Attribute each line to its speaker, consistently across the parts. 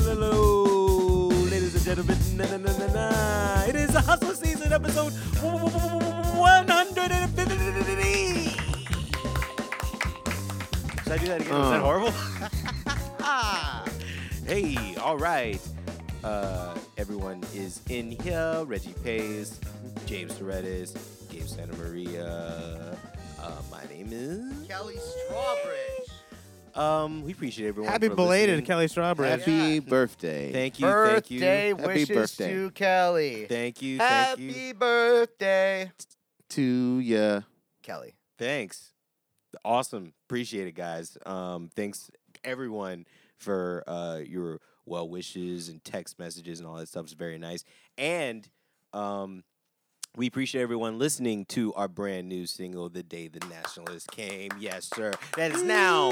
Speaker 1: Hello, ladies and gentlemen. Na, na, na, na, na. It is a hustle season episode 150. Should I do that again? Was that
Speaker 2: Uh.
Speaker 1: horrible? hey, all right. Uh, everyone is in here. Reggie Pace, James Dorettis, Gabe Santa Maria. Uh, my name is.
Speaker 3: Kelly Strawbridge.
Speaker 1: Um, we appreciate everyone.
Speaker 4: Happy
Speaker 1: for
Speaker 4: belated,
Speaker 1: listening.
Speaker 4: Kelly Strawberry.
Speaker 2: Happy
Speaker 3: Yeah.
Speaker 2: birthday.
Speaker 1: Thank you.
Speaker 3: birthday
Speaker 2: Happy
Speaker 3: wishes
Speaker 2: birthday.
Speaker 3: to Kelly.
Speaker 1: Thank you. Thank you. Thank
Speaker 3: Happy
Speaker 1: you.
Speaker 3: birthday,
Speaker 2: to ya.
Speaker 3: Kelly.
Speaker 1: Thanks. Awesome. Appreciate it, guys. Um, thanks everyone for uh, your well wishes and text messages and all that stuff. It's very nice. And um, we appreciate everyone listening to our brand new single, The Day the Nationalist Came. Yes, sir. That is now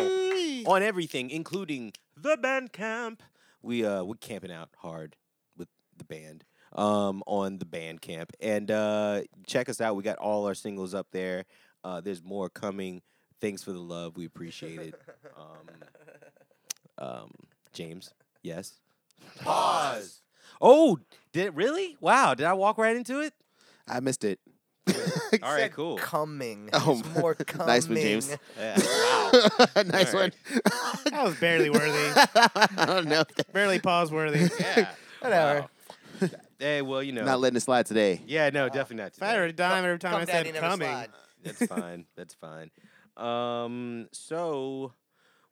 Speaker 1: on everything, including the band camp. We uh we're camping out hard with the band um on the band camp. And uh check us out. We got all our singles up there. Uh there's more coming. Thanks for the love. We appreciate it. Um, um James, yes. Pause. Oh, did it really? Wow, did I walk right into it?
Speaker 2: I missed it.
Speaker 1: All right, cool.
Speaker 3: Coming.
Speaker 2: Oh,
Speaker 3: It's more coming.
Speaker 2: nice one, James.
Speaker 1: Yeah, wow.
Speaker 2: nice
Speaker 1: All right.
Speaker 2: one.
Speaker 4: That was barely worthy.
Speaker 2: I don't know.
Speaker 4: barely pause worthy. If
Speaker 1: Yeah.
Speaker 3: Whatever.
Speaker 1: Wow. Hey, well, you know.
Speaker 2: Not letting it slide today.
Speaker 1: yeah, no, definitely not.
Speaker 4: I had
Speaker 1: today.
Speaker 4: a dime every time
Speaker 3: Come,
Speaker 4: I
Speaker 3: Daddy,
Speaker 4: said
Speaker 3: never
Speaker 4: coming.
Speaker 3: slide.
Speaker 1: That's fine. That's fine. Um, so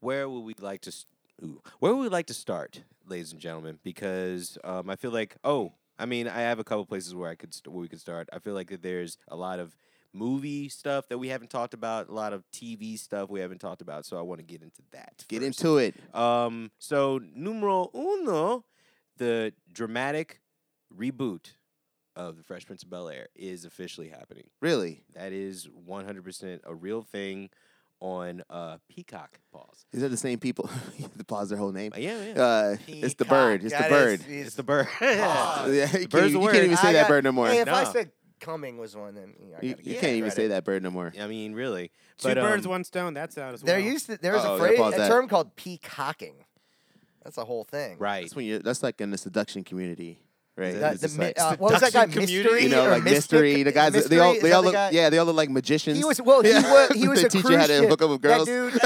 Speaker 1: where would we like to s ooh, where would we like to start, ladies and gentlemen? Because um, I feel like oh, I mean, I have a couple places where I could st- where we could start. I feel like that there's a lot of movie stuff that we haven't talked about, a lot of TV stuff we haven't talked about. So I want to get into that.
Speaker 2: Get
Speaker 1: first.
Speaker 2: into it.
Speaker 1: Um, so numero uno, the dramatic reboot of the Fresh Prince of Bel Air is officially happening.
Speaker 2: Really?
Speaker 1: That is 100% a real thing on uh, Peacock Pause.
Speaker 2: Is that the same people? you have to pause their whole name.
Speaker 1: Uh, yeah, yeah.
Speaker 2: Uh, it's the bird. It's the
Speaker 3: Peacock.
Speaker 2: bird.
Speaker 3: That is-
Speaker 1: it's the bird.
Speaker 2: Yeah,
Speaker 3: Pause.
Speaker 2: you
Speaker 1: The
Speaker 2: can't,
Speaker 1: bird's the
Speaker 2: you
Speaker 1: word.
Speaker 2: can't even say
Speaker 3: I
Speaker 2: that
Speaker 3: got-
Speaker 2: bird no more.
Speaker 3: Hey, if I
Speaker 1: Nah.
Speaker 3: said coming was one, then you, know, I
Speaker 2: you
Speaker 3: gotta
Speaker 2: you
Speaker 3: give
Speaker 2: can't even
Speaker 3: credit.
Speaker 2: say that bird no more.
Speaker 1: I mean, really.
Speaker 4: Two
Speaker 1: But,
Speaker 4: birds,
Speaker 1: um,
Speaker 4: one stone. That sound as well.
Speaker 3: There used to, there was
Speaker 2: Oh,
Speaker 3: a
Speaker 2: yeah,
Speaker 3: phrase,
Speaker 2: pause
Speaker 3: a
Speaker 2: that.
Speaker 3: term called peacocking. That's a whole thing.
Speaker 1: Right.
Speaker 2: That's when you. That's like in the seduction community, right?
Speaker 1: Is
Speaker 3: The-
Speaker 2: It's
Speaker 3: the
Speaker 2: just
Speaker 3: mi-
Speaker 2: like-
Speaker 3: uh, what was that guy?
Speaker 1: seduction community?
Speaker 3: Mystery
Speaker 2: you know,
Speaker 3: or
Speaker 2: like
Speaker 3: mystic?
Speaker 2: mystery. The guys, they all,
Speaker 3: Mystery? Is
Speaker 2: they
Speaker 3: that
Speaker 2: all
Speaker 3: the
Speaker 2: look,
Speaker 3: guy?
Speaker 2: yeah, they all look like magicians.
Speaker 3: He was well. He
Speaker 2: Yeah.
Speaker 3: was. He was
Speaker 2: They
Speaker 3: a
Speaker 2: teach
Speaker 3: cruise
Speaker 2: you how to
Speaker 3: ship.
Speaker 2: hook up with girls.
Speaker 3: That dude,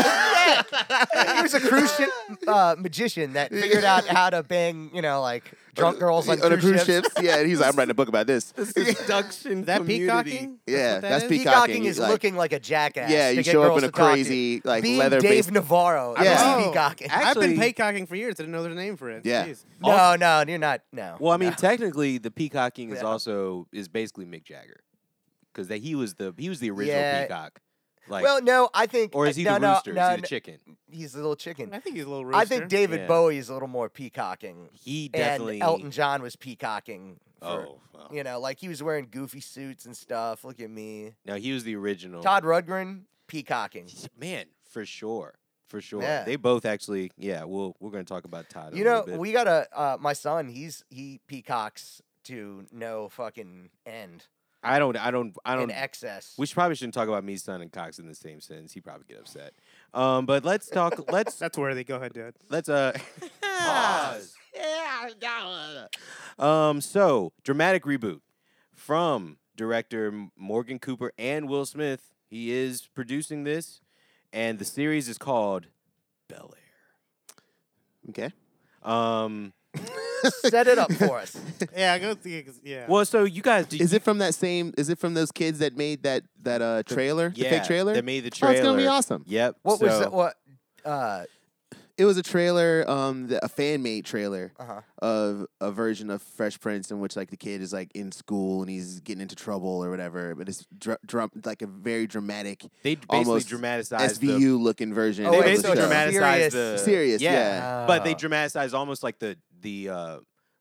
Speaker 3: yeah. he was a cruise ship uh, magician that figured out how to bang, you know, like drunk girls on,
Speaker 2: Uh, on the cruise
Speaker 3: cruise, ships.
Speaker 2: ships. Yeah, and he's like, I'm writing a book about this.
Speaker 1: Seduction
Speaker 4: Is that
Speaker 1: community.
Speaker 4: peacocking?
Speaker 2: Yeah,
Speaker 4: what that
Speaker 2: that's
Speaker 4: is?
Speaker 2: peacock.
Speaker 3: Peacocking
Speaker 2: Peacocking,
Speaker 3: is
Speaker 2: like-
Speaker 3: looking like a jackass.
Speaker 2: Yeah,
Speaker 3: to
Speaker 2: you
Speaker 3: get
Speaker 2: show up
Speaker 3: girls
Speaker 2: in a
Speaker 3: to talk to.
Speaker 2: crazy, like,
Speaker 3: Being
Speaker 2: leather-faced-
Speaker 3: Dave Navarro. is
Speaker 2: Yeah.
Speaker 4: Oh,
Speaker 3: peacocking.
Speaker 1: I-
Speaker 4: I've been
Speaker 1: Actually-
Speaker 4: peacocking for years. Didn't know their name for it.
Speaker 2: Yeah.
Speaker 4: Jeez.
Speaker 3: no, no, you're not. No.
Speaker 1: Well, I mean,
Speaker 3: no.
Speaker 1: technically, the peacocking is
Speaker 3: Yeah.
Speaker 1: also is basically Mick Jagger, because he was the he was the original
Speaker 3: Yeah.
Speaker 1: peacock. Like,
Speaker 3: well, no, I think.
Speaker 1: or is he
Speaker 3: no,
Speaker 1: the
Speaker 3: no,
Speaker 1: rooster?
Speaker 3: No,
Speaker 1: is he
Speaker 3: no,
Speaker 1: the chicken?
Speaker 3: he's a little chicken.
Speaker 4: I think he's a little rooster.
Speaker 3: I think David
Speaker 1: Yeah.
Speaker 3: Bowie is a little more peacocking.
Speaker 1: He definitely.
Speaker 3: And Elton John was peacocking. For,
Speaker 1: Oh, wow.
Speaker 3: You know, like he was wearing goofy suits and stuff. Look at me.
Speaker 1: no, he was the
Speaker 2: Oh.
Speaker 1: original.
Speaker 3: Todd Rudgren, peacocking.
Speaker 1: Man, for sure. For sure.
Speaker 3: Yeah.
Speaker 1: They both actually, yeah, we'll, we're going to talk about Todd.
Speaker 3: You
Speaker 1: in a
Speaker 3: know,
Speaker 1: little bit.
Speaker 3: we got a uh, my son. He's he peacocks to no fucking end
Speaker 1: I don't, I don't, I
Speaker 3: in
Speaker 1: don't,
Speaker 3: excess.
Speaker 1: we should, probably shouldn't talk about me, son, and Cox in the same sentence. He probably get upset. Um, but let's talk, let's,
Speaker 4: That's worthy. Go ahead, dude.
Speaker 1: let's, uh, pause. um, so dramatic reboot from director M- Morgan Cooper and Will Smith. He is producing this, and the series is called Bel
Speaker 2: Okay.
Speaker 1: Air. Um,
Speaker 3: Set it up for us.
Speaker 4: Yeah, go see. Yeah.
Speaker 1: well, so you guys, did
Speaker 2: Is it from that same? Is it from those kids that made that that uh trailer? the fake trailer.
Speaker 1: They made the
Speaker 2: Oh,
Speaker 1: trailer.
Speaker 2: it's gonna be awesome.
Speaker 1: Yep.
Speaker 3: What was
Speaker 1: so-
Speaker 3: that? What? Uh
Speaker 2: It was a trailer, um, the, a fan made trailer
Speaker 3: huh.
Speaker 2: of a version of Fresh Prince in which like the kid is like in school and he's getting into trouble or whatever. But it's dr- drum like a very dramatic
Speaker 1: They basically
Speaker 2: almost
Speaker 1: dramatized
Speaker 2: SVU
Speaker 1: the.
Speaker 2: looking version.
Speaker 3: Oh,
Speaker 2: of
Speaker 1: They
Speaker 3: wait,
Speaker 2: the
Speaker 1: basically
Speaker 2: show.
Speaker 3: dramatic-
Speaker 1: dramatized the
Speaker 3: Serious.
Speaker 2: Serious,
Speaker 1: but
Speaker 2: Uh,
Speaker 1: they
Speaker 3: Oh.
Speaker 1: dramatized almost like the the uh,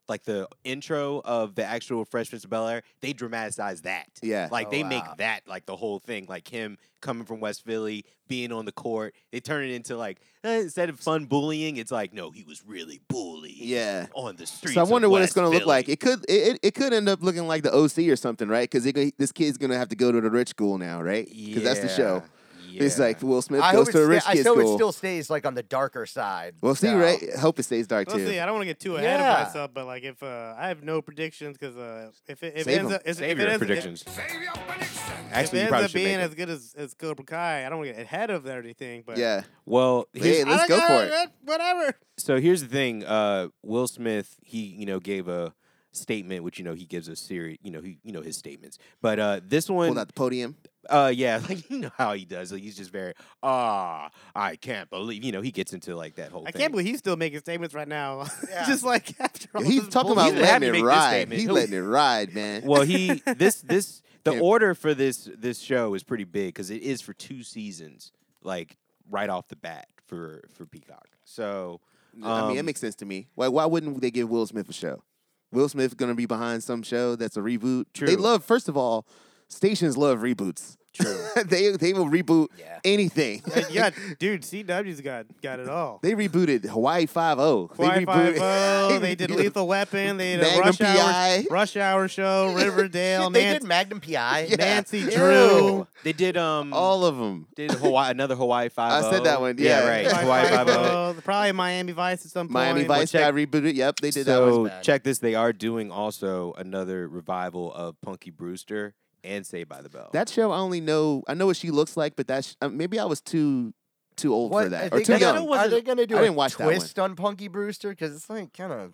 Speaker 1: like the intro of the actual Fresh Prince of Bel Air. They dramatized that.
Speaker 2: Yeah.
Speaker 1: Like
Speaker 3: Oh,
Speaker 1: they
Speaker 3: wow.
Speaker 1: make that like the whole thing, like him coming from West Philly, being on the court. They turn it into like eh, instead of fun bullying, it's like no, he was really bullied.
Speaker 2: yeah.
Speaker 1: On the street.
Speaker 2: So I wonder what it's
Speaker 1: going
Speaker 2: going
Speaker 1: to
Speaker 2: to look like. It could it, it, it could end up looking like the OC or something, right? Because this kid's going to have to go to the rich school now, right? Because that's the show.
Speaker 1: Yeah. Yeah.
Speaker 2: It's like Will Smith
Speaker 3: I hope
Speaker 2: goes
Speaker 3: it,
Speaker 2: to a
Speaker 3: sta-
Speaker 2: rich
Speaker 3: I
Speaker 2: kid's
Speaker 3: hope it
Speaker 2: school.
Speaker 3: still stays like on the darker side.
Speaker 2: we'll see,
Speaker 3: though.
Speaker 2: right? Hope it stays dark
Speaker 4: Let's
Speaker 2: too.
Speaker 4: see. I don't want to get too ahead
Speaker 3: Yeah.
Speaker 4: of myself, but like if uh, I have no predictions because uh, if it, if
Speaker 2: Save
Speaker 4: it ends
Speaker 2: 'em.
Speaker 4: up if
Speaker 1: Save
Speaker 4: it
Speaker 1: your
Speaker 4: ends,
Speaker 1: predictions.
Speaker 4: If, if
Speaker 1: Actually, you
Speaker 4: it ends
Speaker 1: probably
Speaker 4: up
Speaker 1: should make
Speaker 4: being
Speaker 1: it.
Speaker 4: as good as, as Cobra Kai, I don't want to get ahead of anything. But
Speaker 2: yeah.
Speaker 1: Well, here's-
Speaker 2: Hey, let's
Speaker 4: I
Speaker 2: go
Speaker 4: don't
Speaker 2: for
Speaker 4: know, Whatever.
Speaker 1: so here's the thing. Uh, Will Smith, he you know gave a statement, which you know he gives a series, you know he you know his statements. But uh, this one,
Speaker 2: Pulled out the podium.
Speaker 1: Uh, yeah, like you know how he does. Like he's just very ah, I can't believe. You know, he gets into like that whole.
Speaker 4: I
Speaker 1: thing.
Speaker 4: can't believe he's still making statements right now.
Speaker 3: Yeah.
Speaker 4: Just like after all
Speaker 2: He's
Speaker 4: this
Speaker 2: talking
Speaker 4: bullshit.
Speaker 2: about
Speaker 1: He's happy to
Speaker 2: letting it
Speaker 1: make this
Speaker 2: ride.
Speaker 1: statement.
Speaker 2: He's
Speaker 1: Who-
Speaker 2: letting it ride, man.
Speaker 1: Well, he this this the
Speaker 2: Yeah.
Speaker 1: order for this this show is pretty big because it is for two seasons, like right off the bat for for Peacock. So
Speaker 2: I mean, that
Speaker 1: um,
Speaker 2: makes sense to me. Why, why wouldn't they give Will Smith a show? Will Smith gonna be behind some show that's a reboot. They
Speaker 1: True.
Speaker 2: love, first of all, stations love reboots.
Speaker 1: True.
Speaker 2: they they will reboot
Speaker 3: Yeah.
Speaker 2: anything.
Speaker 4: Like, you got, dude, CW's got got it all.
Speaker 2: they rebooted Hawaii Five O. They
Speaker 4: Hawaii
Speaker 2: rebooted.
Speaker 4: Five-O, they did Lethal Weapon, they did a
Speaker 2: Magnum
Speaker 4: Rush
Speaker 2: PI.
Speaker 4: Hour, Rush Hour show, Riverdale,
Speaker 3: Shit, they
Speaker 4: Nancy,
Speaker 3: did Magnum PI.
Speaker 2: Oh, Yeah.
Speaker 4: Nancy
Speaker 2: Ew.
Speaker 4: Drew.
Speaker 1: they did um
Speaker 2: all of them.
Speaker 1: did Hawaii another Hawaii Five.
Speaker 2: said that one, yeah.
Speaker 1: right.
Speaker 2: Hawaii
Speaker 1: Hawaii Five O.
Speaker 4: Five-O, oh, Probably Miami Vice at some point.
Speaker 2: Miami
Speaker 4: Well,
Speaker 2: Vice
Speaker 1: check-
Speaker 2: got rebooted. Yep, they did that one.
Speaker 1: so
Speaker 3: bad.
Speaker 1: check this. They are doing also another revival of Punky Brewster and Saved by the Bell.
Speaker 2: That show, I only know I know what she looks like, but that's uh, maybe I was too too old
Speaker 3: What-
Speaker 2: for that
Speaker 3: are
Speaker 2: or
Speaker 3: they
Speaker 2: too
Speaker 3: gonna-
Speaker 2: young.
Speaker 3: Are they going to do
Speaker 2: I
Speaker 3: a
Speaker 2: didn't watch that one.
Speaker 3: twist on Punky Brewster? Because it's like kind of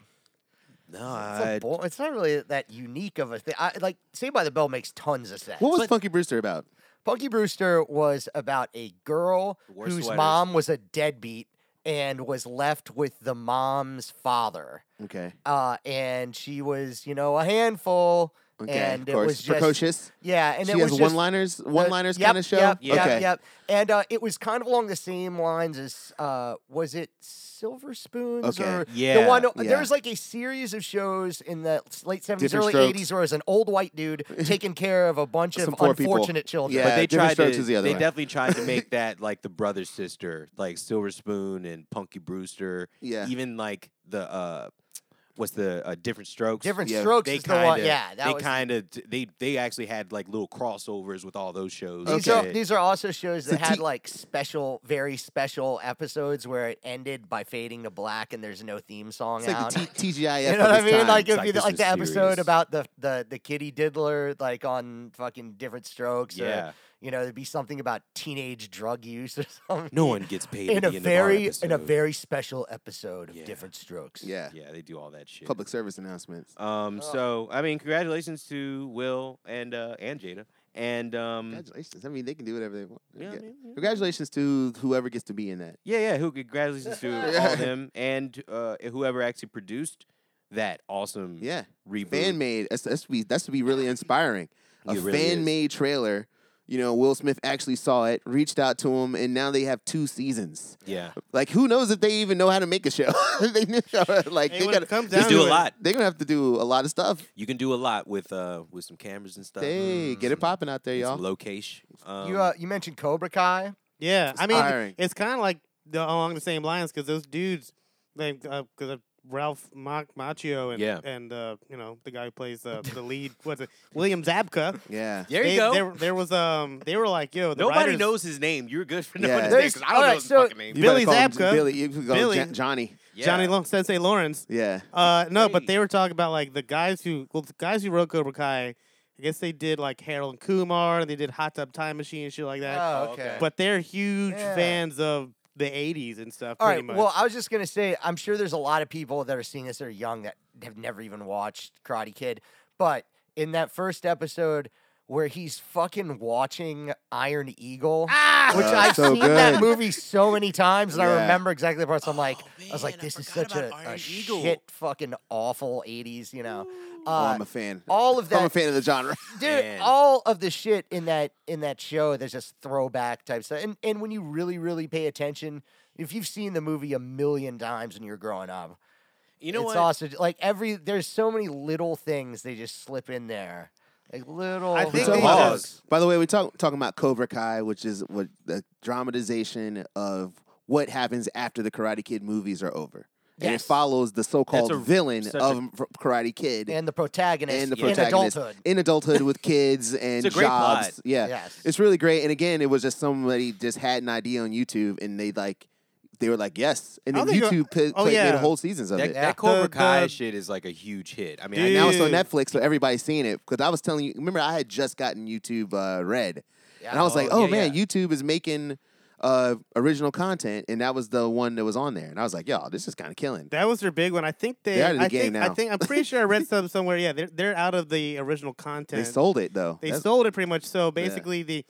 Speaker 1: no,
Speaker 3: it's, a
Speaker 1: I,
Speaker 3: bo- it's not really that unique of a thing. I, like Saved by the Bell makes tons of sense.
Speaker 2: What was
Speaker 3: But
Speaker 2: Funky Brewster about?
Speaker 3: Punky Brewster was about a girl
Speaker 1: Wore
Speaker 3: whose
Speaker 1: sweaters.
Speaker 3: mom was a deadbeat and was left with the mom's father.
Speaker 2: Okay,
Speaker 3: Uh, and she was, you know, a handful.
Speaker 2: okay,
Speaker 3: and
Speaker 2: of
Speaker 3: it
Speaker 2: course,
Speaker 3: was just
Speaker 2: precocious.
Speaker 3: Yeah, and
Speaker 2: she
Speaker 3: it
Speaker 2: has
Speaker 3: was just,
Speaker 2: one-liners, one-liners
Speaker 3: Uh, yep,
Speaker 2: kind of show.
Speaker 3: Yep,
Speaker 1: Yeah.
Speaker 2: okay,
Speaker 3: yep, yep. And uh, it was kind of along the same lines as uh, was it Silver Spoons
Speaker 2: Okay.
Speaker 3: or
Speaker 1: Yeah,
Speaker 3: the one?
Speaker 2: yeah.
Speaker 3: There was like a series of shows in the s- late seventies,
Speaker 2: Different
Speaker 3: early
Speaker 2: strokes.
Speaker 3: eighties, where it was an old white dude taking care of a bunch
Speaker 2: Some
Speaker 3: of
Speaker 2: poor people.
Speaker 3: unfortunate children.
Speaker 2: Yeah,
Speaker 1: but they
Speaker 2: Different
Speaker 1: tried
Speaker 2: Strokes
Speaker 1: to.
Speaker 2: is the other
Speaker 1: they
Speaker 2: one.
Speaker 1: definitely tried to make that like the brother sister, like Silver Spoon and Punky Brewster.
Speaker 2: Yeah.
Speaker 1: Even like the uh, what's the uh, different strokes?
Speaker 3: Different
Speaker 2: Yeah.
Speaker 3: Strokes
Speaker 1: They
Speaker 3: is the one.
Speaker 1: kinda-
Speaker 3: Yeah, that
Speaker 1: they
Speaker 3: was.
Speaker 1: kind of they they actually had like little crossovers with all those shows. and
Speaker 3: These,
Speaker 2: Okay.
Speaker 3: are,
Speaker 1: shit.
Speaker 3: these are also shows that
Speaker 2: So
Speaker 3: had
Speaker 2: T-
Speaker 3: like special, very special episodes where it ended by fading to black and there's no theme song
Speaker 2: It's
Speaker 3: out.
Speaker 2: like the T- TGIF.
Speaker 3: You know what I
Speaker 2: of its
Speaker 3: mean?
Speaker 2: time.
Speaker 3: Like
Speaker 1: It's
Speaker 3: if
Speaker 1: like,
Speaker 3: you
Speaker 1: this
Speaker 3: like
Speaker 1: is
Speaker 3: the episode
Speaker 1: serious.
Speaker 3: about the the the kitty diddler, like on fucking different strokes. or,
Speaker 1: yeah.
Speaker 3: you know, there'd be something about teenage drug use or something.
Speaker 1: No one gets paid
Speaker 3: in
Speaker 1: to
Speaker 3: a
Speaker 1: be
Speaker 3: very
Speaker 1: in,
Speaker 3: in a very special episode of
Speaker 1: Yeah.
Speaker 3: different strokes.
Speaker 2: yeah,
Speaker 1: yeah they do all that shit.
Speaker 2: public service announcements.
Speaker 1: Um.
Speaker 3: Oh.
Speaker 1: So I mean, congratulations to Will and uh, and Jada and um.
Speaker 2: Congratulations. I mean, they can do whatever they want.
Speaker 1: Yeah, I
Speaker 2: Yeah.
Speaker 1: mean, yeah.
Speaker 2: Congratulations to whoever gets to be in that.
Speaker 1: Yeah, yeah. Who congratulations to all
Speaker 2: Yeah.
Speaker 1: of them and uh, whoever actually produced that awesome
Speaker 4: Mm-hmm.
Speaker 2: Yeah,
Speaker 1: reboot.
Speaker 2: fan made. That's that's be that's to be really inspiring. A
Speaker 1: It really is.
Speaker 2: fan made trailer. You know, Will Smith actually saw it, reached out to him, and now they have two seasons.
Speaker 1: Yeah,
Speaker 2: Like, who knows if they even know how to make a show? they knew, like
Speaker 4: Hey,
Speaker 2: they
Speaker 4: when it
Speaker 2: gotta,
Speaker 4: comes
Speaker 1: you
Speaker 4: down
Speaker 1: can do
Speaker 4: to
Speaker 1: a
Speaker 4: it,
Speaker 1: lot.
Speaker 2: they're gonna have to do a lot of stuff.
Speaker 1: You can do a lot with uh with some cameras and stuff.
Speaker 2: Hey,
Speaker 4: Mm-hmm.
Speaker 2: get it popping out there,
Speaker 1: and
Speaker 2: y'all.
Speaker 1: Some location. Um,
Speaker 3: you uh, you mentioned Cobra Kai.
Speaker 4: Yeah, I mean,
Speaker 2: Inspiring.
Speaker 4: it's kind of like the, along the same lines because those dudes, like, because of Ralph Mac- Macchio and
Speaker 1: Yeah.
Speaker 4: and uh, you know the guy who plays uh, the lead, what's it, William Zabka.
Speaker 2: yeah.
Speaker 1: there you
Speaker 4: They-
Speaker 1: go.
Speaker 4: There, there was um, they were like, yo, the
Speaker 1: Nobody
Speaker 4: writers-
Speaker 1: knows his name. You're good for
Speaker 2: Yeah.
Speaker 1: knowing his name
Speaker 3: There's-
Speaker 1: 'cause I don't know
Speaker 3: alright,
Speaker 1: his
Speaker 3: so-
Speaker 1: fucking name.
Speaker 2: You better
Speaker 4: Billy
Speaker 2: call him
Speaker 4: Zabka.
Speaker 2: Billy, you can call him
Speaker 4: Billy.
Speaker 2: Ja- Johnny.
Speaker 1: Yeah.
Speaker 4: Johnny Long, Sensei Lawrence.
Speaker 2: Yeah.
Speaker 4: Uh, no, but
Speaker 1: Hey.
Speaker 4: they were talking about like the guys who, well, the guys who wrote Cobra Kai. I guess they did like Harold and Kumar, and they did Hot Tub Time Machine and shit like that.
Speaker 3: Oh,
Speaker 1: Oh,
Speaker 3: okay.
Speaker 1: okay.
Speaker 4: but they're huge
Speaker 3: Yeah.
Speaker 4: fans of the '80s and stuff.
Speaker 3: All
Speaker 4: pretty
Speaker 3: right.
Speaker 4: much.
Speaker 3: Well, I was just gonna say, I'm sure there's a lot of people that are seeing this that are young that have never even watched Karate Kid, but in that first episode where he's fucking watching Iron Eagle, which
Speaker 1: Ah!
Speaker 2: Oh,
Speaker 3: I've
Speaker 2: so
Speaker 3: seen that
Speaker 2: good.
Speaker 3: movie so many times, and
Speaker 2: Yeah.
Speaker 3: I remember exactly the parts. I'm like, I was like,
Speaker 1: Oh, man, I
Speaker 3: this is
Speaker 1: forgot
Speaker 3: such a,
Speaker 1: about
Speaker 3: a
Speaker 1: Iron Eagle.
Speaker 3: shit fucking awful '80s, you know.
Speaker 2: oh,
Speaker 3: Uh,
Speaker 2: I'm a fan.
Speaker 3: all of
Speaker 2: I'm a
Speaker 3: that
Speaker 2: fan of the genre.
Speaker 3: dude
Speaker 1: Man.
Speaker 3: all of the shit in that in that show there's just throwback type stuff and and when you really really pay attention if you've seen the movie a million times when you're growing up
Speaker 1: You know
Speaker 3: it's
Speaker 1: what?
Speaker 3: also like every there's so many little things they just slip in there like little
Speaker 4: I think
Speaker 2: So
Speaker 4: they
Speaker 1: pause.
Speaker 4: just-
Speaker 2: By the way, we talk talking about Cobra Kai, which is what the dramatization of what happens after the Karate Kid movies are over. and it
Speaker 3: Yes.
Speaker 2: follows the so-called
Speaker 1: a-
Speaker 2: villain
Speaker 1: such a-
Speaker 2: of Fr- Karate Kid
Speaker 3: and the protagonist,
Speaker 2: and the
Speaker 1: yeah. in
Speaker 2: protagonist
Speaker 3: in adulthood.
Speaker 2: in adulthood with kids and
Speaker 1: a great
Speaker 2: jobs.
Speaker 1: plot.
Speaker 2: Yeah,
Speaker 3: Yes.
Speaker 2: it's really great. And again, it was just somebody just had an idea on YouTube, and they like they were like, yes, and
Speaker 4: I
Speaker 2: then
Speaker 4: don't think
Speaker 2: YouTube put,
Speaker 4: oh,
Speaker 2: played, made
Speaker 4: yeah.
Speaker 2: whole seasons of
Speaker 1: That,
Speaker 2: it.
Speaker 3: Yeah.
Speaker 1: that Cobra
Speaker 4: The-
Speaker 1: Kai
Speaker 4: the-
Speaker 1: shit is like a huge hit. I mean,
Speaker 4: Dude.
Speaker 1: I
Speaker 2: Now
Speaker 1: know
Speaker 2: it's on
Speaker 4: Dude.
Speaker 2: Netflix, so everybody's seeing it. Because I was telling you, remember I had just gotten YouTube uh, Red,
Speaker 3: Yeah.
Speaker 2: and I was like,
Speaker 1: Oh,
Speaker 2: oh
Speaker 1: yeah,
Speaker 2: man, YouTube is making uh, original content, and that was the one that was on there. And I was like, yo, this is kind of killing.
Speaker 4: That was their big one. I think they.
Speaker 2: They're out of the
Speaker 4: I
Speaker 2: game
Speaker 4: think, I
Speaker 2: now.
Speaker 4: think I'm pretty sure I read some somewhere. Yeah, they're they're out of the original content.
Speaker 2: They sold it though.
Speaker 4: They
Speaker 2: That's-
Speaker 4: sold it pretty much. So basically, the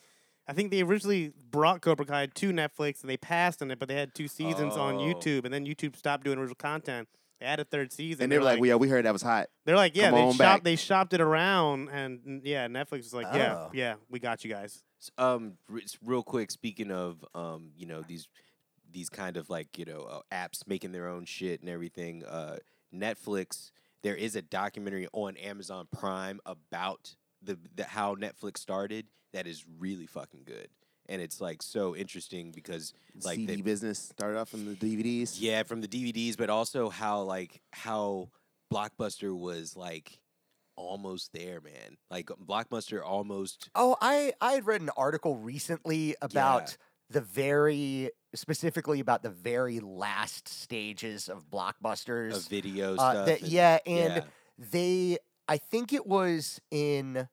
Speaker 4: I think they originally brought Cobra Kai to Netflix and they passed on it, but they had two seasons on
Speaker 1: Oh.
Speaker 4: YouTube, and then YouTube stopped doing original content. They had a third season.
Speaker 2: and they were like,
Speaker 4: we.
Speaker 2: yeah, we heard that was hot.
Speaker 4: They're like, yeah,
Speaker 2: Come on
Speaker 4: they
Speaker 2: back."
Speaker 4: shopped, they shopped it around, and n- yeah, Netflix was like, yeah,
Speaker 3: Oh.
Speaker 4: yeah, we got you guys.
Speaker 1: S- um r- s- real quick speaking of um you know these these kind of like you know uh, apps making their own shit and everything uh netflix there is a documentary on amazon prime about the, the how netflix started that is really fucking good and it's like so interesting because like
Speaker 2: CD
Speaker 1: the,
Speaker 2: business started off from the DVDs.
Speaker 1: yeah, from the DVDs, but also how like how Blockbuster was like almost there, man. Like Blockbuster almost
Speaker 3: Oh, I I had read an article recently about the very specifically about the very last stages of
Speaker 1: a
Speaker 3: blockbusters.
Speaker 1: video
Speaker 3: Uh,
Speaker 1: stuff.
Speaker 3: that,
Speaker 1: and-
Speaker 3: yeah, and
Speaker 1: yeah.
Speaker 3: they I think it was in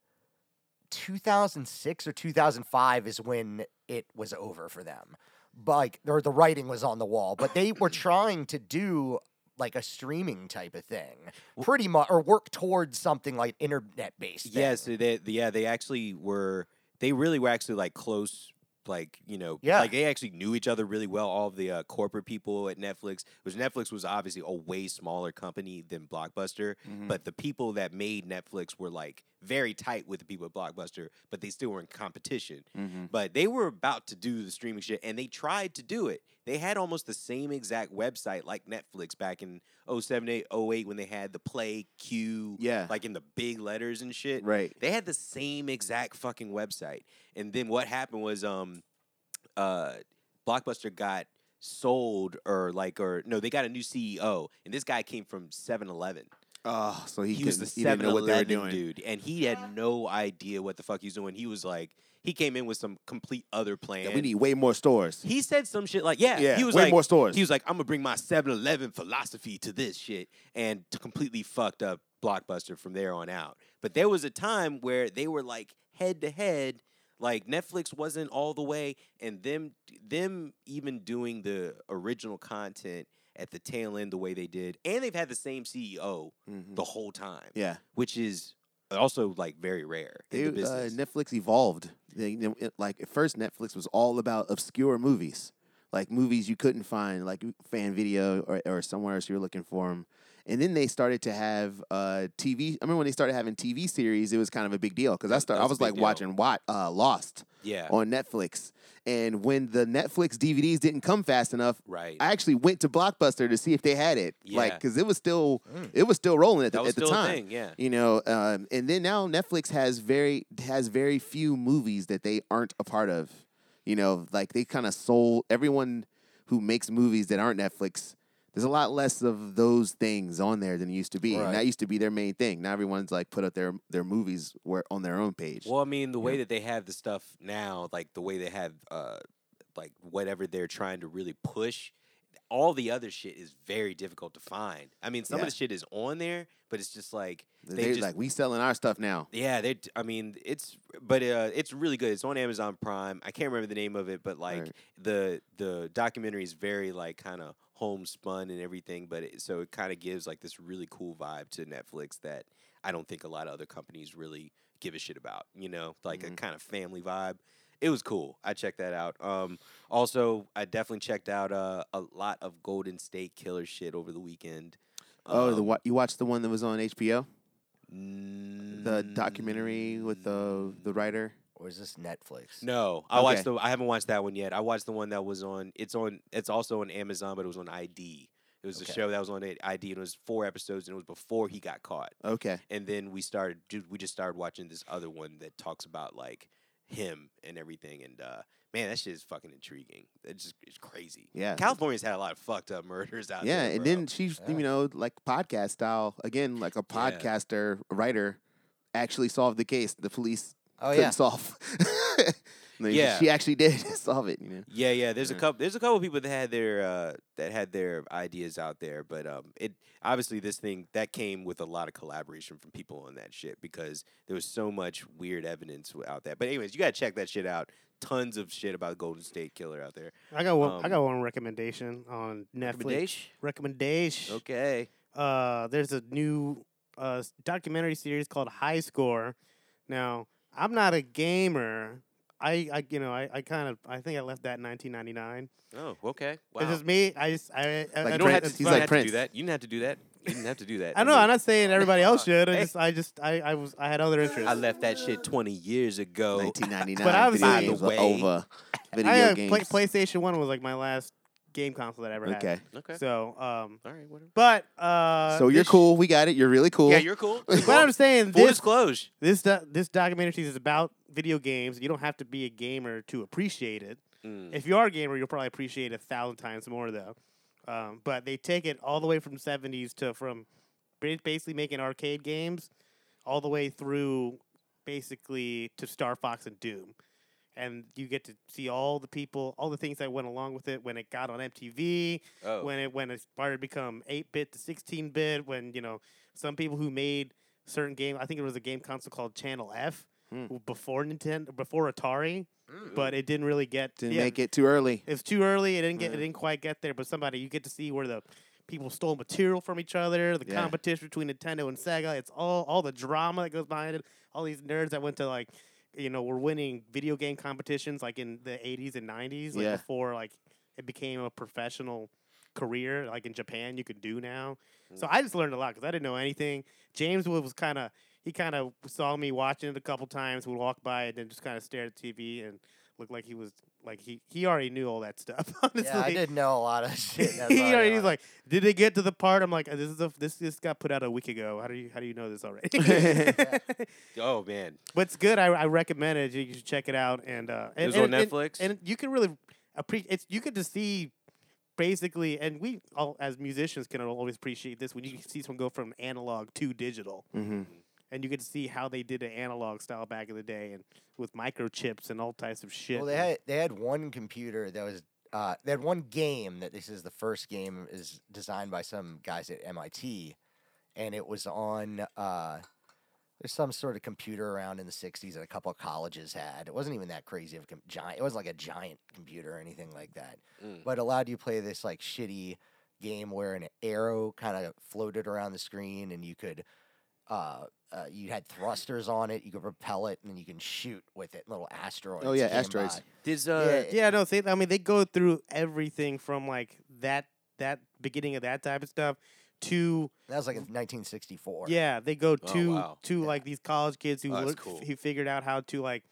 Speaker 3: 2006 or 2005 is when it was over for them. But like or the writing was on the wall, but they were trying to do like a streaming type of thing. Pretty much or work towards something like internet based.
Speaker 1: Yeah, so they they- yeah, they actually were they really were actually like close like you know
Speaker 3: Yeah.
Speaker 1: like they actually knew each other really well all of the uh, corporate people at netflix which netflix was obviously a way smaller company than blockbuster
Speaker 2: Hmm.
Speaker 1: but the people that made netflix were like very tight with the people at blockbuster but they still were in competition
Speaker 2: Mm-hmm.
Speaker 1: but they were about to do the streaming shit and they tried to do it they had almost the same exact website like netflix back in 07 08, 08 when they had the play q
Speaker 2: Yeah.
Speaker 1: like in the big letters and shit
Speaker 2: Right.
Speaker 1: they had the same exact fucking website. And then what happened was um uh Blockbuster got sold or like or no, they got a new CEO and this guy came from 7-Eleven.
Speaker 2: Oh, so he,
Speaker 1: He, was the
Speaker 2: couldn't- he didn't know what they were
Speaker 1: 7-Eleven
Speaker 2: doing.
Speaker 1: dude and he had no idea what the fuck he was doing. He was like he came in with some complete other plan.
Speaker 2: Yeah, we need way more stores.
Speaker 1: he said some shit like yeah,
Speaker 2: Yeah,
Speaker 1: he was
Speaker 2: way
Speaker 1: like
Speaker 2: more stores.
Speaker 1: he was like I'm going to bring my 7-Eleven philosophy to this shit and t- completely fucked up Blockbuster from there on out. But there was a time where they were like head to head, like Netflix wasn't all the way, and them them even doing the original content at the tail end the way they did, and they've had the same CEO
Speaker 2: Mhm.
Speaker 1: the whole time,
Speaker 2: Yeah,
Speaker 1: which is also like very rare in
Speaker 2: they,
Speaker 1: the
Speaker 2: uh,
Speaker 1: business.
Speaker 2: Netflix evolved. They, they- it- like at first, Netflix was all about obscure movies, like movies you couldn't find, like fan video or, or somewhere else you were looking for them. And then they started to have uh, TV. I remember when they started having TV series, it was kind of a big deal because I
Speaker 1: That-
Speaker 2: started.
Speaker 1: that
Speaker 2: I
Speaker 1: was a big
Speaker 2: was like
Speaker 1: deal.
Speaker 2: watching Wat, uh, Lost
Speaker 1: yeah,
Speaker 2: on Netflix, and when the Netflix DVDs didn't come fast enough,
Speaker 1: right.
Speaker 2: I actually went to Blockbuster to see if they had it, like
Speaker 1: Yeah.
Speaker 2: because it was still
Speaker 3: Mm.
Speaker 2: it was still rolling at the,
Speaker 1: that was
Speaker 2: at the
Speaker 1: still
Speaker 2: time.
Speaker 1: a thing, yeah.
Speaker 2: You know, um, and then now Netflix has very has very few movies that they aren't a part of. You know, like they kind of sold everyone who makes movies that aren't Netflix. There's a lot less of those things on there than it used to be. And
Speaker 3: Right.
Speaker 2: that used to be their main thing. Now everyone's like put up their their movies where on their own page.
Speaker 1: Well, I mean, the way that they have the stuff now, like the way they have, uh, like whatever they're trying to really push, all the other shit is very difficult to find. I mean, some
Speaker 2: Yeah.
Speaker 1: of the shit is on there, but it's just like
Speaker 2: they
Speaker 1: they
Speaker 2: are
Speaker 1: just-
Speaker 2: like we selling our stuff now.
Speaker 1: yeah, they. I mean, it's but uh, it's really good. It's on Amazon Prime. I can't remember the name of it, but like
Speaker 2: Right.
Speaker 1: the the documentary is very like kind of homespun and everything. But it, so it kind of gives like this really cool vibe to Netflix that I don't think a lot of other companies really give a shit about. You know, like a
Speaker 2: Mhm.
Speaker 1: kind of family vibe. It was cool. I checked that out. Um, also, I definitely checked out uh, a lot of Golden State Killer shit over the weekend.
Speaker 2: oh, the
Speaker 1: Um,
Speaker 2: wa- you watched the one that was on HBO, the
Speaker 1: mm,
Speaker 2: documentary with the the writer.
Speaker 3: Or is this Netflix?
Speaker 1: No, I watched
Speaker 2: Okay.
Speaker 1: the. I haven't watched that one yet. I watched the one that was on. It's on. It's also on Amazon, but it was on ID. It was
Speaker 3: Okay.
Speaker 1: a show that was on it- ID, and it was four episodes, and it was before he got caught.
Speaker 2: Okay.
Speaker 1: And then we started. ju- We just started watching this other one that talks about like him and everything, and uh, man, that shit is fucking intriguing. It's just it's crazy.
Speaker 2: Yeah.
Speaker 1: California's had a lot of fucked up murders out
Speaker 2: yeah,
Speaker 1: there. bro.
Speaker 2: and then she's
Speaker 3: Yeah.
Speaker 2: you know like podcast style again, like a
Speaker 1: Yeah.
Speaker 2: podcaster writer actually solved the case. The police
Speaker 3: Oh
Speaker 2: couldn't
Speaker 3: yeah.
Speaker 2: solve. Like,
Speaker 1: Yeah.
Speaker 2: she actually did solve it. You know,
Speaker 1: Yeah, yeah. There's a
Speaker 2: Yeah.
Speaker 1: couple. There's a couple people that had their uh, that had their ideas out there, but um, it obviously this thing that came with a lot of collaboration from people on that shit because there was so much weird evidence out there. But anyways, you gotta check that shit out. Tons of shit about Golden State Killer out there.
Speaker 4: I got one. I
Speaker 1: Um,
Speaker 4: got one recommendation on Netflix. Recommendation.
Speaker 1: Okay.
Speaker 4: Uh, there's a new uh, s- documentary series called High Score. Now, I'm not a gamer. I, I you know, I, I kind of, I think I left that in 1999.
Speaker 1: Oh, okay. Wow.
Speaker 4: It's just me. I just, I, I,
Speaker 2: Like
Speaker 1: you
Speaker 4: I-
Speaker 1: don't
Speaker 2: Prince.
Speaker 1: have to.
Speaker 4: it's
Speaker 1: you don't
Speaker 2: He's
Speaker 4: fine.
Speaker 1: have
Speaker 2: like
Speaker 1: to
Speaker 2: Prince.
Speaker 1: do that. You didn't have to do that. You didn't have to do that.
Speaker 4: I know.
Speaker 1: mean,
Speaker 4: I'm not saying everybody else should. I
Speaker 1: Hey.
Speaker 4: just, I just, I, I was, I had other interests.
Speaker 1: I left that shit 20 years ago.
Speaker 2: 1999.
Speaker 4: But I was
Speaker 2: video
Speaker 1: like-
Speaker 2: games
Speaker 1: By the
Speaker 2: were
Speaker 1: way-
Speaker 2: over. Video
Speaker 4: I had
Speaker 2: games.
Speaker 4: play, PlayStation One was like my last game console that I ever
Speaker 2: okay,
Speaker 1: Okay.
Speaker 4: had. So, um,
Speaker 1: All right. Whatever.
Speaker 4: but uh,
Speaker 2: so you're
Speaker 4: this sh-
Speaker 2: cool. We got it. You're really cool.
Speaker 1: Yeah, you're cool. You're
Speaker 4: But
Speaker 1: cool.
Speaker 4: I'm saying
Speaker 1: Full
Speaker 4: this
Speaker 1: disclosure.
Speaker 4: this do- this documentary series is about video games. You don't have to be a gamer to appreciate it.
Speaker 1: Mm.
Speaker 4: If you are a gamer, you'll probably appreciate it a thousand times more though. Um, but they take it all the way from seventies to from ba- basically making arcade games, all the way through basically to Star Fox and Doom, and you get to see all the people, all the things that went along with it when it got on MTV,
Speaker 1: Oh.
Speaker 4: when it when it started to become eight bit to sixteen bit. When you know some people who made certain game, I think it was a game console called Channel F
Speaker 2: Hmm.
Speaker 4: w- before Nintendo, before Atari, but it didn't really get
Speaker 2: Didn't
Speaker 4: yeah,
Speaker 2: make it too early.
Speaker 4: It was too early. It didn't get. It
Speaker 2: Yeah.
Speaker 4: didn't quite get there. But somebody, you get to see where the people stole material from each other, the
Speaker 2: Yeah.
Speaker 4: competition between Nintendo and Sega. It's all all the drama that goes behind it. All these nerds that went to like. You know, were winning video game competitions like in the 80s and 90s, like
Speaker 2: Yeah.
Speaker 4: before like it became a professional career like in Japan you could do now.
Speaker 2: Mm.
Speaker 4: So I just learned a lot because I didn't know anything. James Wood was kind of he kind of saw me watching it a couple times, would walk by and then just kind of stare at the TV and looked like he was like he he already knew all that stuff. Honestly,
Speaker 3: Yeah, I didn't know a lot of shit. that's
Speaker 4: he
Speaker 3: already
Speaker 4: already was
Speaker 3: on.
Speaker 4: like, did they get to the part? I'm like, this is a, this this got put out a week ago. How do you how do you know this already?
Speaker 2: Yeah.
Speaker 1: Oh man.
Speaker 4: but it's good. I, I recommend it. You should check it out. And uh,
Speaker 1: It
Speaker 4: and,
Speaker 1: was
Speaker 4: and,
Speaker 1: on
Speaker 4: and-
Speaker 1: Netflix.
Speaker 4: and you can really appreciate it's you get to see basically and we all as musicians can always appreciate this when you see someone go from analog to digital
Speaker 2: Mm-hmm.
Speaker 4: and you get to see how they did an analog style back in the day and with microchips and all types of shit
Speaker 3: Well, they had they had one computer that was uh, they had one game that this is the first game is designed by some guys at MIT, and it was on uh, there's some sort of computer around in the '60s that a couple of colleges had. It wasn't even that crazy of a com- giant. It wasn't like a giant computer or anything like that,
Speaker 1: Mm.
Speaker 3: but it allowed you to play this like shitty game where an arrow kind of floated around the screen and you could uh, uh, you had thrusters on it. You could repel it, and then you can shoot with it little asteroids.
Speaker 2: Oh, yeah,
Speaker 3: that came
Speaker 2: asteroids.
Speaker 3: by.
Speaker 1: Does, uh,
Speaker 4: yeah no see i mean they go through everything from like that that beginning of that type of stuff to
Speaker 3: That was like
Speaker 2: Mm.
Speaker 3: in 1964.
Speaker 4: Yeah, they go
Speaker 1: Oh,
Speaker 4: to
Speaker 1: wow.
Speaker 4: to
Speaker 3: Yeah.
Speaker 4: like these college kids who
Speaker 1: Oh, that's
Speaker 4: look,
Speaker 1: cool.
Speaker 4: who figured out how to like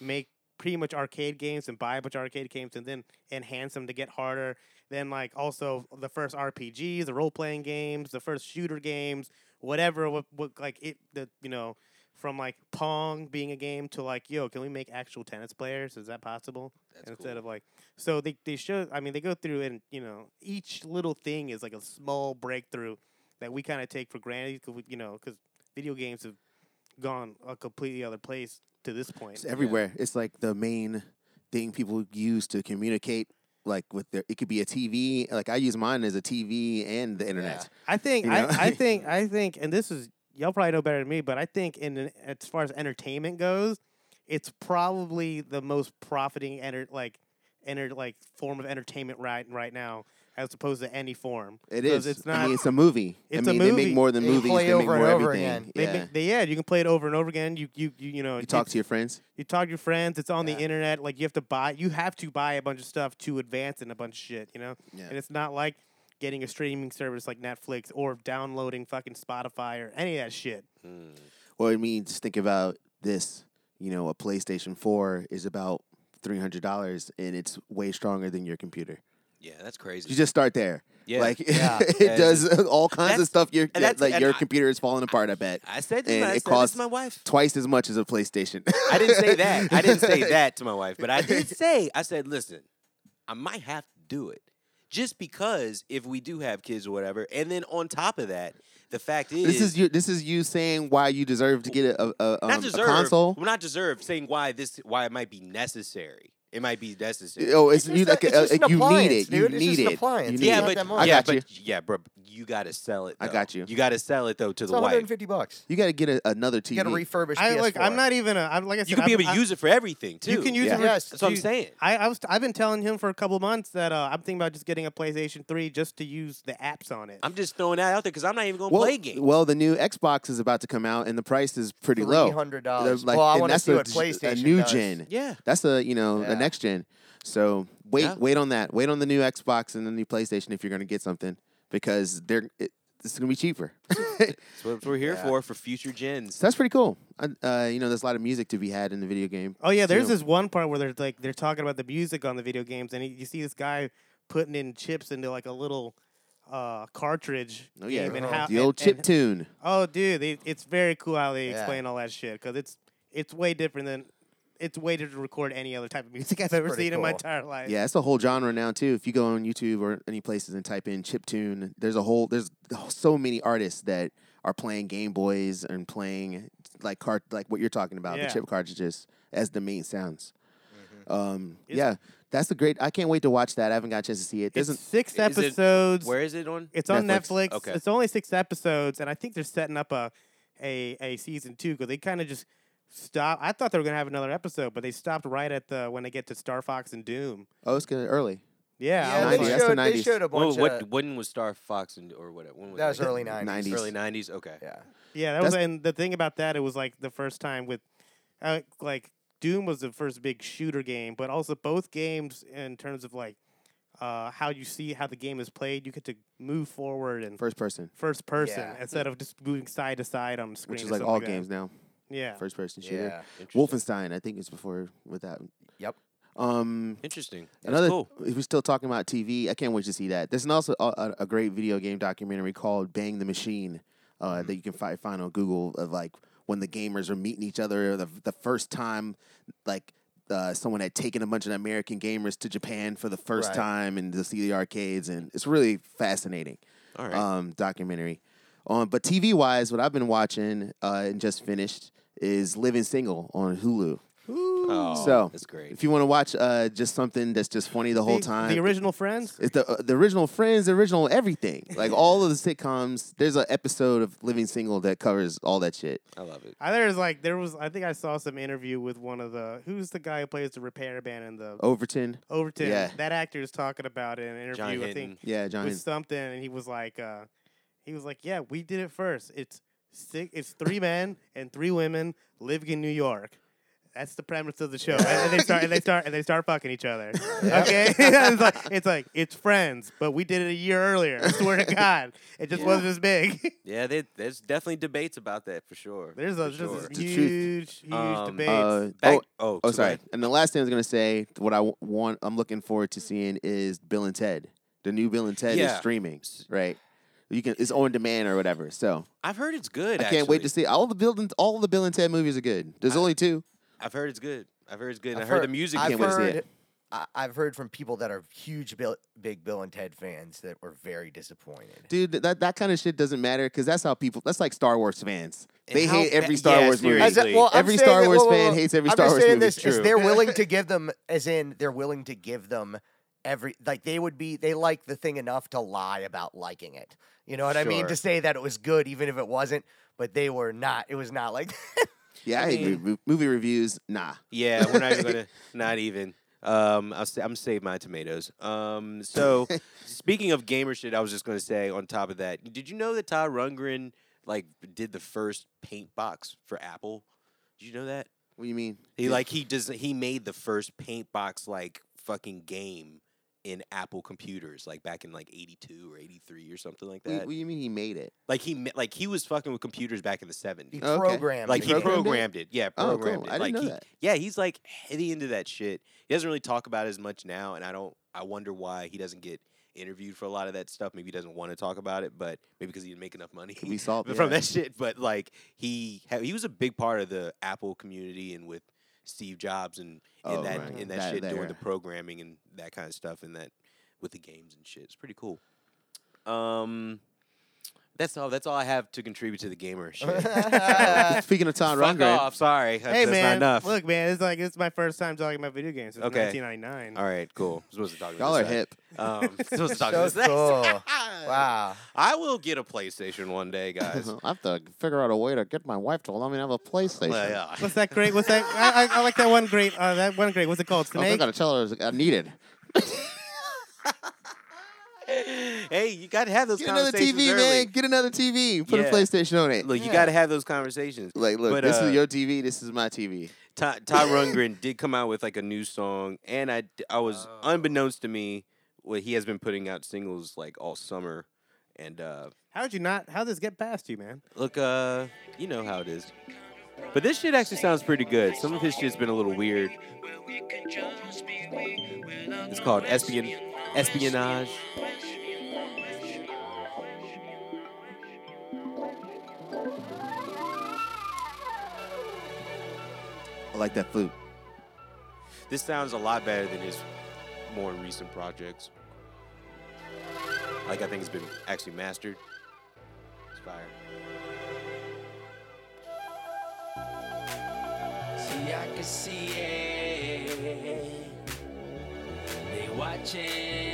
Speaker 4: make pretty much arcade games and buy a bunch of arcade games and then enhance them to get harder. Then like also the first RPGs, the role playing games, the first shooter games, whatever. What, what like it the you know from like Pong being a game to like yo, can we make actual tennis players? Is that possible?
Speaker 1: That's
Speaker 4: instead
Speaker 1: cool.
Speaker 4: of like so they they show I mean they go through and you know each little thing is like a small breakthrough that we kind of take for granted 'cause we- you know because video games have gone a completely other place to this point.
Speaker 2: It's everywhere. It's like the main thing people use to communicate. Like with their, it could be a TV. Like I use mine as a TV and the internet.
Speaker 4: I think
Speaker 2: You know?
Speaker 4: I, I think I think and this is y'all probably know better than me but I think in an- as far as entertainment goes it's probably the most profiting enter like enter like form of entertainment right right now as opposed to any form.
Speaker 2: It
Speaker 4: 'Cause
Speaker 2: is.
Speaker 4: It's
Speaker 2: I
Speaker 4: not
Speaker 2: mean, it's a movie.
Speaker 4: It's
Speaker 2: I
Speaker 4: a
Speaker 2: mean, They
Speaker 4: movie.
Speaker 2: make more than
Speaker 3: They
Speaker 2: movies.
Speaker 3: play
Speaker 2: they make
Speaker 3: over and
Speaker 2: more
Speaker 3: over
Speaker 2: everything.
Speaker 3: again.
Speaker 4: They,
Speaker 2: Yeah.
Speaker 4: yeah. They, yeah, you can play it over and over again. You you you, you know,
Speaker 2: you talk
Speaker 4: it's-
Speaker 2: to your friends.
Speaker 4: you talk to your friends. It's on
Speaker 3: Yeah.
Speaker 4: the internet. Like you have to buy, you have to buy a bunch of stuff to advance in a bunch of shit. You know,
Speaker 2: Yeah.
Speaker 4: and it's not like getting a streaming service like Netflix or downloading fucking Spotify or any of that shit.
Speaker 1: Mm.
Speaker 2: Well, I mean, just think about this. You know, a PlayStation Four is about three hundred dollars, and it's way stronger than your computer.
Speaker 1: Yeah, that's crazy.
Speaker 2: You just start there.
Speaker 1: Yeah.
Speaker 2: Like
Speaker 3: Yeah.
Speaker 2: it does all kinds of
Speaker 1: That's-
Speaker 2: stuff. Your
Speaker 1: and that's-
Speaker 2: like
Speaker 1: and
Speaker 2: your
Speaker 1: I-
Speaker 2: computer is falling apart. I bet
Speaker 1: I said this.
Speaker 2: and
Speaker 1: I
Speaker 2: it
Speaker 1: said this
Speaker 2: costs-
Speaker 1: to my wife.
Speaker 2: twice as much as a PlayStation.
Speaker 1: I didn't say that. I didn't say that to my wife, but I did say, I said, listen, I might have to do it. Just because if we do have kids or whatever, and then on top of that, the fact is,
Speaker 2: This is you. This is you saying why you deserve to get a, a, a, um,
Speaker 1: not
Speaker 2: a
Speaker 1: deserve,
Speaker 2: console.
Speaker 1: Well, not deserve. Saying why this, why it might be necessary. It might be necessary.
Speaker 2: Oh, it's,
Speaker 3: just
Speaker 2: you
Speaker 3: a-
Speaker 2: like
Speaker 3: it's
Speaker 2: uh,
Speaker 3: just an
Speaker 2: you need
Speaker 3: appliance,
Speaker 2: it. You
Speaker 3: dude. It's
Speaker 2: need
Speaker 3: just an
Speaker 2: it.
Speaker 3: appliance.
Speaker 2: You
Speaker 3: It's
Speaker 2: need
Speaker 1: yeah,
Speaker 3: not
Speaker 2: it.
Speaker 1: but
Speaker 3: that much.
Speaker 2: I
Speaker 1: yeah,
Speaker 2: got
Speaker 1: but
Speaker 2: you.
Speaker 1: yeah, bro, you got to sell it.
Speaker 2: I
Speaker 1: though.
Speaker 2: got you.
Speaker 1: You got to sell it though to
Speaker 3: It's
Speaker 1: the wife.
Speaker 3: 150 bucks.
Speaker 2: You got to get a, another TV.
Speaker 3: You get a refurbished
Speaker 4: I
Speaker 3: PS4.
Speaker 4: like. I'm not even a. I'm like I said.
Speaker 1: You can be
Speaker 4: I'm-
Speaker 1: able to
Speaker 4: I-
Speaker 1: use it for everything too.
Speaker 4: You can use
Speaker 2: Yeah.
Speaker 4: it. for-
Speaker 3: Yes.
Speaker 1: That's what I'm
Speaker 4: you-
Speaker 1: saying.
Speaker 4: I, I was. I've been telling him for a couple months that uh, I'm thinking about just getting a PlayStation Three just to use the apps on it.
Speaker 1: I'm just throwing that out there because I'm not even gonna
Speaker 2: well,
Speaker 1: play games.
Speaker 2: well, the new Xbox is about to come out, and the price is pretty
Speaker 3: Three
Speaker 2: low.
Speaker 3: hundred
Speaker 2: They're
Speaker 3: dollars.
Speaker 2: like-
Speaker 3: well, I
Speaker 2: and
Speaker 3: want to
Speaker 2: that's
Speaker 3: see
Speaker 2: a-
Speaker 3: what PlayStation
Speaker 2: a new
Speaker 3: does.
Speaker 2: gen.
Speaker 1: yeah,
Speaker 2: That's a you know
Speaker 3: Yeah.
Speaker 2: a next gen. So wait,
Speaker 1: Yeah.
Speaker 2: wait on that. Wait on the new Xbox and the new PlayStation if you're going to get something because they're it, it's going to be cheaper.
Speaker 1: that's what we're here
Speaker 3: Yeah.
Speaker 1: for for future gens.
Speaker 2: so that's pretty cool. I, uh, you know, there's a lot of music to be had in the video game.
Speaker 4: Oh yeah, there's
Speaker 2: too.
Speaker 4: this one part where they're like they're talking about the music on the video games, and you see this guy putting in chips into like a little uh, cartridge.
Speaker 2: Oh yeah,
Speaker 4: game and
Speaker 3: Oh,
Speaker 4: how,
Speaker 2: the old
Speaker 4: and- and-
Speaker 2: chip tune.
Speaker 4: Oh dude, they, it's very cool how they
Speaker 3: Yeah.
Speaker 4: explain all that shit because it's it's way different than it's way different to record any other type of music I've ever
Speaker 3: pretty
Speaker 4: seen in my
Speaker 3: cool.
Speaker 4: entire life.
Speaker 2: Yeah, it's a whole genre now too. If you go on YouTube or any places and type in chiptune, there's a whole there's so many artists that are playing Game Boys and playing like cart like what you're talking about,
Speaker 4: Yeah. Mm-hmm.
Speaker 2: the chip cartridges as the main sounds. Um,
Speaker 4: Is-
Speaker 2: yeah, that's a great. I can't wait to watch that. I haven't got a chance to see it.
Speaker 4: it's
Speaker 2: Doesn't
Speaker 4: six
Speaker 1: is it-
Speaker 4: episodes.
Speaker 1: Where is it on?
Speaker 4: It's on
Speaker 2: Netflix.
Speaker 4: Netflix.
Speaker 1: Okay.
Speaker 4: It's only six episodes, and I think they're setting up a a, a season two because they kind of just stop. I thought they were gonna have another episode, but they stopped right at the when they get to Star Fox and Doom.
Speaker 2: oh, it's gonna early.
Speaker 4: Yeah,
Speaker 3: Yeah,
Speaker 4: I
Speaker 2: was
Speaker 3: they,
Speaker 2: like-
Speaker 4: watched-
Speaker 2: That's the
Speaker 3: showed, they
Speaker 2: 90s.
Speaker 3: showed a
Speaker 1: Well,
Speaker 3: bunch
Speaker 1: what?
Speaker 3: of.
Speaker 1: when was Star Fox and or what? When was
Speaker 3: That was early
Speaker 2: Nineties.
Speaker 3: nineties.
Speaker 1: Early '90s. Okay.
Speaker 3: Yeah.
Speaker 4: yeah. That was,
Speaker 2: That's-
Speaker 4: and the thing about that, it was like the first time with uh, like Doom was the first big shooter game, but also both games in terms of like uh, how you see how the game is played, you get to move forward and.
Speaker 2: First person,
Speaker 4: First person
Speaker 3: Yeah.
Speaker 4: instead of just moving side to side on screen,
Speaker 2: which is
Speaker 4: or
Speaker 2: like
Speaker 4: something
Speaker 2: all
Speaker 4: that.
Speaker 2: games now.
Speaker 4: Yeah,
Speaker 2: First person shooter.
Speaker 3: Yeah.
Speaker 1: Interesting.
Speaker 2: Wolfenstein, I think it's before with that.
Speaker 3: Yep.
Speaker 2: Um,
Speaker 1: Interesting. That's
Speaker 2: Another,
Speaker 1: cool.
Speaker 2: if we're still talking about TV, I can't wait to see that. There's an also a, a- a great video game documentary called "Bang the Machine" uh,
Speaker 1: Mm-hmm.
Speaker 2: that you can fi- find on Google of like when the gamers are meeting each other the, the first time, like uh, someone had taken a bunch of American gamers to Japan for the first
Speaker 3: Right.
Speaker 2: time and to see the arcades, and it's really fascinating
Speaker 1: All right.
Speaker 2: um, documentary. Um, but TV wise, what I've been watching uh, and just finished is Living Single on Hulu.
Speaker 1: oh,
Speaker 2: so-
Speaker 1: that's great.
Speaker 2: If you want to watch uh, just something that's just funny the whole time,
Speaker 4: The original Friends.
Speaker 2: It's the uh, the original Friends, the original everything. Like all of the sitcoms. There's an episode of Living Single that covers all that shit.
Speaker 1: I love it.
Speaker 4: I there's like there was I think I saw some interview with one of the who's the guy who plays the repair band in the
Speaker 2: Overton,
Speaker 4: Overton.
Speaker 2: Oh, yeah.
Speaker 4: That actor is talking about it in an interview
Speaker 1: John
Speaker 4: I
Speaker 1: Hinton.
Speaker 4: think
Speaker 2: yeah, John.
Speaker 4: with something and he was like uh he was like, Yeah, we did it first. It's six it's three men and three women living in New York. That's the premise of the show. And, then they start and they start and they start fucking each other. Okay? it's like it's like it's friends, but we did it a year earlier. I swear to God. It just
Speaker 1: Yeah.
Speaker 4: wasn't as big.
Speaker 1: Yeah, they, there's definitely debates about that for sure.
Speaker 4: There's
Speaker 1: for
Speaker 4: a
Speaker 1: sure.
Speaker 4: there's this
Speaker 2: The truth.
Speaker 4: huge, huge
Speaker 1: Um,
Speaker 4: debate.
Speaker 2: Uh,
Speaker 1: Back-
Speaker 2: oh,
Speaker 1: oh,
Speaker 2: oh,
Speaker 1: too
Speaker 2: sorry.
Speaker 1: bad.
Speaker 2: And the last thing I was gonna say, what I w- want, I'm looking forward to seeing is Bill and Ted. The new Bill and Ted is
Speaker 1: Yeah.
Speaker 2: streaming, right? You can it's on demand or whatever. So
Speaker 1: I've heard it's good.
Speaker 2: I can't wait to
Speaker 1: actually.
Speaker 2: see all the Bill and, all the Bill and Ted movies are good. There's only two.
Speaker 1: I've heard it's good. I've heard it's good. And
Speaker 3: I've
Speaker 1: I heard the
Speaker 3: heard-
Speaker 1: music.
Speaker 2: I've
Speaker 1: came
Speaker 2: wait
Speaker 1: with
Speaker 2: to see
Speaker 3: heard,
Speaker 2: it.
Speaker 3: I, I've heard from people that are huge Bill, big Bill and Ted fans that were very disappointed.
Speaker 2: Dude, th- that that kind of shit doesn't matter because that's how people. That's like Star Wars fans.
Speaker 1: And
Speaker 2: they
Speaker 1: how
Speaker 2: hate every
Speaker 1: ba-
Speaker 2: Star
Speaker 1: yeah,
Speaker 2: Wars movie.
Speaker 1: seriously.
Speaker 3: that- well, I'm
Speaker 2: every
Speaker 3: saying
Speaker 2: Star
Speaker 3: that-
Speaker 2: Wars
Speaker 3: whoa, whoa,
Speaker 2: fan
Speaker 3: whoa.
Speaker 2: hates every
Speaker 3: I'm
Speaker 2: Star
Speaker 3: just
Speaker 2: Wars
Speaker 3: saying
Speaker 2: movie.
Speaker 3: this is
Speaker 1: True.
Speaker 3: they're willing to give them, as in they're willing to give them every like they would be they like the thing enough to lie about liking it. You know what I mean?
Speaker 1: Sure.
Speaker 3: To say that it was good even if it wasn't, but they were not. It was not like
Speaker 2: Yeah, I,
Speaker 4: I
Speaker 2: hate
Speaker 4: mean-
Speaker 2: mo- movie reviews. Nah,
Speaker 1: Yeah, we're not even gonna. Not even. Um, I'll sa- I'm save my tomatoes. Um, so speaking of gamer shit, I was just gonna say on top of that, did you know that Todd Rundgren like did the first paint box for Apple? Did you know that
Speaker 2: what do you mean?
Speaker 1: he
Speaker 2: Yeah.
Speaker 1: like he does he made the first paint box like fucking game in Apple computers like back in like '82 or '83 or something like
Speaker 2: What,
Speaker 1: that.
Speaker 2: what do you mean he made it?
Speaker 1: like he ma- like he was fucking with computers back in the '70s.
Speaker 3: he
Speaker 2: Okay.
Speaker 3: programmed.
Speaker 1: Like
Speaker 3: it.
Speaker 1: he
Speaker 2: programmed it?
Speaker 1: programmed, it? Yeah,
Speaker 2: Oh, cool.
Speaker 1: programmed it.
Speaker 2: I
Speaker 1: like
Speaker 2: didn't know
Speaker 1: he,
Speaker 2: that.
Speaker 1: Yeah, he's like heady into that shit. He doesn't really talk about it as much now, and I don't. I wonder why he doesn't get interviewed for a lot of that stuff. Maybe he doesn't want to talk about it, but maybe because he didn't make enough money
Speaker 2: We saw
Speaker 1: from that shit. But like he ha- he was a big part of the Apple community and with Steve Jobs and in
Speaker 2: Oh,
Speaker 1: that
Speaker 2: right.
Speaker 1: in that,
Speaker 2: That-
Speaker 1: shit
Speaker 2: that
Speaker 1: doing the
Speaker 2: era.
Speaker 1: programming and that kind of stuff and that with the games and shit. It's pretty cool. Um. That's all. That's all I have to contribute to the gamer shit. So,
Speaker 2: Speaking of Tom
Speaker 1: Fuck
Speaker 2: Rundgren,
Speaker 1: off. Sorry. That's,
Speaker 4: hey
Speaker 1: that's
Speaker 4: man,
Speaker 1: not enough.
Speaker 4: look man, it's like this is my first time talking about video games since
Speaker 1: Okay.
Speaker 4: 1999.
Speaker 1: All right. Cool. I'm supposed to talk. to
Speaker 2: y'all
Speaker 1: this
Speaker 2: are
Speaker 1: guy.
Speaker 2: hip.
Speaker 1: Um, supposed to talk to
Speaker 3: So
Speaker 1: this guy.
Speaker 3: cool. Wow.
Speaker 1: I will get a PlayStation one day, guys.
Speaker 2: I have to figure out a way to get my wife to allow me to have a PlayStation.
Speaker 1: Well, yeah.
Speaker 4: What's that great? What's that? I, I, I like that one great. Uh, that one great. What's it called?
Speaker 1: Oh,
Speaker 2: I think I gotta
Speaker 4: Snake.
Speaker 2: tell her I need it.
Speaker 1: hey, you got to have those
Speaker 2: Get another
Speaker 1: conversations
Speaker 2: TV,
Speaker 1: early.
Speaker 2: man. Get another TV. Put
Speaker 1: Yeah.
Speaker 2: a PlayStation on it.
Speaker 1: Look, you
Speaker 3: Yeah.
Speaker 1: got to have those conversations.
Speaker 2: like, look,
Speaker 1: but,
Speaker 2: this
Speaker 1: uh,
Speaker 2: is your TV. This is my TV.
Speaker 1: Todd, Todd Rundgren did come out with like a new song, and I d- I was
Speaker 3: Oh.
Speaker 1: unbeknownst to me, well, he has been putting out singles like all summer, and uh,
Speaker 4: How did you not? How did this get past you, man?
Speaker 1: look, uh, you know how it is. But this shit actually sounds pretty good. Some of his shit's been a little weird. It's called Espion- Espionage.
Speaker 2: I like that flute.
Speaker 1: This sounds a lot better than his more recent projects. Like I think it's been actually mastered. It's fire.
Speaker 5: See, I can see it. They watching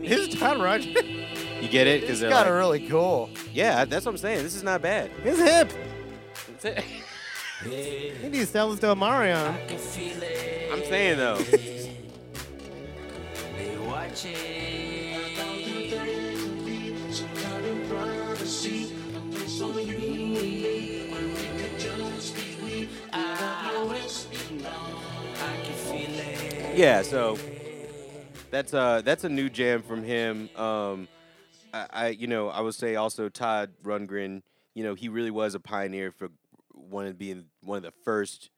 Speaker 5: me.
Speaker 4: This is Todd Rundgren.
Speaker 1: You get it?
Speaker 3: It's
Speaker 1: Because
Speaker 3: got a
Speaker 1: like,
Speaker 3: really cool.
Speaker 1: yeah, that's what I'm saying. This is not bad.
Speaker 4: It's hip.
Speaker 1: That's it.
Speaker 4: You need to sell this to Omarion.
Speaker 5: I can feel it.
Speaker 1: I'm saying though,
Speaker 5: They watching. I can feel it.
Speaker 1: yeah. So that's uh that's a new jam from him. Um, I, I you know I would say also Todd Rundgren. You know he really was a pioneer for one of being one of the first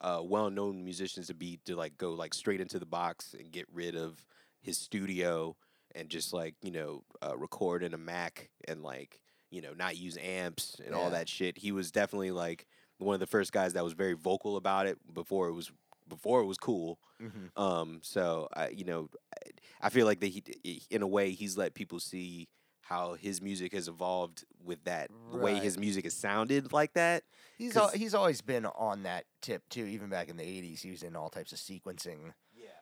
Speaker 1: uh, well-known musicians to be to like go like straight into the box and get rid of his studio and just like you know uh, record in a Mac and like you know not use amps and all
Speaker 3: Yeah.
Speaker 1: that shit. He was definitely like one of the first guys that was very vocal about it before it was before it was cool.
Speaker 2: Mm-hmm.
Speaker 3: Mhm.
Speaker 1: Um, so I, you know, I, I feel like that he, he- in a way, he's let people see how his music has evolved with that the way
Speaker 3: Right.
Speaker 1: his music has sounded like that.
Speaker 3: He's al-
Speaker 1: 'Cause-
Speaker 3: he's always been on that tip too. Even back in the '80s, he was in all types of sequencing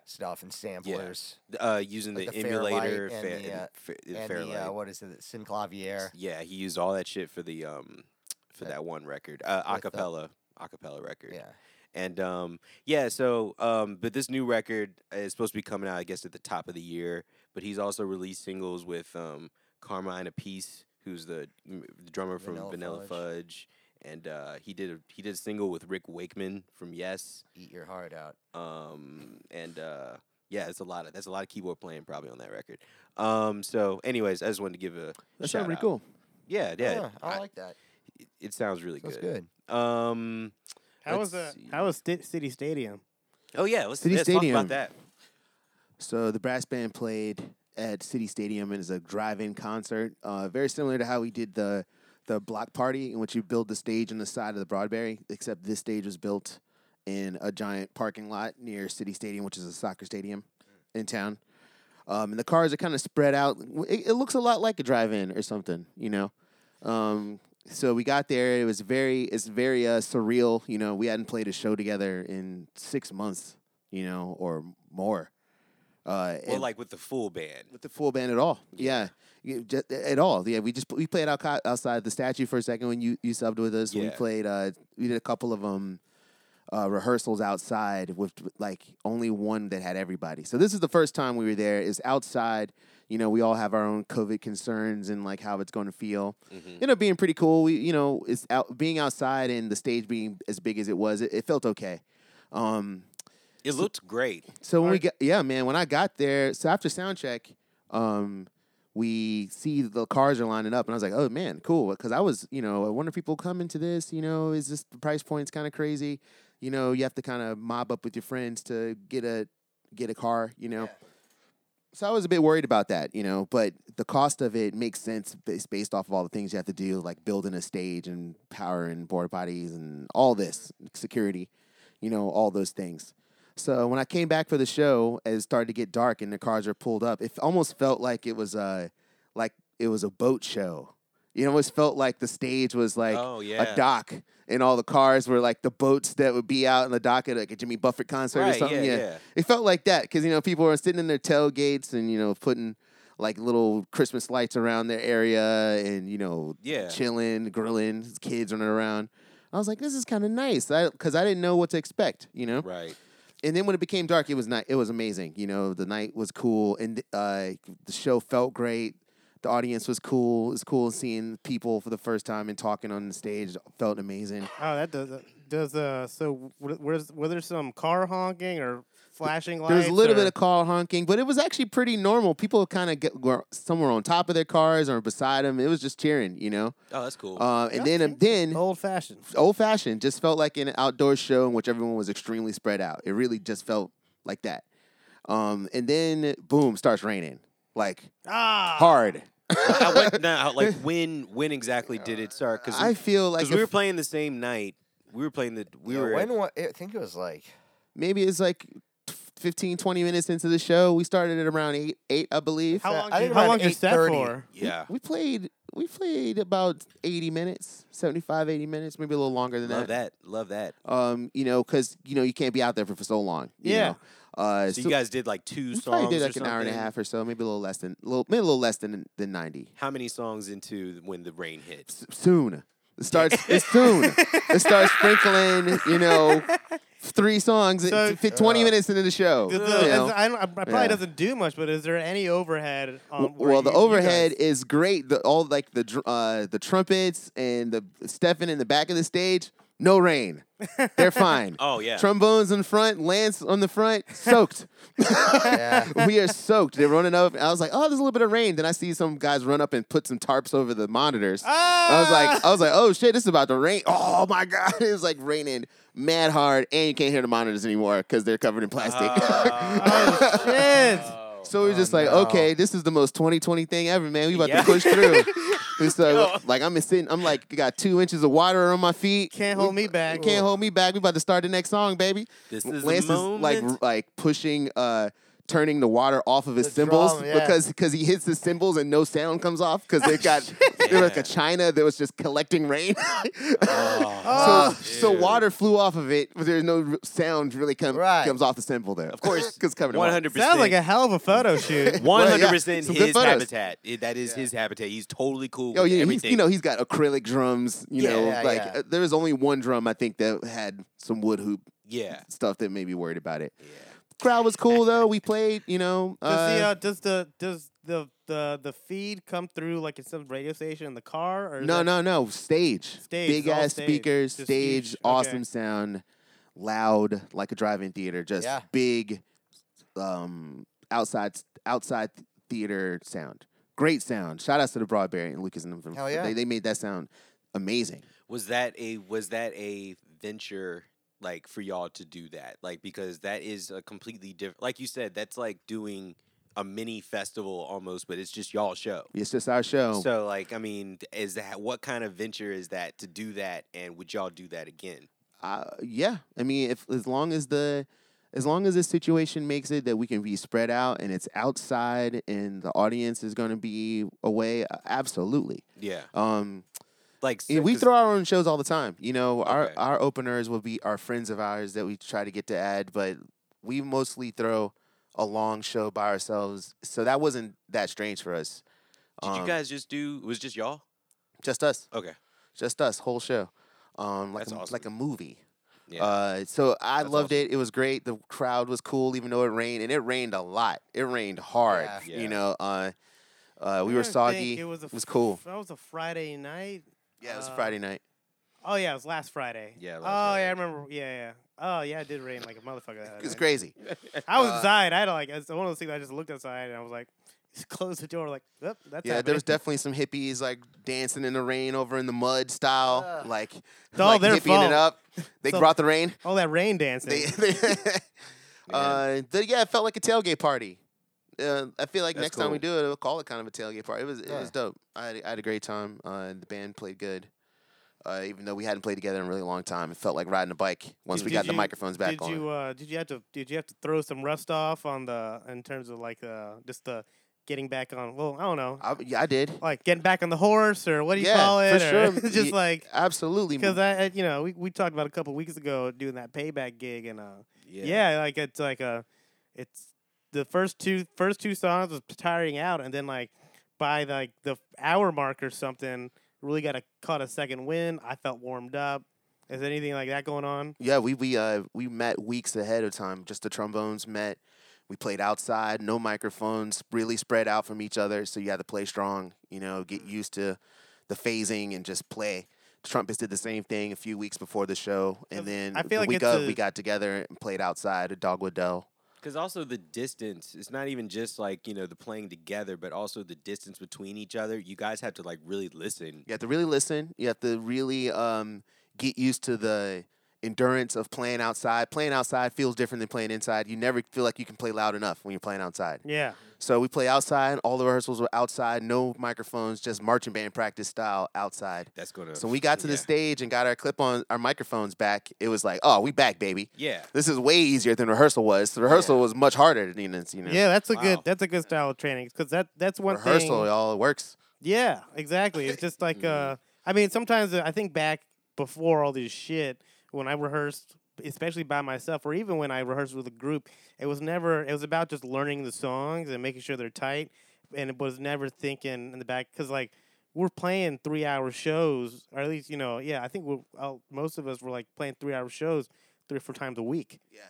Speaker 3: stuff and samplers
Speaker 1: th- Uh, using
Speaker 3: Like
Speaker 1: the,
Speaker 3: the Fairlight
Speaker 1: emulator,
Speaker 3: and
Speaker 1: fa-
Speaker 3: the, uh,
Speaker 1: fa- and
Speaker 3: and
Speaker 1: Fairlight.
Speaker 3: the uh, what is it, Synclavier?
Speaker 1: yeah, he used all that shit for the um for
Speaker 3: That-
Speaker 1: that one record, uh,
Speaker 3: with the-
Speaker 1: acapella, acapella record.
Speaker 3: Yeah,
Speaker 1: And um, yeah, so um, but this new record is supposed to be coming out, I guess, at the top of the year. But he's also released singles with um, Carmine Apiece, who's the, m- the drummer from
Speaker 3: Vanilla
Speaker 1: Vanilla, Fudge, and uh, he did a, he did a single with Rick Wakeman from Yes.
Speaker 3: eat your heart out.
Speaker 1: Um, and uh, yeah, it's a lot of that's a lot of keyboard playing probably on that record. Um, so, anyways, I just wanted to give a
Speaker 2: That
Speaker 1: shout
Speaker 2: sounds pretty
Speaker 1: out.
Speaker 2: cool.
Speaker 1: Yeah, yeah,
Speaker 3: Huh, I,
Speaker 1: I-
Speaker 3: like that.
Speaker 1: it, it sounds really
Speaker 3: That's
Speaker 1: good.
Speaker 3: good.
Speaker 1: Um,
Speaker 4: How
Speaker 1: Let's
Speaker 4: was uh,
Speaker 1: see.
Speaker 4: how was Sti- City Stadium?
Speaker 1: oh yeah, let's,
Speaker 2: City
Speaker 1: let's talk
Speaker 2: Stadium.
Speaker 1: about that.
Speaker 2: So the brass band played at City Stadium and is a drive-in concert, uh, very similar to how we did the the block party in which you build the stage on the side of the Broadberry, except this stage was built in a giant parking lot near City Stadium, which is a soccer stadium in town. Um, and the cars are kind of spread out. W- It, it looks a lot like a drive-in or something, you know. Um, so we got there. It was very, it's very uh, surreal. You know, we hadn't played a show together in six months, you know, or more. Uh,
Speaker 1: Well,
Speaker 2: and-
Speaker 1: like with the full band.
Speaker 2: with the full band at all. Yeah, You- ju- at all. Yeah, we just we played out outside the statue for a second when you you subbed with us. We
Speaker 1: Yeah.
Speaker 2: played. Uh, we did a couple of um uh, rehearsals outside with like only one that had everybody. So this is the first time we were there. Is outside. You know, we all have our own COVID concerns and like how it's going to feel.
Speaker 1: Mhm.
Speaker 2: Ended up being pretty cool. We, you know, it's out being outside and the stage being as big as it was. It, it felt okay. Um,
Speaker 1: It looked great.
Speaker 2: so when we got yeah, man, when I got there, so after sound check, um, we see the cars are lining up, and I was like, oh man, cool, because I was, you know, I wonder if people come into this, you know, is this the price point's kind of crazy, you know, you have to kind of mob up with your friends to get a get a car, you know. so I was a bit worried about that, you know, but the cost of it makes sense based, based off of all the things you have to do, like building a stage and power and border bodies and all this security, you know, all those things. So when I came back for the show, as it started to get dark and the cars were pulled up, it almost felt like it was a like it was a boat show. You know, it almost felt like the stage was like
Speaker 1: Oh, yeah.
Speaker 2: a dock, and all the cars were like the boats that would be out in the dock at like a Jimmy Buffett concert or
Speaker 1: Right,
Speaker 2: something.
Speaker 1: yeah,
Speaker 2: yeah,
Speaker 1: yeah.
Speaker 2: it felt like that because you know people were sitting in their tailgates and you know putting like little Christmas lights around their area and you know
Speaker 1: Yeah.
Speaker 2: chilling, grilling, kids running around. I was like, this is kind of nice because I, didn't know what to expect, you know.
Speaker 1: Right.
Speaker 2: And then when it became dark, it was not. It was amazing. You know, the night was cool and uh, the show felt great. The audience was cool. It was cool seeing people for the first time and talking on the stage. Felt amazing.
Speaker 4: Oh, that does does uh. So wh- where's were there some car honking or flashing lights?
Speaker 2: There was a little
Speaker 4: or-
Speaker 2: bit of car honking, but it was actually pretty normal. People kind of get were somewhere on top of their cars or beside them. It was just cheering, you know.
Speaker 1: Oh, that's cool.
Speaker 2: Uh, and
Speaker 4: Yeah, Oh.
Speaker 2: then then
Speaker 4: old fashioned.
Speaker 2: old fashioned just felt like an outdoor show in which everyone was extremely spread out. It really just felt like that. Um, and then boom, starts raining like
Speaker 4: Ah,
Speaker 2: hard.
Speaker 1: I went now, like when when exactly did it start? Because
Speaker 2: I feel like
Speaker 1: we were
Speaker 2: if-
Speaker 1: playing the same night. We were playing the we
Speaker 3: Yeah,
Speaker 1: were
Speaker 3: when wa- I think it was like
Speaker 2: maybe it's like 15, 20 minutes into the show. We started at around eight, eight, I believe.
Speaker 4: how long?
Speaker 3: I think
Speaker 4: how
Speaker 3: around
Speaker 4: long you set
Speaker 3: 8:30.
Speaker 4: for?
Speaker 1: yeah.
Speaker 2: We played. We played about 80 minutes, 75, 80 minutes, maybe a little longer than
Speaker 1: Love that. Love that.
Speaker 2: um, you know, because you know you can't be out there for, for so long. you
Speaker 4: Yeah.
Speaker 2: know. Uh,
Speaker 1: So you guys did like two
Speaker 2: we
Speaker 1: songs.
Speaker 2: probably did
Speaker 1: or
Speaker 2: like an hour and a
Speaker 1: something?
Speaker 2: half or so, maybe a little less than, little, maybe a little less than than ninety.
Speaker 1: How many songs into when the rain hits?
Speaker 2: S- soon it starts. it's soon. It starts sprinkling. You know, three songs, in-
Speaker 4: So-
Speaker 2: fi- twenty minutes into the show.
Speaker 4: Does the-
Speaker 2: you
Speaker 4: is-
Speaker 2: know.
Speaker 4: I, don't, I probably
Speaker 2: Yeah.
Speaker 4: doesn't do much, but is there any overhead?
Speaker 2: W-
Speaker 4: On where
Speaker 2: well, the
Speaker 4: you- you
Speaker 2: overhead
Speaker 4: guys-
Speaker 2: is great. The, all like the dr- uh, the trumpets and the Stefan in the back of the stage. No rain. They're fine.
Speaker 1: Oh yeah.
Speaker 2: Trombones in front, Lance on the front, soaked.
Speaker 3: yeah.
Speaker 2: we are soaked. They're running up. I was like, oh, there's a little bit of rain. Then I see some guys run up and put some tarps over the monitors.
Speaker 4: Ah!
Speaker 2: I was like, I was like, oh shit, this is about to rain. Oh my god, it's like raining mad hard, and you can't hear the monitors anymore because they're covered in plastic.
Speaker 1: Ah. Uh,
Speaker 4: oh shit!
Speaker 2: so we're just
Speaker 3: Oh,
Speaker 2: like,
Speaker 3: no.
Speaker 2: okay, this is the most 2020 thing ever, man. We about
Speaker 1: Yeah.
Speaker 2: to push through. And so, like, I'm sitting. I'm like, got two inches of water on my feet.
Speaker 4: Can't
Speaker 2: We-
Speaker 4: hold me back.
Speaker 2: Can't hold me back. We about to start the next song, baby.
Speaker 1: This is the
Speaker 2: Lance is like
Speaker 1: moment.
Speaker 2: r- like pushing uh turning the water off of his
Speaker 3: The
Speaker 2: cymbals
Speaker 3: drum, yeah.
Speaker 2: because because he hits his cymbals and no sound comes off because they got there was like
Speaker 1: Yeah.
Speaker 2: a china that was just collecting rain.
Speaker 1: Oh.
Speaker 2: so
Speaker 4: Oh,
Speaker 2: so
Speaker 1: dude.
Speaker 2: water flew off of it, but there's no r- sound really come,
Speaker 3: Right.
Speaker 2: comes off the cymbal there.
Speaker 1: Of course,
Speaker 2: because covered in
Speaker 1: one
Speaker 2: water.
Speaker 1: hundred percent.
Speaker 4: sounds like a hell of a photo shoot.
Speaker 1: One
Speaker 2: Well, yeah,
Speaker 1: hundred percent
Speaker 2: some good
Speaker 1: his
Speaker 2: photos.
Speaker 1: habitat. I- That is his habitat. He's totally cool.
Speaker 2: Oh
Speaker 1: with
Speaker 2: yeah, he's,
Speaker 1: everything.
Speaker 2: you know he's got acrylic drums. You
Speaker 3: Yeah,
Speaker 2: know,
Speaker 3: yeah,
Speaker 2: like
Speaker 3: yeah.
Speaker 2: uh, there was only one drum I think that had some wood hoop
Speaker 1: yeah,
Speaker 2: stuff that made me worried about it.
Speaker 1: yeah.
Speaker 2: Crowd was cool though. We played, you know.
Speaker 4: Does the
Speaker 2: uh,
Speaker 4: uh, does the does the the the feed come through like in some radio station in the car or is
Speaker 2: No,
Speaker 4: that-
Speaker 2: no, no. Stage.
Speaker 4: uh, Stage,
Speaker 2: Big
Speaker 4: all
Speaker 2: ass
Speaker 4: stage.
Speaker 2: speakers,
Speaker 4: Just
Speaker 2: stage,
Speaker 4: huge, okay.
Speaker 2: awesome sound, loud, like a drive in theater, just
Speaker 3: Yeah.
Speaker 2: big um outside outside theater sound. Great sound. Shout outs to the Broadberry and Lucas and them. for-
Speaker 3: Hell yeah.
Speaker 2: They, they made that sound amazing.
Speaker 1: Was that a was that a venture like for y'all to do that? Like because that is a completely different. Like you said, that's like doing a mini festival almost, but it's just y'all show.
Speaker 2: It's just our show.
Speaker 1: So like, I mean, is that what kind of venture is that to do that? And would y'all do that again?
Speaker 2: uh, yeah, I mean, if as long as the as long as this situation makes it that we can be spread out and it's outside and the audience is going to be away, uh, absolutely.
Speaker 1: Yeah,
Speaker 2: Um,
Speaker 1: like
Speaker 2: Yeah,
Speaker 1: so-
Speaker 2: we
Speaker 1: 'cause-
Speaker 2: throw our own shows all the time. You know, our
Speaker 1: Okay.
Speaker 2: our openers will be our friends of ours that we try to get to add, but we mostly throw a long show by ourselves. So that wasn't that strange for us.
Speaker 1: Did you
Speaker 2: Um,
Speaker 1: guys just do? It was just y'all?
Speaker 2: just us,
Speaker 1: Okay.
Speaker 2: just us, whole show, um, like
Speaker 1: That's
Speaker 2: a,
Speaker 1: awesome.
Speaker 2: like a movie.
Speaker 1: Yeah.
Speaker 2: Uh, so I
Speaker 1: That's
Speaker 2: loved
Speaker 1: awesome.
Speaker 2: it. It was great. The crowd was cool, even though it rained, and it rained a lot. It rained hard.
Speaker 3: Yeah.
Speaker 1: Yeah.
Speaker 2: You know, uh, uh, we
Speaker 4: I
Speaker 2: were
Speaker 4: think
Speaker 2: soggy.
Speaker 4: It was, a
Speaker 2: was cool.
Speaker 4: That was a Friday night.
Speaker 2: yeah, it was
Speaker 4: uh,
Speaker 2: Friday night.
Speaker 4: Oh yeah, it was last Friday.
Speaker 1: Yeah,
Speaker 4: oh
Speaker 1: last Friday.
Speaker 4: yeah, I remember. Yeah, yeah. Oh yeah, it did rain like a motherfucker. That
Speaker 2: It was
Speaker 4: night.
Speaker 2: crazy.
Speaker 4: I was
Speaker 2: Uh,
Speaker 4: inside. I had to, like it's one of those things. I just looked outside and I was like, closed the door. Like, yep, that's
Speaker 2: yeah, there was definitely
Speaker 4: happening."
Speaker 2: some hippies like dancing in the rain over in the mud style,
Speaker 3: Ugh.
Speaker 2: like,
Speaker 4: all
Speaker 2: like
Speaker 4: their
Speaker 2: hippieing
Speaker 4: fault.
Speaker 2: it up. They
Speaker 4: So-
Speaker 2: brought the rain.
Speaker 4: all that rain dancing.
Speaker 2: They, they-
Speaker 1: Man.
Speaker 2: uh, the- yeah, it felt like a tailgate party. uh, I feel like
Speaker 1: That's
Speaker 2: next time we
Speaker 1: cool.
Speaker 2: do it, we'll call it kind of a tailgate party. It was it
Speaker 3: Yeah.
Speaker 2: was dope. I had, I had a great time. Uh, the band played good. Uh, even though we hadn't played together in a really long time, it felt like riding a bike once
Speaker 4: Did-
Speaker 2: we
Speaker 4: did
Speaker 2: got the
Speaker 4: you-
Speaker 2: microphones back
Speaker 4: did
Speaker 2: on.
Speaker 4: you uh, did you have to did you have to throw some rust off on the in terms of like uh, just the getting back on? Well, I don't know,
Speaker 2: I, yeah, I did.
Speaker 4: like getting back on the horse or what do you
Speaker 2: Yeah,
Speaker 4: call it?
Speaker 2: for
Speaker 4: or
Speaker 2: sure.
Speaker 4: just
Speaker 2: Ye-
Speaker 4: like
Speaker 2: Absolutely.
Speaker 4: because I, I- you know, we, we talked about a couple weeks ago doing that payback gig and uh,
Speaker 1: Yeah.
Speaker 4: yeah. like it's like a, it's the first two first two songs was tiring out, and then like by like the hour mark or something, really got a caught a second wind. I felt warmed up. Is anything like that going on?
Speaker 2: Yeah, we we uh we met weeks ahead of time. Just the trombones met. We played outside, no microphones, really spread out from each other. So you had to play strong. You know, get
Speaker 4: Mm.
Speaker 2: used to the phasing and just play. The trumpets did the same thing a few weeks before the show,
Speaker 4: Um,
Speaker 2: and then
Speaker 4: I feel
Speaker 2: the
Speaker 4: like
Speaker 2: week
Speaker 4: it's
Speaker 2: of
Speaker 4: a-
Speaker 2: we got together and played outside at Dogwood Dell.
Speaker 1: Because also the distance, it's not even just like, you know, the playing together, but also the distance between each other. You guys have to like really listen.
Speaker 2: You have to really listen. You have to really um, get used to the endurance of playing outside. Playing outside feels different than playing inside. You never feel like you can play loud enough when you're playing outside.
Speaker 4: Yeah,
Speaker 2: So we play outside. All the rehearsals were outside, no microphones, just marching band practice style outside.
Speaker 1: That's going to.
Speaker 2: So when we got to the
Speaker 1: yeah.
Speaker 2: stage and got our clip on our microphones back, it was like, oh, we back, baby.
Speaker 1: Yeah.
Speaker 2: This is way easier than rehearsal was. The rehearsal was much harder than this, you know.
Speaker 4: yeah, that's a good
Speaker 1: Wow.
Speaker 4: that's a good style of training because that that's one thing.
Speaker 2: rehearsal, y'all, it works.
Speaker 4: Yeah, exactly. It's just like uh I mean sometimes uh, I think back before all this shit when I rehearsed especially by myself or even when I rehearsed with a group, it was never it was about just learning the songs and making sure they're tight and it was never thinking in the back cuz like we're playing 3-hour shows or at least you know, yeah, I think we uh, most of us were like playing 3-hour shows 3 or 4 times a week.
Speaker 1: Yeah.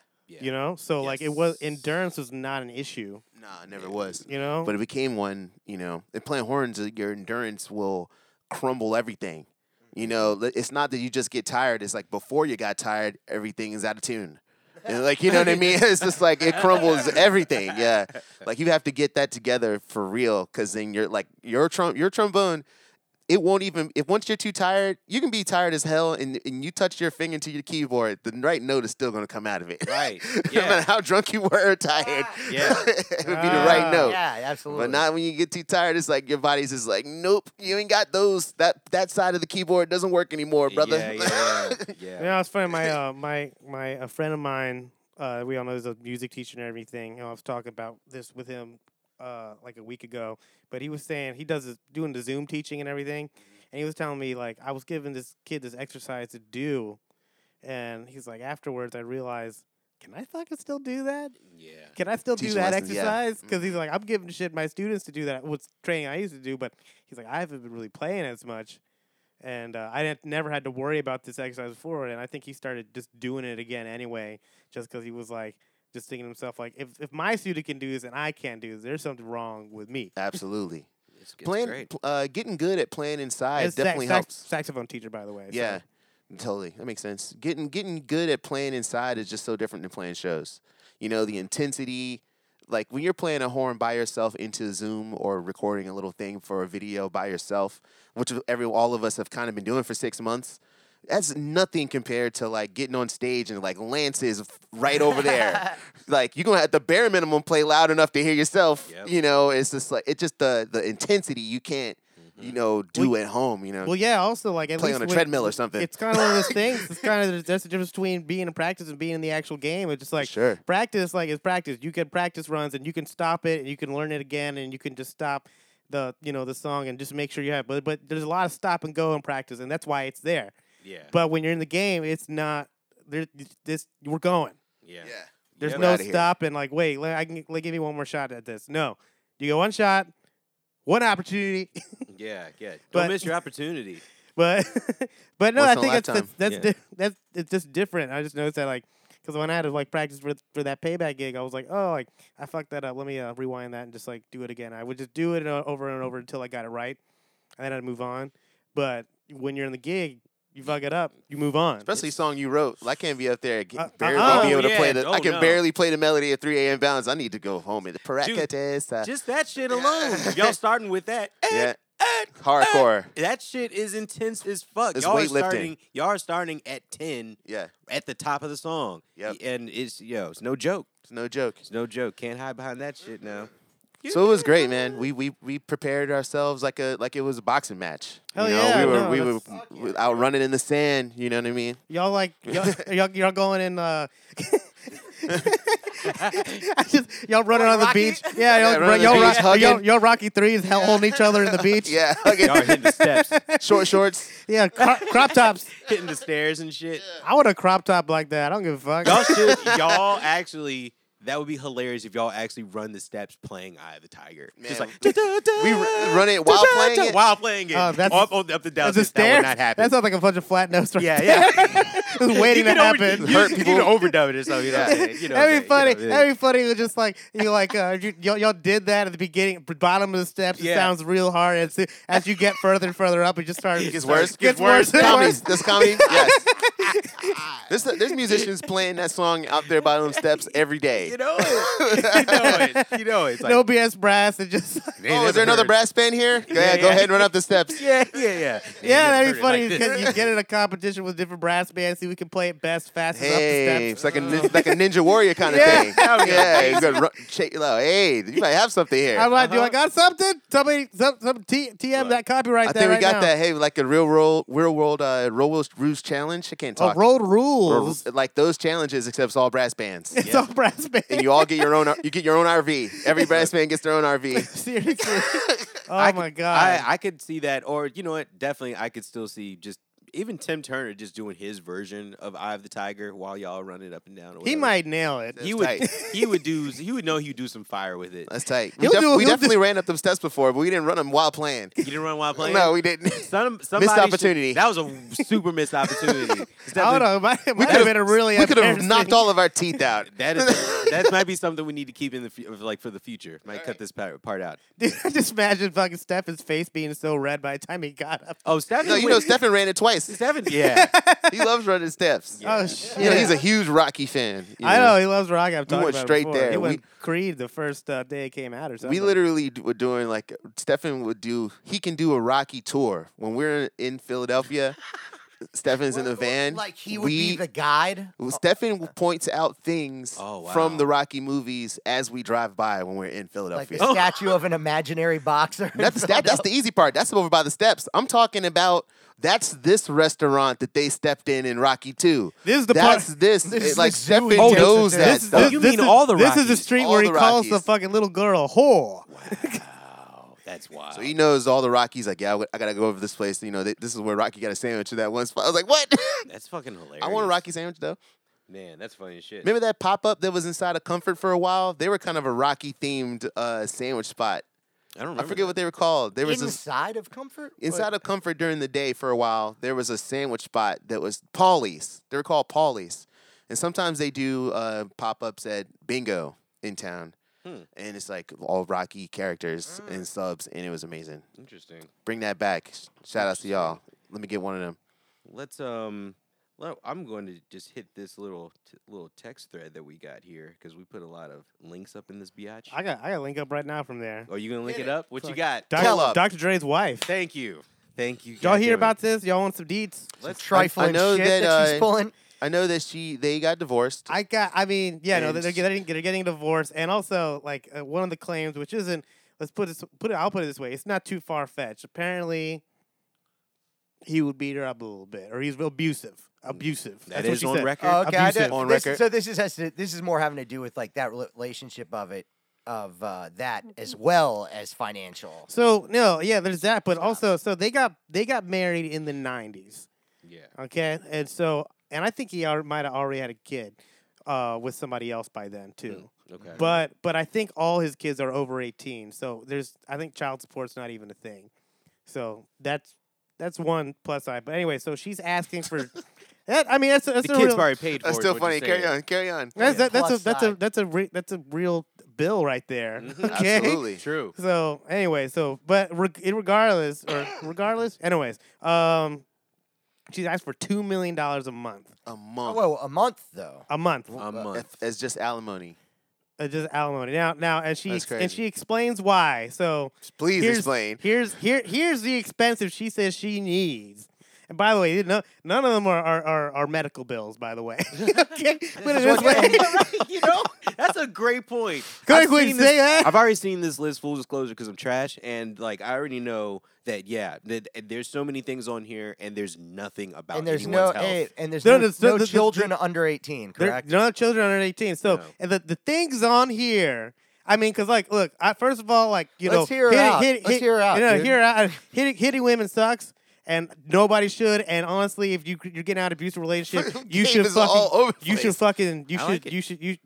Speaker 4: You know? So like it was
Speaker 1: Yes.
Speaker 4: endurance was not an issue,
Speaker 2: Nah, it never was.
Speaker 4: you know?
Speaker 2: But it became one, you know. And playing horns, uh, your endurance will crumble everything. You know, li- it's not that you just get tired. It's like before you got tired, everything is out of tune. And like you know what I mean? It's just like it crumbles everything. Yeah, like you have to get that together for real, because then you're like your trom- your trombone. It won't even if once you're too tired, you can be tired as hell, and, and you touch your finger to your keyboard, the right note is still gonna come out of it.
Speaker 1: Right.
Speaker 2: no
Speaker 1: Yeah.
Speaker 2: matter how drunk you were or tired,
Speaker 1: Yeah.
Speaker 2: it would be the right
Speaker 4: Ah.
Speaker 2: note.
Speaker 3: Uh, Yeah, absolutely.
Speaker 2: But not when you get too tired. It's like your body's just like, nope, you ain't got those. That that side of the keyboard doesn't work anymore, brother.
Speaker 1: Yeah. Yeah.
Speaker 4: You
Speaker 1: yeah.
Speaker 4: know, it's funny. My uh, my my a friend of mine. Uh, we all know he's a music teacher and everything. And I was talking about this with him uh, like a week ago, but he was saying he does this, doing the Zoom teaching and everything, and he was telling me like I was giving this kid this exercise to do, and he's like afterwards I realized. Can I fucking still do that?
Speaker 1: yeah.
Speaker 4: Can I still do
Speaker 2: Teaching
Speaker 4: that
Speaker 2: lessons, yeah. Mm.
Speaker 4: exercise? Because he's like, I'm giving shit my students to do that. What's training I used to do, but he's like, I haven't been really playing as much and uh, I didn't, never had to worry about this exercise before. And I think he started just doing it again anyway, just because he was like, just thinking to himself, like, if, if my student can do this and I can't do this, there's something wrong with me.
Speaker 2: Absolutely.
Speaker 1: It's, it's
Speaker 2: playing,
Speaker 1: great.
Speaker 2: pl- uh, getting good at playing inside
Speaker 4: It's sax-
Speaker 2: definitely
Speaker 4: sax-
Speaker 2: helps.
Speaker 4: Saxophone teacher, by the way. so-
Speaker 2: Yeah, totally. That makes sense. Getting getting good at playing inside is just so different than playing shows. You know, the intensity. Like when you're playing a horn by yourself into Zoom or recording a little thing for a video by yourself, which every all of us have kind of been doing for six months. That's nothing compared to like getting on stage and like Lance is right over there. like you're gonna at the bare minimum play loud enough to hear yourself.
Speaker 1: Yep.
Speaker 2: You know, it's just like it's just the the intensity you can't,
Speaker 1: Mm-hmm. Mm.
Speaker 2: you know, do at home. You know,
Speaker 4: Well, yeah. Also, like at
Speaker 2: play
Speaker 4: least
Speaker 2: on a
Speaker 4: when-
Speaker 2: treadmill or something.
Speaker 4: It's kind of one of those things. It's kind of that's the difference between being in practice and being in the actual game. It's just like
Speaker 2: Sure.
Speaker 4: practice, like it's practice. You can practice runs and you can stop it and you can learn it again and you can just stop the you know the song and just make sure you have. But but there's a lot of stop and go in practice and that's why it's there.
Speaker 1: Yeah.
Speaker 4: But when you're in the game, it's not. There, this we're going.
Speaker 1: Yeah.
Speaker 2: Yeah.
Speaker 4: There's
Speaker 1: Yep.
Speaker 4: no
Speaker 2: outta here.
Speaker 4: stop and like wait. Let, I can like, give me one more shot at this. No, you get one shot, one opportunity.
Speaker 1: Yeah. Yeah. Don't
Speaker 4: But-
Speaker 1: miss your opportunity.
Speaker 4: But but no,
Speaker 2: Once
Speaker 4: I
Speaker 2: in a
Speaker 4: think that's that's
Speaker 2: lifetime.
Speaker 4: that's,
Speaker 1: Yeah.
Speaker 4: di- that's it's just different. I just noticed that like because when I had to like practice for for that payback gig, I was like, oh, like I fucked that up. Let me uh, rewind that and just like do it again. I would just do it o- over and over until I got it right, and then I'd move on. But when you're in the gig, you fuck it up, you move on.
Speaker 2: Especially song you wrote. I can't be up there. g-
Speaker 4: Uh,
Speaker 2: barely
Speaker 4: uh-uh.
Speaker 2: be able to
Speaker 1: Oh,
Speaker 2: play
Speaker 1: yeah.
Speaker 2: the.
Speaker 1: Oh,
Speaker 2: I can
Speaker 1: no.
Speaker 2: barely play the melody at 3 a.m. bounds. I need to go home and the
Speaker 1: Dude,
Speaker 2: practice. uh,
Speaker 1: Just that shit alone. Y'all starting with that.
Speaker 2: yeah,
Speaker 1: eh,
Speaker 2: hardcore.
Speaker 1: That shit is intense as fuck.
Speaker 2: It's
Speaker 1: y'all are
Speaker 2: weightlifting.
Speaker 1: starting. Y'all are starting at ten
Speaker 2: Yeah,
Speaker 1: at the top of the song.
Speaker 2: Yep.
Speaker 1: And it's yo, it's no joke.
Speaker 2: it's no joke.
Speaker 1: It's no joke. Can't hide behind that shit now.
Speaker 2: So it was great, man. We we we prepared ourselves like a like it was a boxing match.
Speaker 4: Hell
Speaker 2: you know,
Speaker 4: yeah,
Speaker 2: we were
Speaker 4: no,
Speaker 2: we
Speaker 4: that's-
Speaker 2: were w- out running in the sand. You know what I mean?
Speaker 4: Y'all like y'all, y'all, y'all going in. Uh, I just, y'all running on the
Speaker 3: Rocky?
Speaker 4: beach. Yeah, y'all,
Speaker 2: Yeah,
Speaker 4: ro-
Speaker 2: running
Speaker 4: y'all,
Speaker 2: on the
Speaker 4: ro-
Speaker 2: beach, hugging.
Speaker 4: y'all, y'all Rocky threes hel- holding each other in the beach.
Speaker 2: Yeah.
Speaker 1: Y'all are
Speaker 2: Okay.
Speaker 1: hitting the steps,
Speaker 2: Short shorts.
Speaker 4: yeah, cro- crop tops.
Speaker 1: hitting the stairs and shit.
Speaker 4: I would have crop top like that. I don't give a fuck.
Speaker 1: Y'all should. Y'all actually. That would be hilarious if y'all actually run the steps playing Eye of the Tiger. Just
Speaker 2: Man,
Speaker 1: like
Speaker 2: we- We r- run it while playing it.
Speaker 1: While playing it.
Speaker 4: Oh, that's-
Speaker 1: up, up, up the down.
Speaker 4: That's a
Speaker 1: That
Speaker 4: stare.
Speaker 1: would not happen.
Speaker 4: That sounds like a bunch of flat notes right
Speaker 1: yeah,
Speaker 4: there.
Speaker 1: yeah.
Speaker 4: Just waiting
Speaker 1: you
Speaker 4: to
Speaker 1: can over-
Speaker 4: happen.
Speaker 1: You,
Speaker 2: Hurt
Speaker 1: you
Speaker 2: people.
Speaker 1: can overdub it or something. You know, what I'm saying? you know, what I'm
Speaker 4: that'd be funny.
Speaker 1: saying? You know,
Speaker 4: that'd be funny. It was just like you like uh, you, y'all, y'all did that at the beginning, b- bottom of the steps. It
Speaker 1: Yeah.
Speaker 4: sounds real hard. As as you get further and further up, it just starts.
Speaker 2: It gets
Speaker 4: starts-
Speaker 2: worse.
Speaker 4: Gets worse. and
Speaker 2: Comedy.
Speaker 4: worse.
Speaker 2: This comedy. Yes. There's there's musicians playing that song out there by them steps every day.
Speaker 1: you know it. You know it. You know it. It's like,
Speaker 4: no BS brass. It just.
Speaker 2: oh, is there another
Speaker 1: breath?
Speaker 2: brass band here? Go
Speaker 1: Yeah,
Speaker 2: ahead, go
Speaker 1: yeah.
Speaker 2: ahead and run up the steps.
Speaker 1: Yeah, yeah, yeah.
Speaker 4: Yeah, that'd be
Speaker 1: Like
Speaker 4: funny.
Speaker 1: this.
Speaker 4: because you get in a competition with different brass bands, see who can play it best, fastest up
Speaker 2: Hey,
Speaker 4: the
Speaker 2: it's
Speaker 4: steps.
Speaker 2: like a nin- like a ninja warrior kind of
Speaker 4: Yeah.
Speaker 2: thing.
Speaker 1: That would be
Speaker 2: Yeah, you gotta run, check it out. Hey, you might have something here.
Speaker 4: I'm like, do I
Speaker 1: Uh-huh.
Speaker 4: got something? Somebody, some, some T, TM that copyright.
Speaker 2: I
Speaker 4: that
Speaker 2: think we
Speaker 4: right
Speaker 2: got
Speaker 4: now.
Speaker 2: that. Hey, like a real world, real world, uh, real world rules challenge. I can't
Speaker 4: Oh,
Speaker 2: talk.
Speaker 4: road
Speaker 2: Real-
Speaker 4: rules.
Speaker 2: like those challenges, except it's all brass bands,
Speaker 4: It's all brass bands.
Speaker 2: and you all get your own. You get your own RV. Every brass band gets their own RV.
Speaker 4: Seriously. Oh
Speaker 1: I
Speaker 4: my
Speaker 1: could-
Speaker 4: god.
Speaker 1: I, I could see that, or you know what? Definitely, I could still see just even Tim Turner just doing his version of "Eye of the Tiger" while y'all run it up and down. Or
Speaker 4: he
Speaker 1: whatever.
Speaker 4: might nail it.
Speaker 1: He
Speaker 2: That's
Speaker 1: would.
Speaker 2: tight.
Speaker 1: He would do. He would know he'd do some fire with it.
Speaker 2: That's tight. We,
Speaker 4: He'll
Speaker 2: def-
Speaker 4: do-
Speaker 2: we
Speaker 4: he'll do-
Speaker 2: definitely ran up them steps before, but we didn't run them while playing.
Speaker 1: You didn't run while playing.
Speaker 2: No, we didn't.
Speaker 1: Some, somebody should-
Speaker 2: opportunity.
Speaker 1: that was a super missed opportunity. It's
Speaker 4: I
Speaker 1: definitely-
Speaker 4: don't know. It might, it might have been a really.
Speaker 2: we could have
Speaker 4: embarrassing-
Speaker 2: knocked all of our teeth out.
Speaker 1: That is. that might be something we need to keep in the fu- like for the future. Might cut this part part out.
Speaker 4: Dude, I just imagine fucking Stefan's face being so red by the time he got up.
Speaker 1: Oh, Stephen.
Speaker 2: No, you know, Stefan ran it twice.
Speaker 1: Stephen. Yeah.
Speaker 2: He loves running steps.
Speaker 1: Yeah.
Speaker 4: Oh shit!
Speaker 2: You know, he's a huge Rocky fan. you
Speaker 4: I know he loves rock. I've talked
Speaker 2: went
Speaker 4: about it
Speaker 2: straight
Speaker 4: before.
Speaker 2: there.
Speaker 4: He
Speaker 2: We-
Speaker 4: went Creed the first uh, day it came out or something.
Speaker 2: We literally d- were doing like Stefan would do. He can do a Rocky tour when we're in Philadelphia. Stefan's in the van.
Speaker 3: Like he would
Speaker 2: we,
Speaker 3: be the guide.
Speaker 2: Stefan points out things
Speaker 1: Oh,
Speaker 2: from
Speaker 1: wow.
Speaker 2: the Rocky movies as we drive by when we're in
Speaker 3: Like the
Speaker 2: Philadelphia.
Speaker 3: statue of an imaginary boxer. in
Speaker 2: That's that, that's
Speaker 3: Philadelphia.
Speaker 2: the easy part. That's over by the steps. I'm talking about that's this restaurant that they stepped in in Rocky Two.
Speaker 4: This is the part-
Speaker 2: that's this.
Speaker 3: this
Speaker 2: it-
Speaker 3: is
Speaker 2: like
Speaker 3: the zoo
Speaker 2: Stefan
Speaker 3: in Texas.
Speaker 2: knows
Speaker 3: This
Speaker 2: that
Speaker 4: this,
Speaker 1: is-
Speaker 2: stuff.
Speaker 4: this,
Speaker 1: You
Speaker 4: this
Speaker 1: mean
Speaker 4: is,
Speaker 1: all the
Speaker 4: This is the
Speaker 1: Rockies.
Speaker 4: street
Speaker 2: All
Speaker 4: where he
Speaker 2: the
Speaker 4: calls the
Speaker 2: Rockies.
Speaker 4: fucking little girl a whore.
Speaker 1: Wow, that's wild.
Speaker 2: So he knows all the Rockies. Like, yeah, I w- I gotta go over this place. You know, th- this is where Rocky got a sandwich at that one spot. I was like, what?
Speaker 1: that's fucking hilarious.
Speaker 2: I want a Rocky sandwich though.
Speaker 1: Man, that's funny as shit.
Speaker 2: Remember that pop up that was inside of Comfort for a while? They were kind of a Rocky themed uh, sandwich spot.
Speaker 1: I don't
Speaker 2: I
Speaker 1: remember.
Speaker 2: forget what they were called. There was this
Speaker 3: inside of comfort.
Speaker 2: inside of Comfort during the day for a while. There was a sandwich spot that was Paulie's. They were called Paulie's, and sometimes they do uh, pop ups at Bingo in town.
Speaker 1: Hmm.
Speaker 2: And it's like all Rocky characters and subs, and it was amazing.
Speaker 1: Interesting.
Speaker 2: Bring that back. Sh- Shout outs to y'all. Let me get one of them.
Speaker 1: Let's um. Well, I'm going to just hit this little t- little text thread that we got here because we put a lot of links up in this biatch.
Speaker 4: I got I got link up right now from there.
Speaker 1: Are you gonna link
Speaker 3: Hit
Speaker 1: it
Speaker 3: it.
Speaker 1: up? What you got?
Speaker 4: Doc-
Speaker 2: Tell up.
Speaker 4: Dr. Dre's wife.
Speaker 1: Thank you. Thank you.
Speaker 4: Y'all hear
Speaker 1: goddammit.
Speaker 4: about this? Y'all want some deets?
Speaker 1: Let's try.
Speaker 3: trifling
Speaker 2: know
Speaker 3: shit
Speaker 2: that,
Speaker 3: that, she's
Speaker 2: uh,
Speaker 3: pulling.
Speaker 2: I know that she they got divorced.
Speaker 4: I got. I mean, yeah, no,
Speaker 2: And-
Speaker 4: they're getting they're getting divorced, and also like uh, one of the claims, which isn't. Let's put it put it. I'll put it this way: it's not too far fetched. Apparently, he would beat her up a little bit, or he's abusive. Abusive.
Speaker 1: That
Speaker 4: That's what
Speaker 1: is
Speaker 4: she
Speaker 1: on
Speaker 4: said.
Speaker 1: record.
Speaker 3: Oh, okay, I
Speaker 4: abusive
Speaker 3: do-
Speaker 2: on
Speaker 3: this-
Speaker 2: record.
Speaker 3: So this is has to, this is more having to do with like that rela- relationship of it, of uh, that as well as financial.
Speaker 4: So no, yeah, there's that, but also, so they got they got married in the '90s.
Speaker 1: Yeah.
Speaker 4: Okay, and so and I think he al- might have already had a kid uh, with somebody else by then too.
Speaker 1: Okay.
Speaker 4: But but I think all his kids are over 18, so there's I think child support's not even a thing. So that's that's one plus side. But anyway, so she's asking for. that, I mean, that's a, that's
Speaker 1: the
Speaker 4: a
Speaker 1: kids
Speaker 4: real.
Speaker 1: probably paid for
Speaker 2: That's
Speaker 1: it,
Speaker 2: still
Speaker 1: is what
Speaker 2: funny.
Speaker 1: you're
Speaker 2: Carry
Speaker 1: saying.
Speaker 2: on. Carry on.
Speaker 4: That's,
Speaker 3: Yeah,
Speaker 4: a, that's, a,
Speaker 3: plus
Speaker 4: that's a
Speaker 3: side.
Speaker 4: that's a re, that's a real bill right there. Okay.
Speaker 2: Absolutely.
Speaker 1: True.
Speaker 4: So anyway, so but reg- in regardless or regardless, anyways, um, she's asked for two million dollars a month,
Speaker 2: A
Speaker 3: Oh,
Speaker 2: month
Speaker 3: whoa, a month though.
Speaker 4: a month,
Speaker 1: A
Speaker 3: Uh,
Speaker 1: month.
Speaker 2: if- as just alimony.
Speaker 4: uh, just alimony. Now now, and she
Speaker 2: That's
Speaker 4: ex- and
Speaker 2: crazy.
Speaker 4: she explains why. So
Speaker 2: Please
Speaker 4: here's,
Speaker 2: explain.
Speaker 4: Here's here here's the expensive she says she needs. And by the way, you know, none of them are, are, are, are medical bills, by the way. okay? Put it
Speaker 3: is
Speaker 4: this
Speaker 3: what-
Speaker 4: way.
Speaker 1: you know, that's a great point.
Speaker 4: Could
Speaker 1: I've
Speaker 4: we
Speaker 1: seen this-
Speaker 4: say that?
Speaker 1: I've already seen this list full disclosure because I'm trash, and like I already know that. Yeah, that there's so many things on here, and there's nothing about
Speaker 3: and there's no
Speaker 1: anyone's health.
Speaker 3: eh, and there's
Speaker 4: No,
Speaker 3: no,
Speaker 4: no, so
Speaker 3: no
Speaker 4: the- the-
Speaker 3: children under 18,
Speaker 4: They're
Speaker 3: correct?
Speaker 4: not children under 18. So
Speaker 1: No.
Speaker 4: and the, the things on here, I mean, because, like, look, I, first of all, like, you
Speaker 3: Let's
Speaker 4: know,
Speaker 3: hear her
Speaker 4: hitting,
Speaker 3: out.
Speaker 4: hitting-
Speaker 3: Let's
Speaker 4: hit-
Speaker 3: hear her out,
Speaker 4: You know,
Speaker 3: dude.
Speaker 4: hear her out. Hitting, hitting women sucks. And nobody should. And honestly, if you you're getting out of abusive relationship,
Speaker 2: Game
Speaker 4: you should
Speaker 2: is
Speaker 4: fucking
Speaker 2: all over the
Speaker 4: you should
Speaker 2: place.
Speaker 4: fucking you
Speaker 1: I
Speaker 4: should
Speaker 1: like it.
Speaker 4: you should you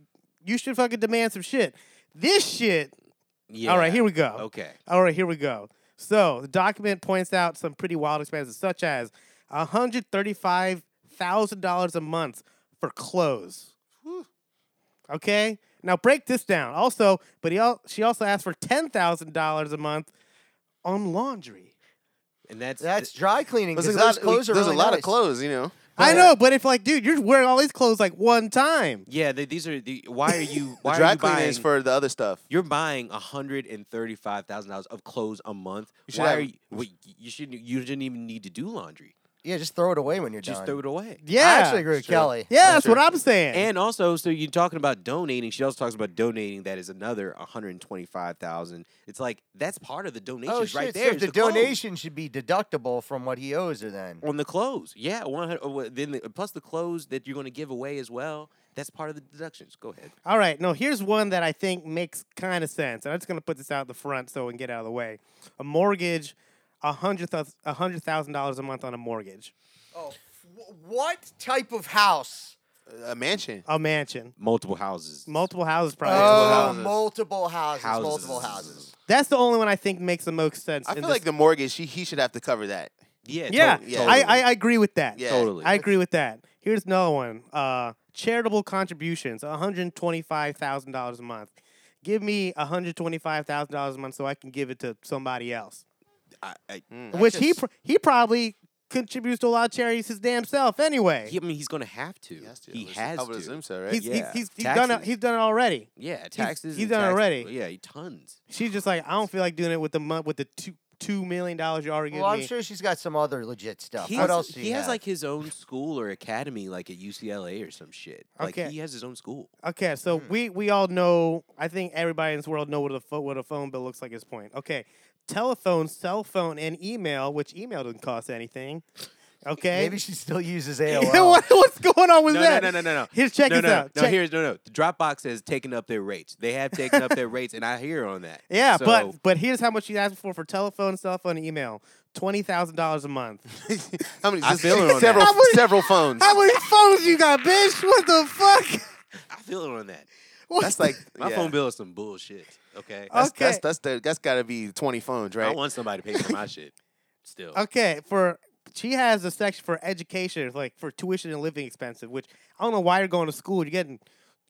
Speaker 4: you should fucking demand some shit. This shit.
Speaker 1: Yeah.
Speaker 4: All right, here we go.
Speaker 1: Okay.
Speaker 4: All right, here we go. So the document points out some pretty wild expenses, such as $135,000 a month for clothes. Okay, now break this down. Also, but he al- she also asked for $10,000 a month on laundry.
Speaker 1: And that's
Speaker 3: That's dry cleaning.
Speaker 2: There's
Speaker 3: 'cause
Speaker 2: a
Speaker 3: those
Speaker 2: lot,
Speaker 3: clothes are
Speaker 2: there's
Speaker 3: really
Speaker 2: a lot
Speaker 3: nice.
Speaker 2: of clothes, you know.
Speaker 4: I
Speaker 3: Yeah.
Speaker 4: know, but if like, dude, you're wearing all these clothes like one time.
Speaker 1: yeah. th these are the. Why are you? Why
Speaker 2: the dry
Speaker 1: are you
Speaker 2: cleaning
Speaker 1: buying?
Speaker 2: is for the other stuff.
Speaker 1: you're buying hundred and thirty-five thousand dollars of clothes a month.
Speaker 2: You should
Speaker 1: Why
Speaker 2: have-
Speaker 1: are you? Wait, you shouldn't. You didn't even need to do laundry.
Speaker 3: Yeah, just throw it away when you're
Speaker 1: Just
Speaker 3: done.
Speaker 1: throw it away.
Speaker 4: Yeah,
Speaker 3: I actually agree with
Speaker 2: Sure.
Speaker 3: Kelly.
Speaker 4: yeah, that's
Speaker 2: That's
Speaker 4: what
Speaker 2: true.
Speaker 4: I'm saying.
Speaker 1: And also, so you're talking about donating. She also talks about donating. That is another 125,000. It's like that's part of the donations
Speaker 3: Oh shit!
Speaker 1: right
Speaker 3: so
Speaker 1: there.
Speaker 3: if
Speaker 1: is
Speaker 3: the,
Speaker 1: clothes.
Speaker 3: donation should be deductible from what he owes her, then
Speaker 1: on the clothes, yeah, 100. oh, well, Then the, plus the clothes that you're going to give away as well. That's part of the deductions. Go ahead.
Speaker 4: All right, no, here's one that I think makes kind of sense. And I'm just going to put this out the front so we can get out of the way. A mortgage, a hundred thous- a hundred thousand dollars a month on a mortgage,
Speaker 3: Oh, what type of house?
Speaker 2: A mansion.
Speaker 4: a mansion,
Speaker 1: Multiple houses.
Speaker 4: multiple houses probably.
Speaker 3: Oh,
Speaker 2: houses.
Speaker 3: multiple houses, multiple
Speaker 1: Houses.
Speaker 3: houses.
Speaker 4: That's the only one I think makes the most sense.
Speaker 2: I
Speaker 4: in
Speaker 2: feel
Speaker 4: this-
Speaker 2: like the mortgage, she, he should have to cover that.
Speaker 1: yeah,
Speaker 4: yeah,
Speaker 1: tot-
Speaker 2: yeah.
Speaker 1: totally.
Speaker 4: I, I I agree with that.
Speaker 2: Yeah.
Speaker 1: totally.
Speaker 4: I agree with that. Here's another one. Uh, charitable contributions, one hundred twenty-five thousand dollars a month. Give me one hundred twenty-five thousand dollars a month so I can give it to somebody else.
Speaker 1: I, I-
Speaker 2: Mm.
Speaker 4: Which he pr- he probably contributes to a lot of charities his damn self anyway.
Speaker 1: he- I mean, he's going to have to.
Speaker 2: He has to.
Speaker 1: He
Speaker 2: I would-
Speaker 1: has
Speaker 2: I would
Speaker 1: to.
Speaker 2: assume so, right?
Speaker 4: He's, he's,
Speaker 1: Yeah.
Speaker 4: he's, he's done it.
Speaker 1: Taxes.
Speaker 4: He's done it already.
Speaker 1: Yeah, taxes.
Speaker 4: he's
Speaker 1: and
Speaker 4: done
Speaker 1: tax-
Speaker 4: already.
Speaker 1: Yeah, he- tons.
Speaker 4: She's just like, I don't feel like doing it with the month with the two two million dollars you already
Speaker 3: Well, I'm
Speaker 4: gave me.
Speaker 3: sure she's got some other legit stuff.
Speaker 1: He
Speaker 3: what
Speaker 1: has-
Speaker 3: else? does
Speaker 1: He has
Speaker 3: have?
Speaker 1: like his own school or academy, like at UCLA or some shit.
Speaker 4: Okay.
Speaker 1: Like he has his own school.
Speaker 4: Okay, so
Speaker 1: Hmm.
Speaker 4: we we all know. I think everybody in this world know what a pho- what a phone bill looks like. at This point, okay, telephone, cell phone, and email. Which email doesn't cost anything. Okay,
Speaker 3: maybe she still uses
Speaker 4: Yeah,
Speaker 3: AOL.
Speaker 4: what, what's going on with
Speaker 1: No, no,
Speaker 4: that?
Speaker 1: no, no, no, no.
Speaker 4: Here, check
Speaker 1: no,
Speaker 4: this
Speaker 1: no,
Speaker 4: out.
Speaker 1: No,
Speaker 4: Check-
Speaker 1: here's no, no. The Dropbox has taken up their rates. They have taken up their rates, and I hear on that.
Speaker 4: Yeah,
Speaker 1: so,
Speaker 4: but but here's how much you asked for for telephone, cell phone, and email: twenty thousand dollars a month.
Speaker 2: How many?
Speaker 1: I
Speaker 2: just
Speaker 1: feel it on
Speaker 2: several,
Speaker 4: that. I would-
Speaker 2: several phones.
Speaker 4: How many phones you got, bitch? What the fuck?
Speaker 1: I feel it on that.
Speaker 4: What
Speaker 2: That's like
Speaker 1: My
Speaker 2: yeah.
Speaker 1: phone bill is some bullshit. Okay,
Speaker 4: Uh,
Speaker 2: That's, that's
Speaker 4: Okay.
Speaker 2: that's the, that's got to be twenty phones,
Speaker 1: I
Speaker 2: right?
Speaker 1: want somebody to pay for my shit. Still,
Speaker 4: Okay, for she has a section for education, like for tuition and living expenses, which I don't know why you're going to school. You're getting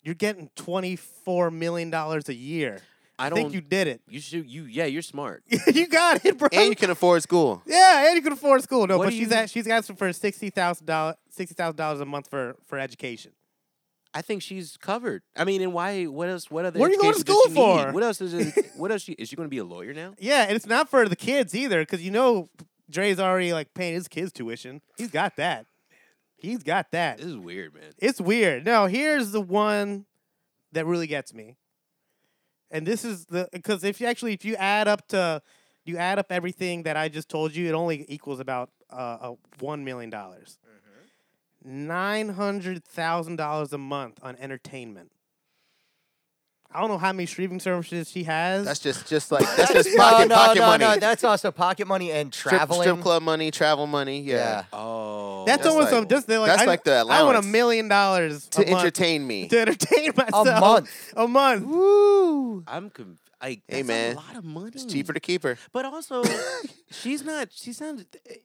Speaker 4: you're getting twenty four million dollars a year.
Speaker 1: I don't.
Speaker 4: think you did it.
Speaker 1: you should. You yeah, you're smart.
Speaker 4: you got it, bro.
Speaker 2: and you can afford school.
Speaker 4: yeah, and you can afford school. No,
Speaker 1: What
Speaker 4: but
Speaker 1: do
Speaker 4: she's
Speaker 1: you-
Speaker 4: at, she's asking for sixty thousand dollars sixty thousand dollars a month for for education.
Speaker 1: I think she's covered. I mean, and why? What else? What other?
Speaker 4: What are you going to
Speaker 1: education does she
Speaker 4: school
Speaker 1: need?
Speaker 4: for?
Speaker 1: What else is? It, what else? She, is she going to be a lawyer now?
Speaker 4: Yeah, and it's not for the kids either, because you know Dre's already like paying his kids tuition. He's got that. He's got that.
Speaker 1: This is weird, man.
Speaker 4: It's weird. No, here's the one that really gets me. And this is the because if you actually if you add up to you add up everything that I just told you, it only equals about uh, uh one million dollars, hundred thousand dollars a month on entertainment. I don't know how many streaming services she has.
Speaker 2: That's just just like that's just
Speaker 3: no,
Speaker 2: pocket
Speaker 3: no,
Speaker 2: pocket
Speaker 3: no,
Speaker 2: money.
Speaker 3: no. That's also pocket money and
Speaker 2: Strip-
Speaker 3: traveling.
Speaker 2: strip, club money, travel money. Yeah,
Speaker 3: Yeah.
Speaker 1: Oh,
Speaker 4: that's
Speaker 2: that's
Speaker 4: almost
Speaker 2: like-
Speaker 4: some just they're like
Speaker 2: that's
Speaker 4: I,
Speaker 2: like the
Speaker 4: I want a
Speaker 2: allowance.
Speaker 4: million dollars
Speaker 2: to
Speaker 4: a month
Speaker 2: entertain me.
Speaker 4: to entertain myself
Speaker 3: month.
Speaker 4: a month. Woo!
Speaker 1: I'm conf- like,
Speaker 2: Hey,
Speaker 1: that's
Speaker 2: man.
Speaker 1: a lot of money.
Speaker 2: It's cheaper to keep her.
Speaker 1: But also, she's not. She sounds. It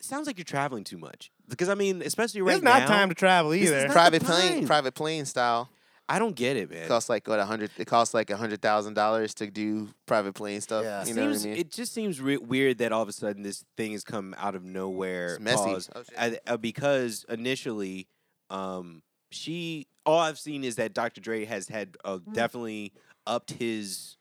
Speaker 1: sounds like you're traveling too much. Because I mean, especially right
Speaker 4: It's not
Speaker 1: now.
Speaker 4: time to travel
Speaker 1: this is
Speaker 4: either.
Speaker 1: not-
Speaker 2: Private
Speaker 1: the
Speaker 2: plane,
Speaker 1: time.
Speaker 2: private plane style.
Speaker 1: I don't get it, man.
Speaker 2: It costs like what a hundred. It costs like a hundred thousand dollars to do private plane stuff.
Speaker 3: Yeah.
Speaker 2: You know
Speaker 1: seems,
Speaker 2: what I mean?
Speaker 1: It just seems re- weird that all of a sudden this thing has come out of nowhere.
Speaker 2: It's messy.
Speaker 1: pause,
Speaker 2: Oh, shit.
Speaker 1: I- uh, because initially, um, she all I've seen is that Dr. Dre has had uh, definitely upped his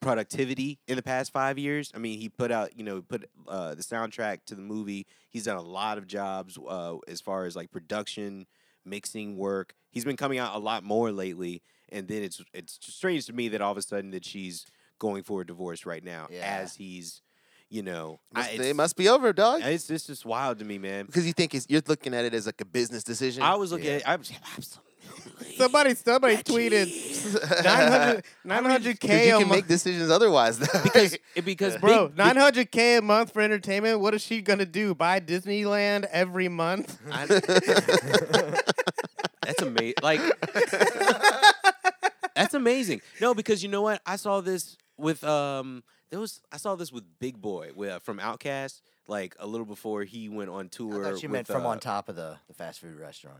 Speaker 1: productivity in the past five years. I mean, he put out, you know, put uh, the soundtrack to the movie. He's done a lot of jobs uh, as far as like production, mixing work. He's been coming out a lot more lately. And then it's it's strange to me that all of a sudden that she's going for a divorce right now
Speaker 3: Yeah.
Speaker 1: as he's, you know, I-
Speaker 2: Must-
Speaker 1: it's-
Speaker 2: it must be over, dog.
Speaker 1: It's, it's just wild to me, man.
Speaker 2: Because you think it's, you're looking at it as like a business decision.
Speaker 1: I was looking
Speaker 3: Yeah.
Speaker 1: at it, I was absolutely.
Speaker 4: Somebody, somebody tweeted 900
Speaker 2: Because
Speaker 4: 900k
Speaker 2: you can
Speaker 4: a
Speaker 2: make
Speaker 4: month.
Speaker 2: decisions otherwise. though.
Speaker 1: because it- because
Speaker 4: Bro,
Speaker 1: big- big-
Speaker 4: 900k a month for entertainment. What is she gonna do? Buy Disneyland every month?
Speaker 1: That's amazing. Like that's amazing. No, because you know what? I saw this with um there was I saw this with Big Boy with, from Outcast like a little before he went on
Speaker 3: I
Speaker 1: tour.
Speaker 3: thought you meant
Speaker 1: with,
Speaker 3: from
Speaker 1: uh,
Speaker 3: on top of the, the fast food restaurant.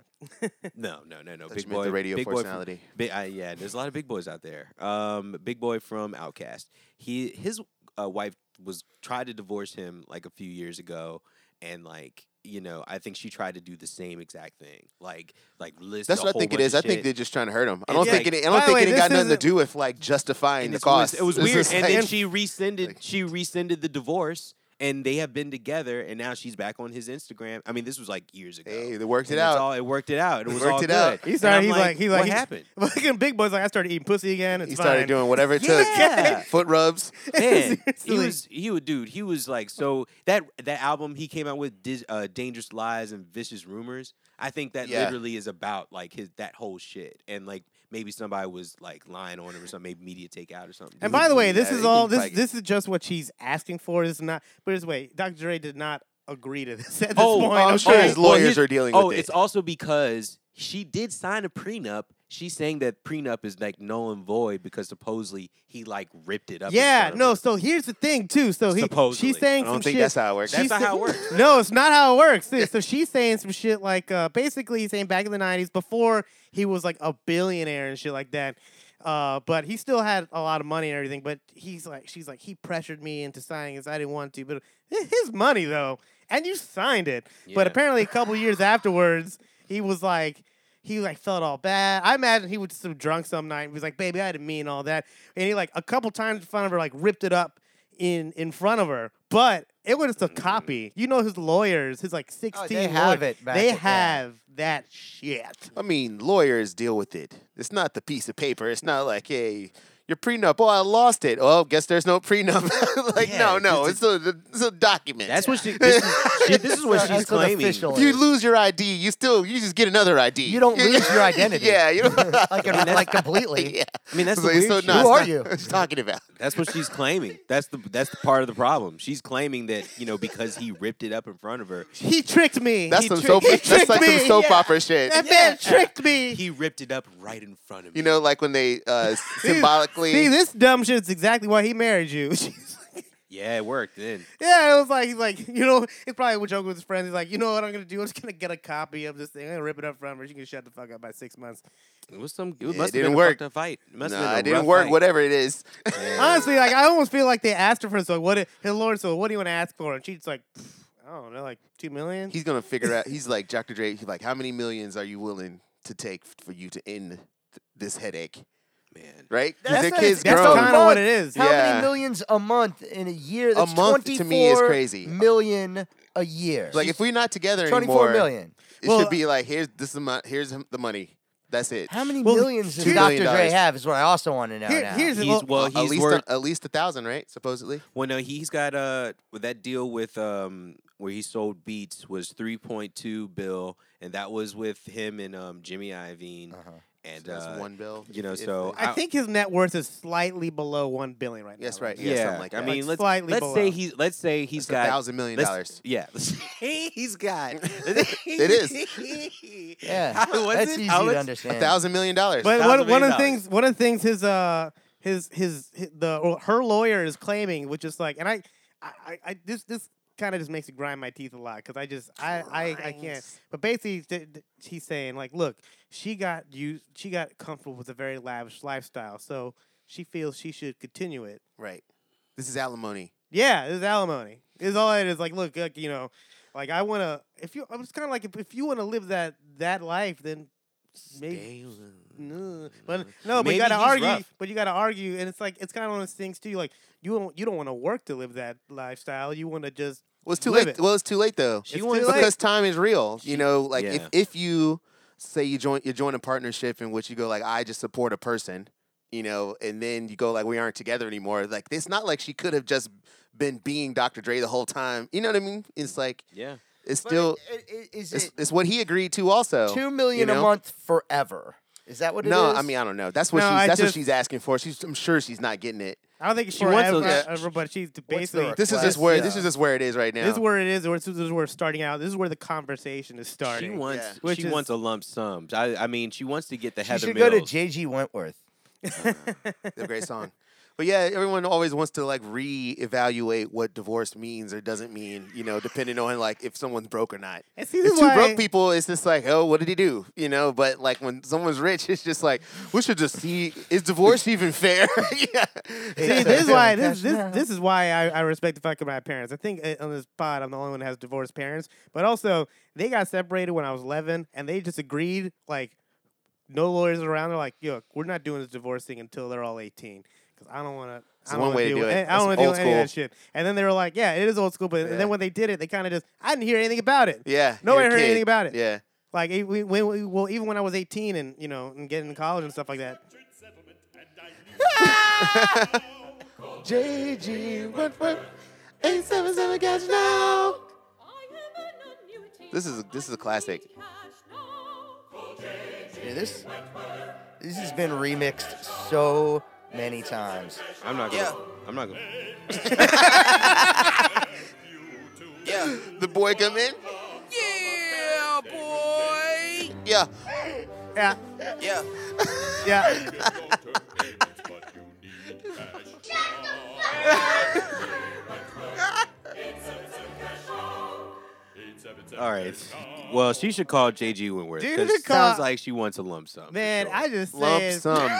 Speaker 1: No, no, no, no.
Speaker 2: Thought
Speaker 1: Big
Speaker 2: you meant
Speaker 1: Boy,
Speaker 2: the radio
Speaker 1: Big Boy from-
Speaker 2: personality.
Speaker 1: Big, uh, yeah, there's a lot of big boys out there. Um, big boy from Outcast. He his uh, wife was tried to divorce him like a few years ago, and like you know, I think she tried to do the same exact thing. Like like list.
Speaker 2: That's
Speaker 1: a
Speaker 2: what I
Speaker 1: whole
Speaker 2: think it
Speaker 1: bunch
Speaker 2: is. I
Speaker 1: of
Speaker 2: think
Speaker 1: shit.
Speaker 2: they're just trying to hurt him. I
Speaker 1: And
Speaker 2: don't
Speaker 1: it's
Speaker 2: think
Speaker 1: like-
Speaker 2: it. I don't
Speaker 4: by the
Speaker 2: think
Speaker 4: way,
Speaker 2: it ain't got
Speaker 4: this
Speaker 2: nothing to
Speaker 4: isn't-
Speaker 2: do with like justifying
Speaker 1: And
Speaker 2: the
Speaker 1: it's weird-
Speaker 2: cost.
Speaker 1: It was
Speaker 2: It's
Speaker 1: weird,
Speaker 2: just
Speaker 1: and
Speaker 2: like-
Speaker 1: then she rescinded.
Speaker 2: Like-
Speaker 1: she rescinded the divorce, and they have been together, and now she's back on his Instagram. I mean, this was like years ago.
Speaker 2: hey, they worked it
Speaker 1: And that's
Speaker 2: out.
Speaker 1: all- it worked it out. It was
Speaker 2: Worked
Speaker 1: all
Speaker 2: it
Speaker 1: good.
Speaker 2: out.
Speaker 4: He
Speaker 1: And
Speaker 4: started.
Speaker 1: I'm
Speaker 4: He's like, he's like,
Speaker 1: what
Speaker 4: he's-
Speaker 1: happened?
Speaker 4: Fucking big boy's like, I started eating pussy again. It's
Speaker 2: He started
Speaker 4: fine.
Speaker 2: doing whatever it took.
Speaker 1: Yeah.
Speaker 2: Foot rubs.
Speaker 1: Man, he
Speaker 4: Seriously.
Speaker 1: was he was dude. He was like so that that album he came out with, Dis- uh, "Dangerous Lies and Vicious Rumors." I think that
Speaker 2: Yeah.
Speaker 1: literally is about like his that whole shit, and like maybe somebody was like lying on him or something. Maybe media takeout or something.
Speaker 4: And
Speaker 2: Look
Speaker 4: by the
Speaker 2: at
Speaker 4: way,
Speaker 2: that.
Speaker 4: this
Speaker 2: He
Speaker 4: is
Speaker 2: can
Speaker 4: all this.
Speaker 2: like-
Speaker 4: This is just what she's asking for. This is not. But this way, Dr. Dre did not agree to this at this
Speaker 1: Oh,
Speaker 4: point.
Speaker 1: oh,
Speaker 2: I'm
Speaker 1: know.
Speaker 2: sure his
Speaker 1: Oh, well,
Speaker 2: lawyers
Speaker 1: here-
Speaker 2: are dealing
Speaker 1: oh,
Speaker 2: with
Speaker 1: it's
Speaker 2: it.
Speaker 1: also because she did sign a prenup. She's saying that prenup is like null and void because supposedly he like ripped it up. in
Speaker 4: Yeah,
Speaker 1: front of
Speaker 4: no.
Speaker 1: her.
Speaker 4: So here's the thing, too. So he,
Speaker 1: Supposedly.
Speaker 4: she's saying
Speaker 2: I don't
Speaker 4: some
Speaker 2: think
Speaker 4: shit.
Speaker 2: that's how it works.
Speaker 1: That's
Speaker 4: she's
Speaker 1: not how it
Speaker 4: saying-
Speaker 1: works.
Speaker 4: no, it's not how it works. See, So she's saying some shit like, uh, basically, he's saying back in the '90s, before he was like a billionaire and shit like that. Uh, but he still had a lot of money and everything. But he's like, she's like, he pressured me into signing this. I didn't want to, but it's his money though, and you signed it. But
Speaker 1: Yeah.
Speaker 4: apparently, a couple years afterwards, he was like, he like felt all bad. I imagine he was just some drunk some night and was like, "Baby, I didn't mean all that." And he like a couple times in front of her, like ripped it up in in front of her. But it was just
Speaker 2: Mm-hmm.
Speaker 4: a copy. You know his lawyers, his
Speaker 2: Oh,
Speaker 4: like sixteen.
Speaker 3: have
Speaker 4: lawyers,
Speaker 3: it back
Speaker 4: they
Speaker 3: at that.
Speaker 4: have that shit.
Speaker 2: I mean, lawyers deal with it. It's not the piece of paper. It's not like, hey, your prenup. Oh, I lost it. Oh, guess there's no prenup. like,
Speaker 1: Yeah,
Speaker 2: no, no,
Speaker 1: it's
Speaker 2: it's a, it's a document.
Speaker 1: That's what she. This is, she, this is what
Speaker 3: That's
Speaker 1: she's
Speaker 3: an
Speaker 1: claiming.
Speaker 3: official
Speaker 2: If you lose your ID, you still you just get another ID.
Speaker 3: You don't lose your identity.
Speaker 2: yeah, you don't.
Speaker 3: like, and, like completely.
Speaker 2: yeah.
Speaker 1: I mean, that's the
Speaker 2: Like,
Speaker 1: weird
Speaker 2: so,
Speaker 1: shit.
Speaker 2: nah, it's
Speaker 3: Who are
Speaker 2: not-
Speaker 3: you?
Speaker 2: What you talking about?
Speaker 1: That's what she's claiming. That's the that's the part of the problem. She's claiming that you know because he ripped it up in front of her,
Speaker 4: He tricked me.
Speaker 2: That's
Speaker 4: he
Speaker 2: some
Speaker 4: trick-
Speaker 2: soap.
Speaker 4: he
Speaker 2: That's
Speaker 4: tricked
Speaker 2: like some
Speaker 4: me.
Speaker 2: soap
Speaker 4: Yeah.
Speaker 2: opera shit.
Speaker 4: That man tricked me.
Speaker 1: he ripped it up right in front of me.
Speaker 2: You know, like when they uh, symbolically.
Speaker 4: See, this dumb shit's exactly why he married you. She's like,
Speaker 1: yeah, it worked then.
Speaker 4: Yeah, it was like he's like, you know, he's probably would joke with his friends. He's like, you know what I'm gonna do? I'm just gonna get a copy of this thing. I'm gonna rip it up from her. She can shut the fuck up by six months.
Speaker 1: It was some. It
Speaker 2: it
Speaker 1: must have
Speaker 2: didn't
Speaker 1: been
Speaker 2: work.
Speaker 1: a fucked up fight. It must have
Speaker 2: nah,
Speaker 1: been a
Speaker 2: it didn't
Speaker 1: rough
Speaker 2: work.
Speaker 1: fight.
Speaker 2: Whatever it is,
Speaker 1: Yeah.
Speaker 4: Honestly, like I almost feel like they asked her for so what it- his lawyer so what do you want to ask for? And she's like, "Pff, I don't know, like two million?
Speaker 2: he's gonna figure out. He's like Dr. Dre. He's like, how many millions are you willing to take f- for you to end th- this headache?
Speaker 1: man.
Speaker 2: Right? 'Cause
Speaker 3: That's
Speaker 2: their
Speaker 3: not-
Speaker 2: kids
Speaker 4: That's
Speaker 3: grown.
Speaker 4: kind of what it is.
Speaker 3: How
Speaker 2: Yeah.
Speaker 3: many millions a month in a year? That's
Speaker 2: month to me is
Speaker 3: 24
Speaker 2: crazy.
Speaker 3: Million a year.
Speaker 2: Like if we're not together
Speaker 3: twenty-four
Speaker 2: anymore,
Speaker 3: million.
Speaker 2: it
Speaker 4: Well-
Speaker 2: should be like here's this amount. Here's him- the money. That's it.
Speaker 3: How many
Speaker 4: Well,
Speaker 3: millions does
Speaker 2: two
Speaker 3: Dr.
Speaker 2: million
Speaker 3: Dre
Speaker 2: dollars.
Speaker 3: have? Is what I also want to know.
Speaker 4: Here-
Speaker 3: now.
Speaker 4: here's
Speaker 1: He's well.
Speaker 2: at
Speaker 1: He's
Speaker 2: least uh,
Speaker 1: worth.
Speaker 2: a, at least a thousand, right? Supposedly.
Speaker 1: Well, no, he's got uh with that deal with um where he sold Beats was three point two bill, and that was with him and um Jimmy Iovine,
Speaker 3: Uh-huh.
Speaker 1: and
Speaker 2: Uh, So that's
Speaker 1: uh,
Speaker 2: one bill.
Speaker 1: you know,
Speaker 2: if-
Speaker 1: so
Speaker 2: if-
Speaker 4: I think his net worth is slightly below one billion right now.
Speaker 2: Yes, right.
Speaker 1: yeah,
Speaker 2: Yeah, something like
Speaker 1: I
Speaker 2: that.
Speaker 1: mean,
Speaker 4: Like
Speaker 1: let's
Speaker 4: slightly
Speaker 1: let's
Speaker 4: below.
Speaker 1: say he's let's say he's
Speaker 2: it's
Speaker 1: got
Speaker 2: a thousand million
Speaker 1: let's-
Speaker 2: dollars.
Speaker 1: Yeah, he's got. is.
Speaker 3: Yeah,
Speaker 1: How was
Speaker 3: that's
Speaker 1: it?
Speaker 3: easy
Speaker 1: How was-
Speaker 3: to
Speaker 2: A
Speaker 3: understand.
Speaker 2: thousand million dollars.
Speaker 4: But
Speaker 1: thousand
Speaker 4: one, one
Speaker 1: million
Speaker 4: of the
Speaker 1: dollars.
Speaker 4: things, one of the things, his uh, his his, hi- the or her lawyer is claiming, which is like, and I, I, I- I this this kind of just makes me grind my teeth a lot because I just I, I I can't. But basically, th- th- he's saying like, look, she got you, she got comfortable with a very lavish lifestyle, so she feels she should continue it.
Speaker 2: Right. This is alimony.
Speaker 4: Yeah, it's alimony. It's all it is. Like, look, look you know, like I want to. If you, I'm just kind of like, if, if you want to live that that life, then maybe no, but no, but
Speaker 1: Maybe
Speaker 4: you gotta
Speaker 1: he's
Speaker 4: argue.
Speaker 1: rough.
Speaker 4: But you gotta argue, and it's like it's kind of one of those things too. Like you don't you don't want to work to live that lifestyle. You want to just
Speaker 2: Well, it's too
Speaker 4: Live
Speaker 2: late.
Speaker 4: it.
Speaker 2: Well, it's too late though.
Speaker 4: She
Speaker 1: wants-
Speaker 4: too late.
Speaker 2: because time is real. You know, like
Speaker 1: Yeah.
Speaker 2: if, if you say you join you join a partnership in which you go like I just support a person, you know, and then you go like we aren't together anymore. Like it's not like she could have just been being Dr. Dre the whole time. You know what I mean? It's like
Speaker 1: Yeah.
Speaker 2: it's
Speaker 3: But
Speaker 2: still
Speaker 3: i- i- is
Speaker 2: it's,
Speaker 3: it
Speaker 2: it's what he agreed to also.
Speaker 3: two million
Speaker 2: know?
Speaker 3: a month forever? Is that what it is?
Speaker 2: no, I mean I don't know. That's what
Speaker 4: No,
Speaker 2: she's
Speaker 4: I
Speaker 2: that's
Speaker 4: just-
Speaker 2: what she's asking for. She's I'm sure she's not getting it.
Speaker 4: I don't think she
Speaker 1: She wants
Speaker 4: forever,
Speaker 1: those-
Speaker 4: ever, but she's
Speaker 3: the
Speaker 4: basically
Speaker 3: request?
Speaker 2: This is just
Speaker 3: Class,
Speaker 2: where this
Speaker 3: yeah.
Speaker 2: is just where it is right now.
Speaker 4: this is where it is. Or this is where it's starting out. This is where the conversation is starting.
Speaker 1: She wants.
Speaker 2: Yeah.
Speaker 4: Which
Speaker 1: She wants
Speaker 4: is-
Speaker 1: a lump sum. I, I mean, she wants to get the
Speaker 3: she
Speaker 1: Heather
Speaker 3: should
Speaker 1: Mills.
Speaker 3: go to JG Wentworth.
Speaker 2: a great song. But yeah, everyone always wants to like reevaluate what divorce means or doesn't mean, you know, depending on like if someone's broke or not.
Speaker 4: And see, this
Speaker 2: If
Speaker 4: is
Speaker 2: two
Speaker 4: why-
Speaker 2: broke people, it's just like, oh, what did he do? You know, but like when someone's rich, it's just like, we should just see is divorce even fair? yeah.
Speaker 4: See,
Speaker 2: Yeah.
Speaker 4: this is why this
Speaker 3: Cash
Speaker 4: this,
Speaker 3: now.
Speaker 4: this is why I, I respect the fact of my parents. I think uh, on this pod I'm the only one that has divorced parents, but also they got separated when I was 11, and they just agreed like no lawyers around. They're like, "Yo, we're not doing this divorce thing until they're all 18." Because I don't want to.
Speaker 2: It's one way to do it.
Speaker 4: I
Speaker 2: It's
Speaker 4: don't want to do
Speaker 2: old
Speaker 4: any of that shit. And then they were like, "Yeah, it is old school," but
Speaker 2: Yeah.
Speaker 4: then when they did it, they kind of just I didn't hear anything about it.
Speaker 2: yeah.
Speaker 4: Nobody
Speaker 2: you're a
Speaker 4: heard
Speaker 2: kid.
Speaker 4: anything about it.
Speaker 2: Yeah.
Speaker 4: Like it, we, when we, well, even when I was 18 and you know and getting in college and stuff like that.
Speaker 2: JG Wentworth, 877 Cash Now. This is this is a classic.
Speaker 3: Yeah, this this has been remixed so many times.
Speaker 1: I'm not gonna.
Speaker 5: Yeah.
Speaker 1: I'm not gonna.
Speaker 5: Yeah.
Speaker 2: The boy come in.
Speaker 5: Yeah, boy.
Speaker 2: Yeah.
Speaker 4: Yeah,
Speaker 5: Yeah.
Speaker 4: yeah.
Speaker 1: All right. Well, she should call JG Winworth
Speaker 4: Dude,
Speaker 1: because
Speaker 4: if
Speaker 1: it
Speaker 4: it call-
Speaker 1: sounds like she wants a lump sum. for
Speaker 4: Man,
Speaker 1: sure.
Speaker 4: I just
Speaker 2: Lump
Speaker 4: said
Speaker 2: sum.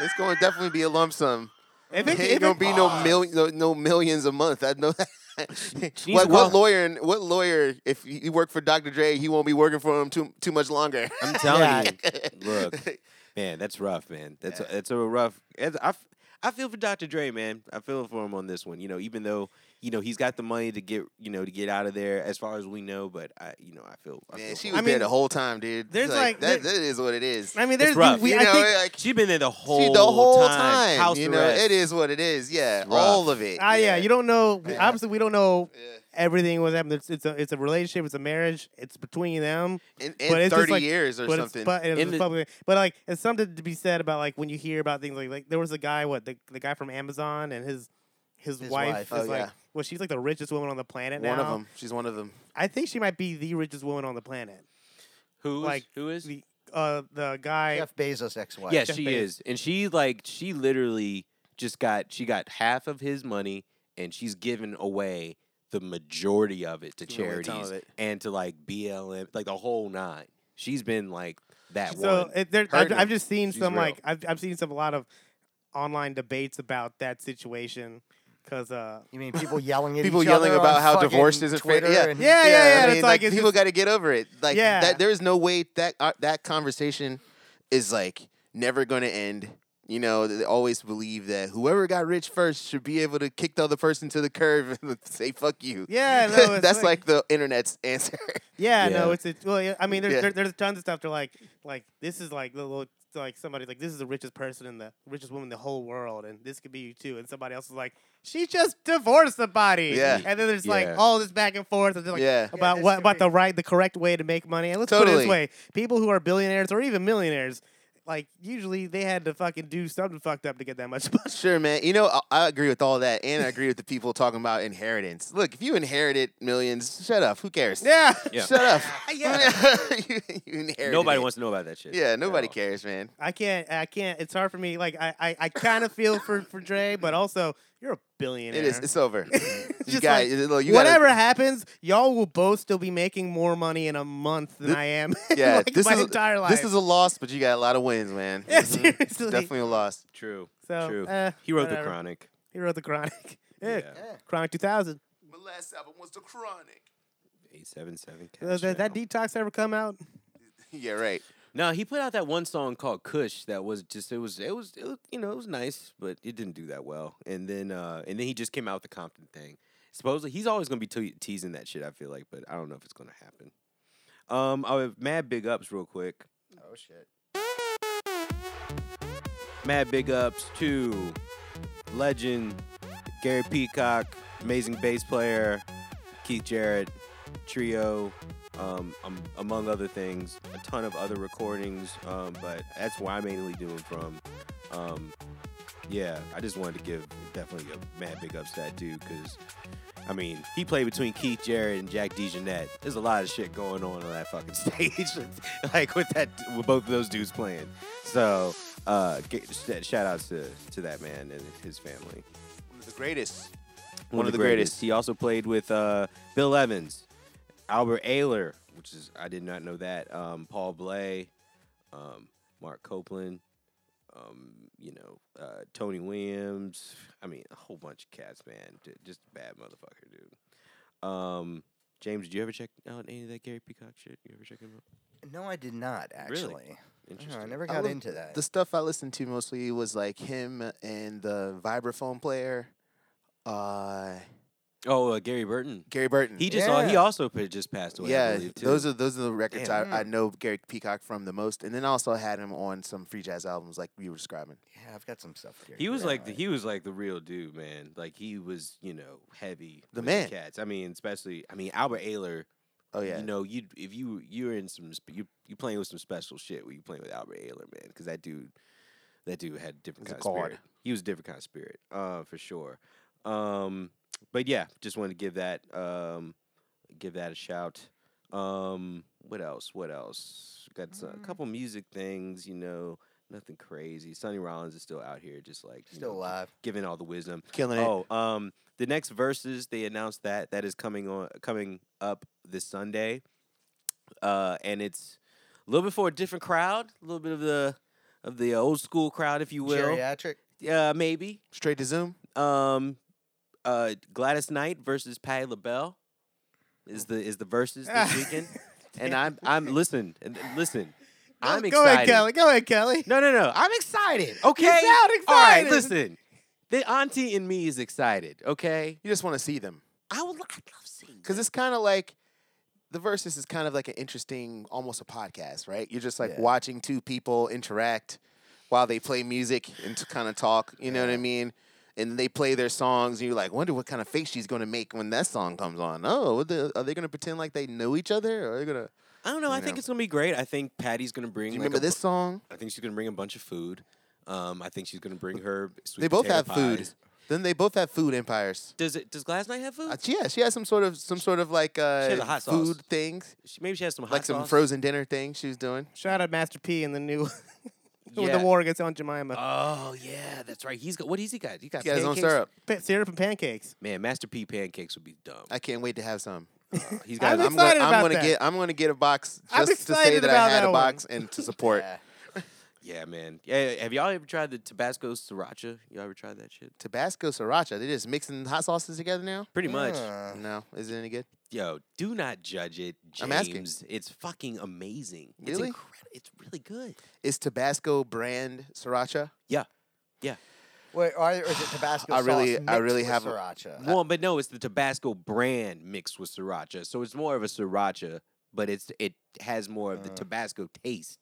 Speaker 2: it's going to definitely be a lump sum.
Speaker 4: If
Speaker 2: It
Speaker 4: it,
Speaker 2: ain't
Speaker 4: if
Speaker 2: gonna
Speaker 4: it,
Speaker 2: be no million, no, no millions a month. I know that.
Speaker 1: needs
Speaker 2: like
Speaker 1: to
Speaker 2: what
Speaker 1: call-
Speaker 2: lawyer? and- What lawyer? If you you work for Dr. Dre, he won't be working for him too too much longer.
Speaker 1: I'm telling you. Look, man, that's rough, man. That's a, that's a rough. It's, I, f- I feel for Dr. Dre, man. I feel for him on this one. You know, even though you know he's got the money to get you know to get out of there, as far as we know. But I, you know, I feel. I
Speaker 2: Man,
Speaker 1: feel
Speaker 2: she
Speaker 1: for
Speaker 2: was
Speaker 1: her.
Speaker 4: mean,
Speaker 2: there the whole time, dude.
Speaker 4: there's like-
Speaker 2: that,
Speaker 4: there-
Speaker 2: that is what it is.
Speaker 4: I mean, there's
Speaker 1: rough.
Speaker 4: we,
Speaker 2: you
Speaker 4: I
Speaker 2: know,
Speaker 4: think
Speaker 2: like
Speaker 1: she's been there the whole
Speaker 2: she, the whole
Speaker 1: time.
Speaker 2: time.
Speaker 1: House
Speaker 2: you know,
Speaker 1: arrest.
Speaker 2: it is what it is. Yeah,
Speaker 1: rough.
Speaker 2: all of it.
Speaker 4: Ah, yeah. you don't know.
Speaker 2: Yeah.
Speaker 4: Obviously, we don't know
Speaker 2: Yeah.
Speaker 4: everything was happening. It's, it's a it's a relationship. It's a marriage. It's between them.
Speaker 2: in,
Speaker 4: but
Speaker 2: in
Speaker 4: it's just
Speaker 2: thirty
Speaker 4: like-
Speaker 2: years or
Speaker 4: but
Speaker 2: something.
Speaker 4: it's but it was
Speaker 1: In the-
Speaker 4: public. But like, it's something to be said about like when you hear about things like like there was a guy what the, the guy from Amazon and his his,
Speaker 3: His
Speaker 4: wife,
Speaker 3: wife.
Speaker 4: is
Speaker 2: Oh,
Speaker 4: like
Speaker 2: yeah.
Speaker 4: well she's like the richest woman on the planet
Speaker 2: one
Speaker 4: now.
Speaker 2: of them. She's one of them.
Speaker 4: I think she might be the richest woman on the planet.
Speaker 1: Who's
Speaker 4: like,
Speaker 1: who is?
Speaker 4: The uh the guy.
Speaker 3: Jeff Bezos' ex-wife.
Speaker 1: Yeah,
Speaker 4: Jeff
Speaker 1: she
Speaker 4: Bezos.
Speaker 1: is, and she like she literally just got she got half of his money, and she's given away the majority of it to
Speaker 2: Giving away ton of
Speaker 1: charities
Speaker 2: it.
Speaker 1: and to like BLM, like the whole nine. She's been like that
Speaker 4: So
Speaker 1: one.
Speaker 4: it, there,
Speaker 1: Heard
Speaker 4: I've,
Speaker 1: him.
Speaker 4: I've just seen
Speaker 1: She's
Speaker 4: some
Speaker 1: real.
Speaker 4: like I've I've seen some a lot of online debates about that situation because uh
Speaker 3: You mean people yelling at
Speaker 2: people
Speaker 3: each
Speaker 2: yelling
Speaker 3: other
Speaker 2: about
Speaker 3: on
Speaker 2: how
Speaker 3: fucking
Speaker 2: divorce isn't fair.
Speaker 3: Twitter
Speaker 2: Yeah.
Speaker 3: and-
Speaker 4: yeah yeah yeah,
Speaker 2: I
Speaker 4: it's
Speaker 2: mean,
Speaker 4: like,
Speaker 2: like,
Speaker 4: it's
Speaker 2: people
Speaker 4: just-
Speaker 2: got to get over it. Like
Speaker 4: Yeah.
Speaker 2: that, there is no way that uh, that conversation is like never going to end. You know, they always believe that whoever got rich first should be able to kick the other person to the curb and say "fuck you."
Speaker 4: yeah no, it's
Speaker 2: that's like, the internet's answer.
Speaker 4: yeah,
Speaker 1: Yeah.
Speaker 4: no it's a, well yeah, I mean there's
Speaker 2: Yeah.
Speaker 4: there, there's tons of stuff they're like like this is like the little like somebody like this is the richest person in the richest woman in the whole world and this could be you too and somebody else is like she just divorced somebody
Speaker 2: Yeah.
Speaker 4: and then there's like
Speaker 1: Yeah.
Speaker 4: all this back and forth and they're like
Speaker 2: yeah,
Speaker 4: about
Speaker 3: there's
Speaker 4: what
Speaker 3: too
Speaker 4: about
Speaker 3: many-
Speaker 4: the right the correct way to make money. And let's put it
Speaker 2: Totally.
Speaker 4: this way: people who are billionaires or even millionaires, like usually they had to fucking do something fucked up to get that much money.
Speaker 2: sure, man. You know, I, I agree with all that, and I agree with the people talking about inheritance. Look, if you inherited millions, shut up. Who cares?
Speaker 4: Yeah,
Speaker 1: Yeah.
Speaker 2: Shut up.
Speaker 4: Yeah.
Speaker 2: you, you inherited
Speaker 1: nobody
Speaker 2: it.
Speaker 1: wants to know about that shit.
Speaker 2: Yeah,
Speaker 1: at
Speaker 2: nobody
Speaker 1: all.
Speaker 2: cares, man.
Speaker 4: I can't. I can't. It's hard for me. Like I, I, I kind of feel for for Dre, but also you're a billionaire.
Speaker 2: It is. It's over. you
Speaker 4: Just
Speaker 2: got.
Speaker 4: like,
Speaker 2: look, you gotta-
Speaker 4: Whatever happens, y'all will both still be making more money in a month than
Speaker 2: Thi-
Speaker 4: I am.
Speaker 2: Yeah,
Speaker 4: like
Speaker 2: this
Speaker 4: my
Speaker 2: is
Speaker 4: entire life.
Speaker 2: this is a loss, but you got a lot of wins, man.
Speaker 4: Yeah,
Speaker 2: Mhm.
Speaker 4: seriously.
Speaker 2: Definitely a loss.
Speaker 1: True.
Speaker 4: so,
Speaker 1: True.
Speaker 4: uh,
Speaker 1: he wrote
Speaker 4: whatever.
Speaker 1: the chronic.
Speaker 4: He wrote the chronic. Yeah.
Speaker 1: Yeah.
Speaker 4: Chronic Uh, 2000.
Speaker 2: My last album was the Chronic.
Speaker 1: Eight seven seven.
Speaker 4: Does that, that detox ever come out?
Speaker 2: Yeah, right.
Speaker 1: No, he put out that one song called Kush that was just it was it was, it was you know it was nice, but it didn't do that well. And then uh and then he just came out with the Compton thing. Supposedly he's always gonna be te- teasing that shit. I feel like, but I don't know if it's gonna happen. Um, I have mad big ups real quick.
Speaker 3: Oh shit.
Speaker 1: Mad big ups to legend Gary Peacock, amazing bass player, Keith Jarrett, trio, um, um, among other things. A ton of other recordings, um, but that's where I mainly do them from. Um, yeah, I just wanted to give definitely a mad big ups to that dude because, I mean, he played between Keith Jarrett and Jack DeJohnette. There's a lot of shit going on on that fucking stage, like with that with both of those dudes playing. So, uh, g shout outs to to that man and his family.
Speaker 2: One of the greatest.
Speaker 1: One, of the greatest. He also played with uh, Bill Evans, Albert Ayler, which is I did not know that. Um, Paul Blay, um, Mark Copeland, um, you know uh, Tony Williams. I mean, a whole bunch of cats, man. J- Just a bad motherfucker, dude. Um, James, did you ever check out any of that Gary Peacock shit? You ever check him out?
Speaker 3: No, I did not actually. No,
Speaker 1: Interesting.
Speaker 3: I never
Speaker 2: I
Speaker 3: got
Speaker 2: love
Speaker 3: into that.
Speaker 2: The stuff I listened to mostly was like him and the vibraphone player, uh,
Speaker 1: Oh, uh, Gary Burton.
Speaker 2: Gary Burton.
Speaker 1: He just al- he
Speaker 3: Yeah.
Speaker 1: also pa- just passed away. I
Speaker 2: yeah,
Speaker 1: believe, too.
Speaker 2: those are those are the records I,
Speaker 3: Damn.
Speaker 2: I know Gary Peacock from the most, and then I also had him on some free jazz albums like you were describing.
Speaker 3: yeah, I've got some stuff here.
Speaker 1: He was
Speaker 3: Yeah,
Speaker 1: like the,
Speaker 3: I-
Speaker 1: he was like the real dude, man. Like he was, you know, heavy.
Speaker 2: The
Speaker 1: with
Speaker 2: man.
Speaker 1: cats. I mean, especially. I mean, Albert Ayler.
Speaker 2: Oh yeah,
Speaker 1: You know, you if you you're in some sp- you you playing with some special shit when you playing with Albert Ayler, man, because that dude that dude had a different
Speaker 2: He's a
Speaker 1: kind of
Speaker 2: god.
Speaker 1: spirit. He was a different kind of spirit, uh, for sure. Um, but yeah, just wanted to give that um give that a shout. Um, what else? What else? Got some, a couple music things, you know. Nothing crazy. Sonny Rollins is still out here, just like you know,
Speaker 3: still alive.
Speaker 1: giving all the wisdom.
Speaker 2: killing it.
Speaker 1: Oh, um, the next verses they announced that that is coming on coming up this Sunday, uh, and it's a little bit for a different crowd, a little bit of the of the old school crowd, if you will.
Speaker 3: Geriatric.
Speaker 1: Yeah, maybe.
Speaker 2: Straight to Zoom.
Speaker 1: Um, uh, Gladys Knight versus Patty LaBelle is the is the verses this weekend, and I'm I'm listen and listen. I'm
Speaker 4: go
Speaker 1: excited.
Speaker 4: ahead, Kelly. Go ahead, Kelly.
Speaker 1: No, no, no. I'm excited. Okay. All right,
Speaker 4: excited.
Speaker 1: listen. The auntie in me is excited. Okay.
Speaker 2: You just want to see them
Speaker 1: I would. I'd love seeing.
Speaker 2: because it's kind of like the verses is kind of like an interesting, almost a podcast, right? You're just like
Speaker 3: Yeah.
Speaker 2: watching two people interact while they play music and to kind of talk. You know what I mean? And they play their songs, and you're like, wonder what kind of face she's going to make when that song comes on. Oh, what the, are they going to pretend like they know each other? Or are they going to
Speaker 1: I don't know. I
Speaker 2: you
Speaker 1: think
Speaker 2: know.
Speaker 1: it's gonna be great. I think Patty's gonna bring.
Speaker 2: Do you
Speaker 1: like,
Speaker 2: remember
Speaker 1: a bu-
Speaker 2: this song?
Speaker 1: I think she's gonna bring a bunch of food. Um, I think she's gonna bring her. Sweet
Speaker 2: They both
Speaker 1: potato
Speaker 2: have food.
Speaker 1: pies.
Speaker 2: Then they both have food empires.
Speaker 1: Does it? Does Glass Knight have food?
Speaker 2: Uh, yeah, she has some sort of some sort of like uh,
Speaker 1: has a hot sauce.
Speaker 2: food things,
Speaker 1: She- maybe she has some hot
Speaker 2: like some
Speaker 1: sauce.
Speaker 2: frozen dinner thing she was doing.
Speaker 4: Shout out Master P and the new when the
Speaker 1: Yeah.
Speaker 4: war against Aunt Jemima.
Speaker 1: Oh yeah, that's right. He's got what he's he got? He got,
Speaker 2: He got his own
Speaker 1: pancakes?
Speaker 2: syrup.
Speaker 4: Pa- syrup and pancakes.
Speaker 1: Man, Master P pancakes would be dumb.
Speaker 2: I can't wait to have some.
Speaker 1: he's
Speaker 4: I'm
Speaker 1: got.
Speaker 2: I'm gonna,
Speaker 4: excited
Speaker 2: I'm
Speaker 4: about
Speaker 2: gonna
Speaker 4: that.
Speaker 2: get I'm gonna get a box
Speaker 4: I'm
Speaker 2: just to say
Speaker 4: excited
Speaker 2: that I
Speaker 4: about
Speaker 2: had
Speaker 4: that
Speaker 2: a
Speaker 4: one.
Speaker 2: box and to support
Speaker 3: Yeah.
Speaker 1: yeah, man. Yeah, have y'all ever tried the Tabasco sriracha? Y'all ever tried that shit?
Speaker 2: Tabasco sriracha. They're just mixing hot sauces together now.
Speaker 1: Pretty much.
Speaker 4: Uh-huh.
Speaker 3: Uh,
Speaker 2: No, is it any good?
Speaker 1: Yo, do not judge it, James.
Speaker 2: I'm asking.
Speaker 1: It's fucking amazing.
Speaker 2: Really?
Speaker 1: It's incredible. It's really good.
Speaker 2: Is Tabasco brand sriracha?
Speaker 1: Yeah. Yeah.
Speaker 3: wait, or is it Tabasco
Speaker 2: I really-
Speaker 3: sauce
Speaker 2: I
Speaker 3: mixed
Speaker 2: really
Speaker 3: with
Speaker 2: haven't-
Speaker 3: sriracha?
Speaker 1: Well, but no, it's the Tabasco brand mixed with sriracha. So it's more of a sriracha, but it's it has more of the
Speaker 3: Uh.
Speaker 1: Tabasco taste,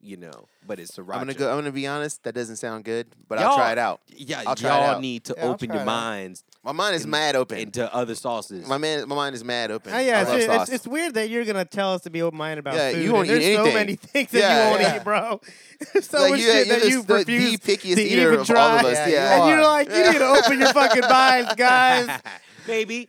Speaker 1: you know, but it's sriracha.
Speaker 2: I'm gonna go. I'm gonna be honest. That doesn't sound good, but I'll
Speaker 1: Y'all-
Speaker 2: try it out.
Speaker 1: Yeah,
Speaker 2: I'll try it
Speaker 1: y'all
Speaker 2: out.
Speaker 1: need to
Speaker 3: Yeah, I'll
Speaker 1: open
Speaker 3: try
Speaker 1: your
Speaker 3: it out.
Speaker 1: minds
Speaker 2: My mind is
Speaker 1: In-
Speaker 2: mad open.
Speaker 1: into other sauces.
Speaker 2: my man, my mind is mad open.
Speaker 4: Oh, yeah,
Speaker 2: I
Speaker 4: it's,
Speaker 2: love
Speaker 4: it's,
Speaker 2: sauce.
Speaker 4: it's weird that you're gonna tell us to be open minded about
Speaker 2: Yeah,
Speaker 4: food.
Speaker 2: you
Speaker 4: and
Speaker 2: won't eat
Speaker 4: there's so
Speaker 2: anything.
Speaker 4: many things that
Speaker 2: Yeah,
Speaker 4: you won't
Speaker 2: yeah.
Speaker 4: eat, bro. There's so
Speaker 2: Like,
Speaker 4: much
Speaker 2: you-
Speaker 4: shit
Speaker 2: you're
Speaker 4: that
Speaker 2: the-
Speaker 4: you
Speaker 2: the- the
Speaker 4: refuse
Speaker 2: pickiest
Speaker 4: to
Speaker 2: eater
Speaker 4: even
Speaker 2: of all
Speaker 4: try.
Speaker 2: of us,
Speaker 4: Yeah,
Speaker 2: yeah.
Speaker 4: and
Speaker 2: You
Speaker 4: you're
Speaker 2: are.
Speaker 4: like, you need to open your fucking minds, guys.
Speaker 1: maybe,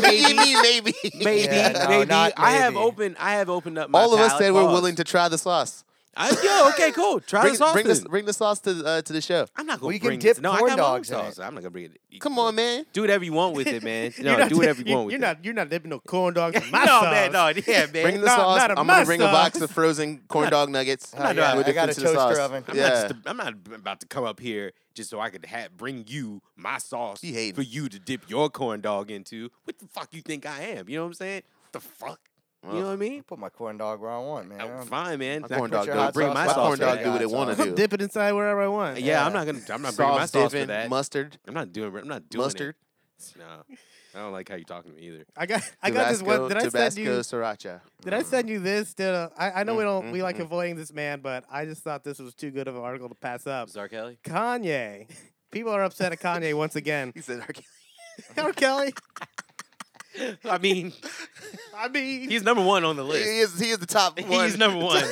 Speaker 2: maybe, maybe,
Speaker 1: maybe,
Speaker 3: Yeah, no,
Speaker 1: maybe.
Speaker 3: not
Speaker 1: I have
Speaker 3: maybe.
Speaker 1: opened. I have opened up. My
Speaker 2: All of us
Speaker 1: palate
Speaker 2: said we're
Speaker 1: buds.
Speaker 2: willing to try the sauce.
Speaker 1: I, yo, okay, cool. Try
Speaker 2: Bring,
Speaker 1: the sauce.
Speaker 2: bring the
Speaker 1: then.
Speaker 2: bring the sauce to uh, to the show.
Speaker 1: I'm not gonna
Speaker 3: We can
Speaker 1: bring
Speaker 3: dip
Speaker 1: this. No,
Speaker 3: corn
Speaker 1: I got my own
Speaker 3: dogs in it.
Speaker 1: sauce. I'm not gonna bring it.
Speaker 2: Come on, man.
Speaker 1: do whatever you want with it, man.
Speaker 4: You're
Speaker 1: No,
Speaker 4: not
Speaker 1: do whatever you
Speaker 4: you-
Speaker 1: want with
Speaker 4: You're
Speaker 1: it.
Speaker 4: not. You're not dipping no corn dogs in my
Speaker 1: no,
Speaker 4: sauce.
Speaker 1: man, no, yeah, man.
Speaker 2: Bring the
Speaker 4: Not-
Speaker 2: sauce.
Speaker 4: not a
Speaker 2: I'm gonna
Speaker 4: must
Speaker 2: bring a box
Speaker 4: sauce.
Speaker 2: of frozen corn dog nuggets.
Speaker 3: not doing it. I got a
Speaker 2: difference in the
Speaker 3: toaster
Speaker 2: sauce.
Speaker 3: oven.
Speaker 1: I'm,
Speaker 2: yeah.
Speaker 1: not just, I'm not about to come up here just so I could ha- bring you my sauce
Speaker 2: He hating.
Speaker 1: for you to dip your corn dog into. What the fuck you think I am? You know what I'm saying? The fuck? You know what I mean?
Speaker 3: Put my corn dog where I want, man.
Speaker 1: Oh, fine, man.
Speaker 2: My
Speaker 1: Not-
Speaker 2: corn
Speaker 3: put
Speaker 2: dog,
Speaker 3: your
Speaker 2: do
Speaker 3: hot
Speaker 2: bring
Speaker 3: sauce
Speaker 2: my
Speaker 3: on
Speaker 2: corn
Speaker 3: top of
Speaker 2: dog,
Speaker 3: your
Speaker 2: do what it
Speaker 3: hot
Speaker 2: want
Speaker 3: sauce.
Speaker 2: to do.
Speaker 4: Dip it inside wherever I want.
Speaker 1: yeah, I'm not gonna. I'm not bringing my
Speaker 2: Sauce,
Speaker 1: sauce for
Speaker 2: dipping,
Speaker 1: that.
Speaker 2: mustard,
Speaker 1: I'm not doing. I'm not doing it.
Speaker 2: mustard,
Speaker 1: No, I don't like how you're talking to me either.
Speaker 4: I got I got this one. Did I
Speaker 2: Tabasco,
Speaker 4: send you?
Speaker 2: sriracha.
Speaker 4: Did I send you this? Did uh, I, I know we
Speaker 2: Mm,
Speaker 4: don't
Speaker 2: mm,
Speaker 4: we like
Speaker 2: mm.
Speaker 4: avoiding this man, but I just thought this was too good of an article to pass up.
Speaker 1: Zar Kelly.
Speaker 4: Kanye. People are upset at Kanye once again.
Speaker 2: He said, "Okay."
Speaker 4: R. Kelly.
Speaker 1: I mean,
Speaker 4: I mean,
Speaker 1: he's number one on the
Speaker 2: he
Speaker 1: list.
Speaker 2: is he is the top one.
Speaker 1: He's number one.